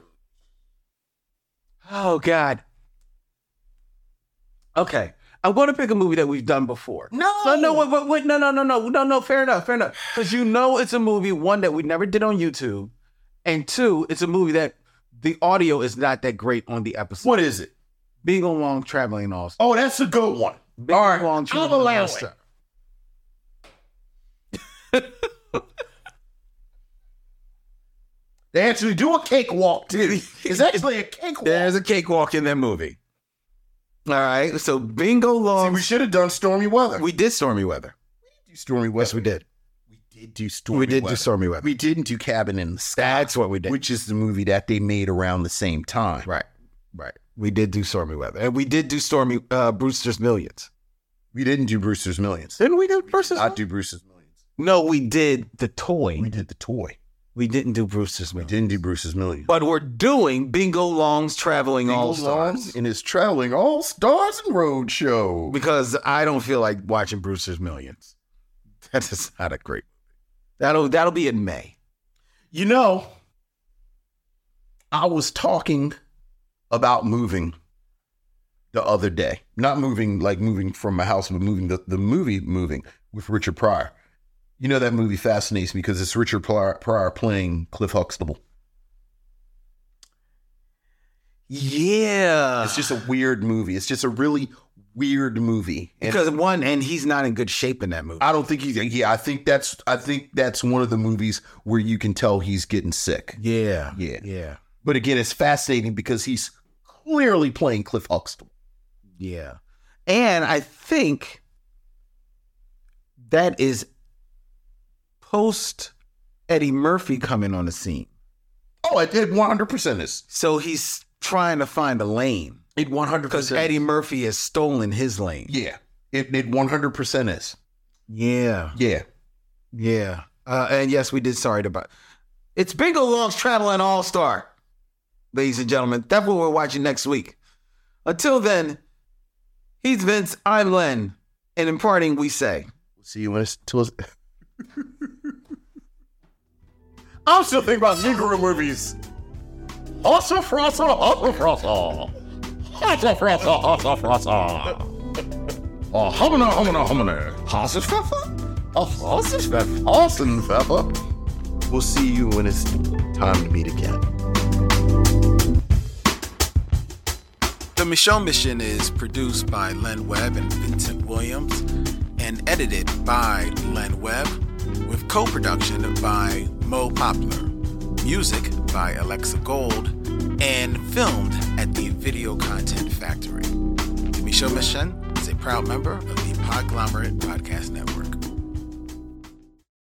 Speaker 1: Oh God. Okay. I want to pick a movie that we've done before.
Speaker 2: No.
Speaker 1: no, no, wait, wait, wait, no, no, no, no, no, no. Fair enough, fair enough. Because you know it's a movie one that we never did on YouTube, and two, it's a movie that the audio is not that great on the episode.
Speaker 2: What is it?
Speaker 1: Being along, traveling all.
Speaker 2: Oh, that's a good one.
Speaker 1: Big
Speaker 2: All right,
Speaker 1: long
Speaker 2: I'll
Speaker 1: tube
Speaker 2: allow
Speaker 1: monster.
Speaker 2: it. They actually do a cakewalk too. It's actually a cakewalk.
Speaker 1: There's a cakewalk in that movie. All right, so bingo long.
Speaker 2: we should have done stormy weather.
Speaker 1: We did stormy weather.
Speaker 2: We did do stormy weather. Yes,
Speaker 1: we did.
Speaker 2: We did do stormy.
Speaker 1: we did
Speaker 2: weather.
Speaker 1: do stormy weather.
Speaker 2: We didn't do cabin in the sky.
Speaker 1: That's what we did.
Speaker 2: which is the movie that they made around the same time.
Speaker 1: right, right. We did do stormy weather, and we did do stormy uh, Brewster's Millions.
Speaker 2: We didn't do Brewster's Millions.
Speaker 1: Didn't we do Brewster's?
Speaker 2: I do Brewster's Millions.
Speaker 1: No, we did the toy.
Speaker 2: We did the toy.
Speaker 1: We didn't do Brewster's
Speaker 2: We
Speaker 1: Millions.
Speaker 2: didn't do Brewster's Millions.
Speaker 1: But we're doing Bingo Long's Traveling All Stars
Speaker 2: in his traveling all stars and road show.
Speaker 1: because I don't feel like watching Brewster's Millions. That is not a great. That'll that'll be in May.
Speaker 2: You know, I was talking about moving the other day. Not moving like moving from my house, but moving the, the movie moving with Richard Pryor. You know that movie fascinates me because it's Richard Pryor, Pryor playing Cliff Huxtable.
Speaker 1: Yeah,
Speaker 2: It's just a weird movie. It's just a really weird movie. And
Speaker 1: because one, and he's not in good shape in that movie.
Speaker 2: I don't think he's yeah, I think that's I think that's one of the movies where you can tell he's getting sick.
Speaker 1: yeah,
Speaker 2: Yeah.
Speaker 1: yeah,
Speaker 2: But again, it's fascinating because he's clearly playing Cliff Huxtable.
Speaker 1: yeah. And I think that is post Eddie Murphy coming on the scene.
Speaker 2: Oh, it did 100% is.
Speaker 1: So he's trying to find a lane
Speaker 2: It 100%.
Speaker 1: because Eddie Murphy has stolen his lane.
Speaker 2: Yeah. It, it 100% is.
Speaker 1: Yeah,
Speaker 2: Yeah.
Speaker 1: yeah. Uh, and yes, we did. Sorry about it's Bingo Long's Traveling All Star, ladies and gentlemen. That's what we're watching next week. Until then, he's Vince. I'm Len, and in parting, we say.
Speaker 2: See you when it's. Till it's I'm still thinking about Negro movies. Also, Frossa, also, Frossa. Also, Frossa, also, Frossa. Oh, Humana, Humana, Humana. Hassenpfeffer? Oh, Hassenpfeffer. Hassenpfeffer. We'll see you when it's time to meet again.
Speaker 6: The Michelle Mission is produced by Len Webb and Vincent Williams and edited by Len Webb with co production by Mo Poplar, music by Alexa Gold, and filmed at the Video Content Factory. The Michelle Mission is a proud member of the Podglomerate Podcast Network.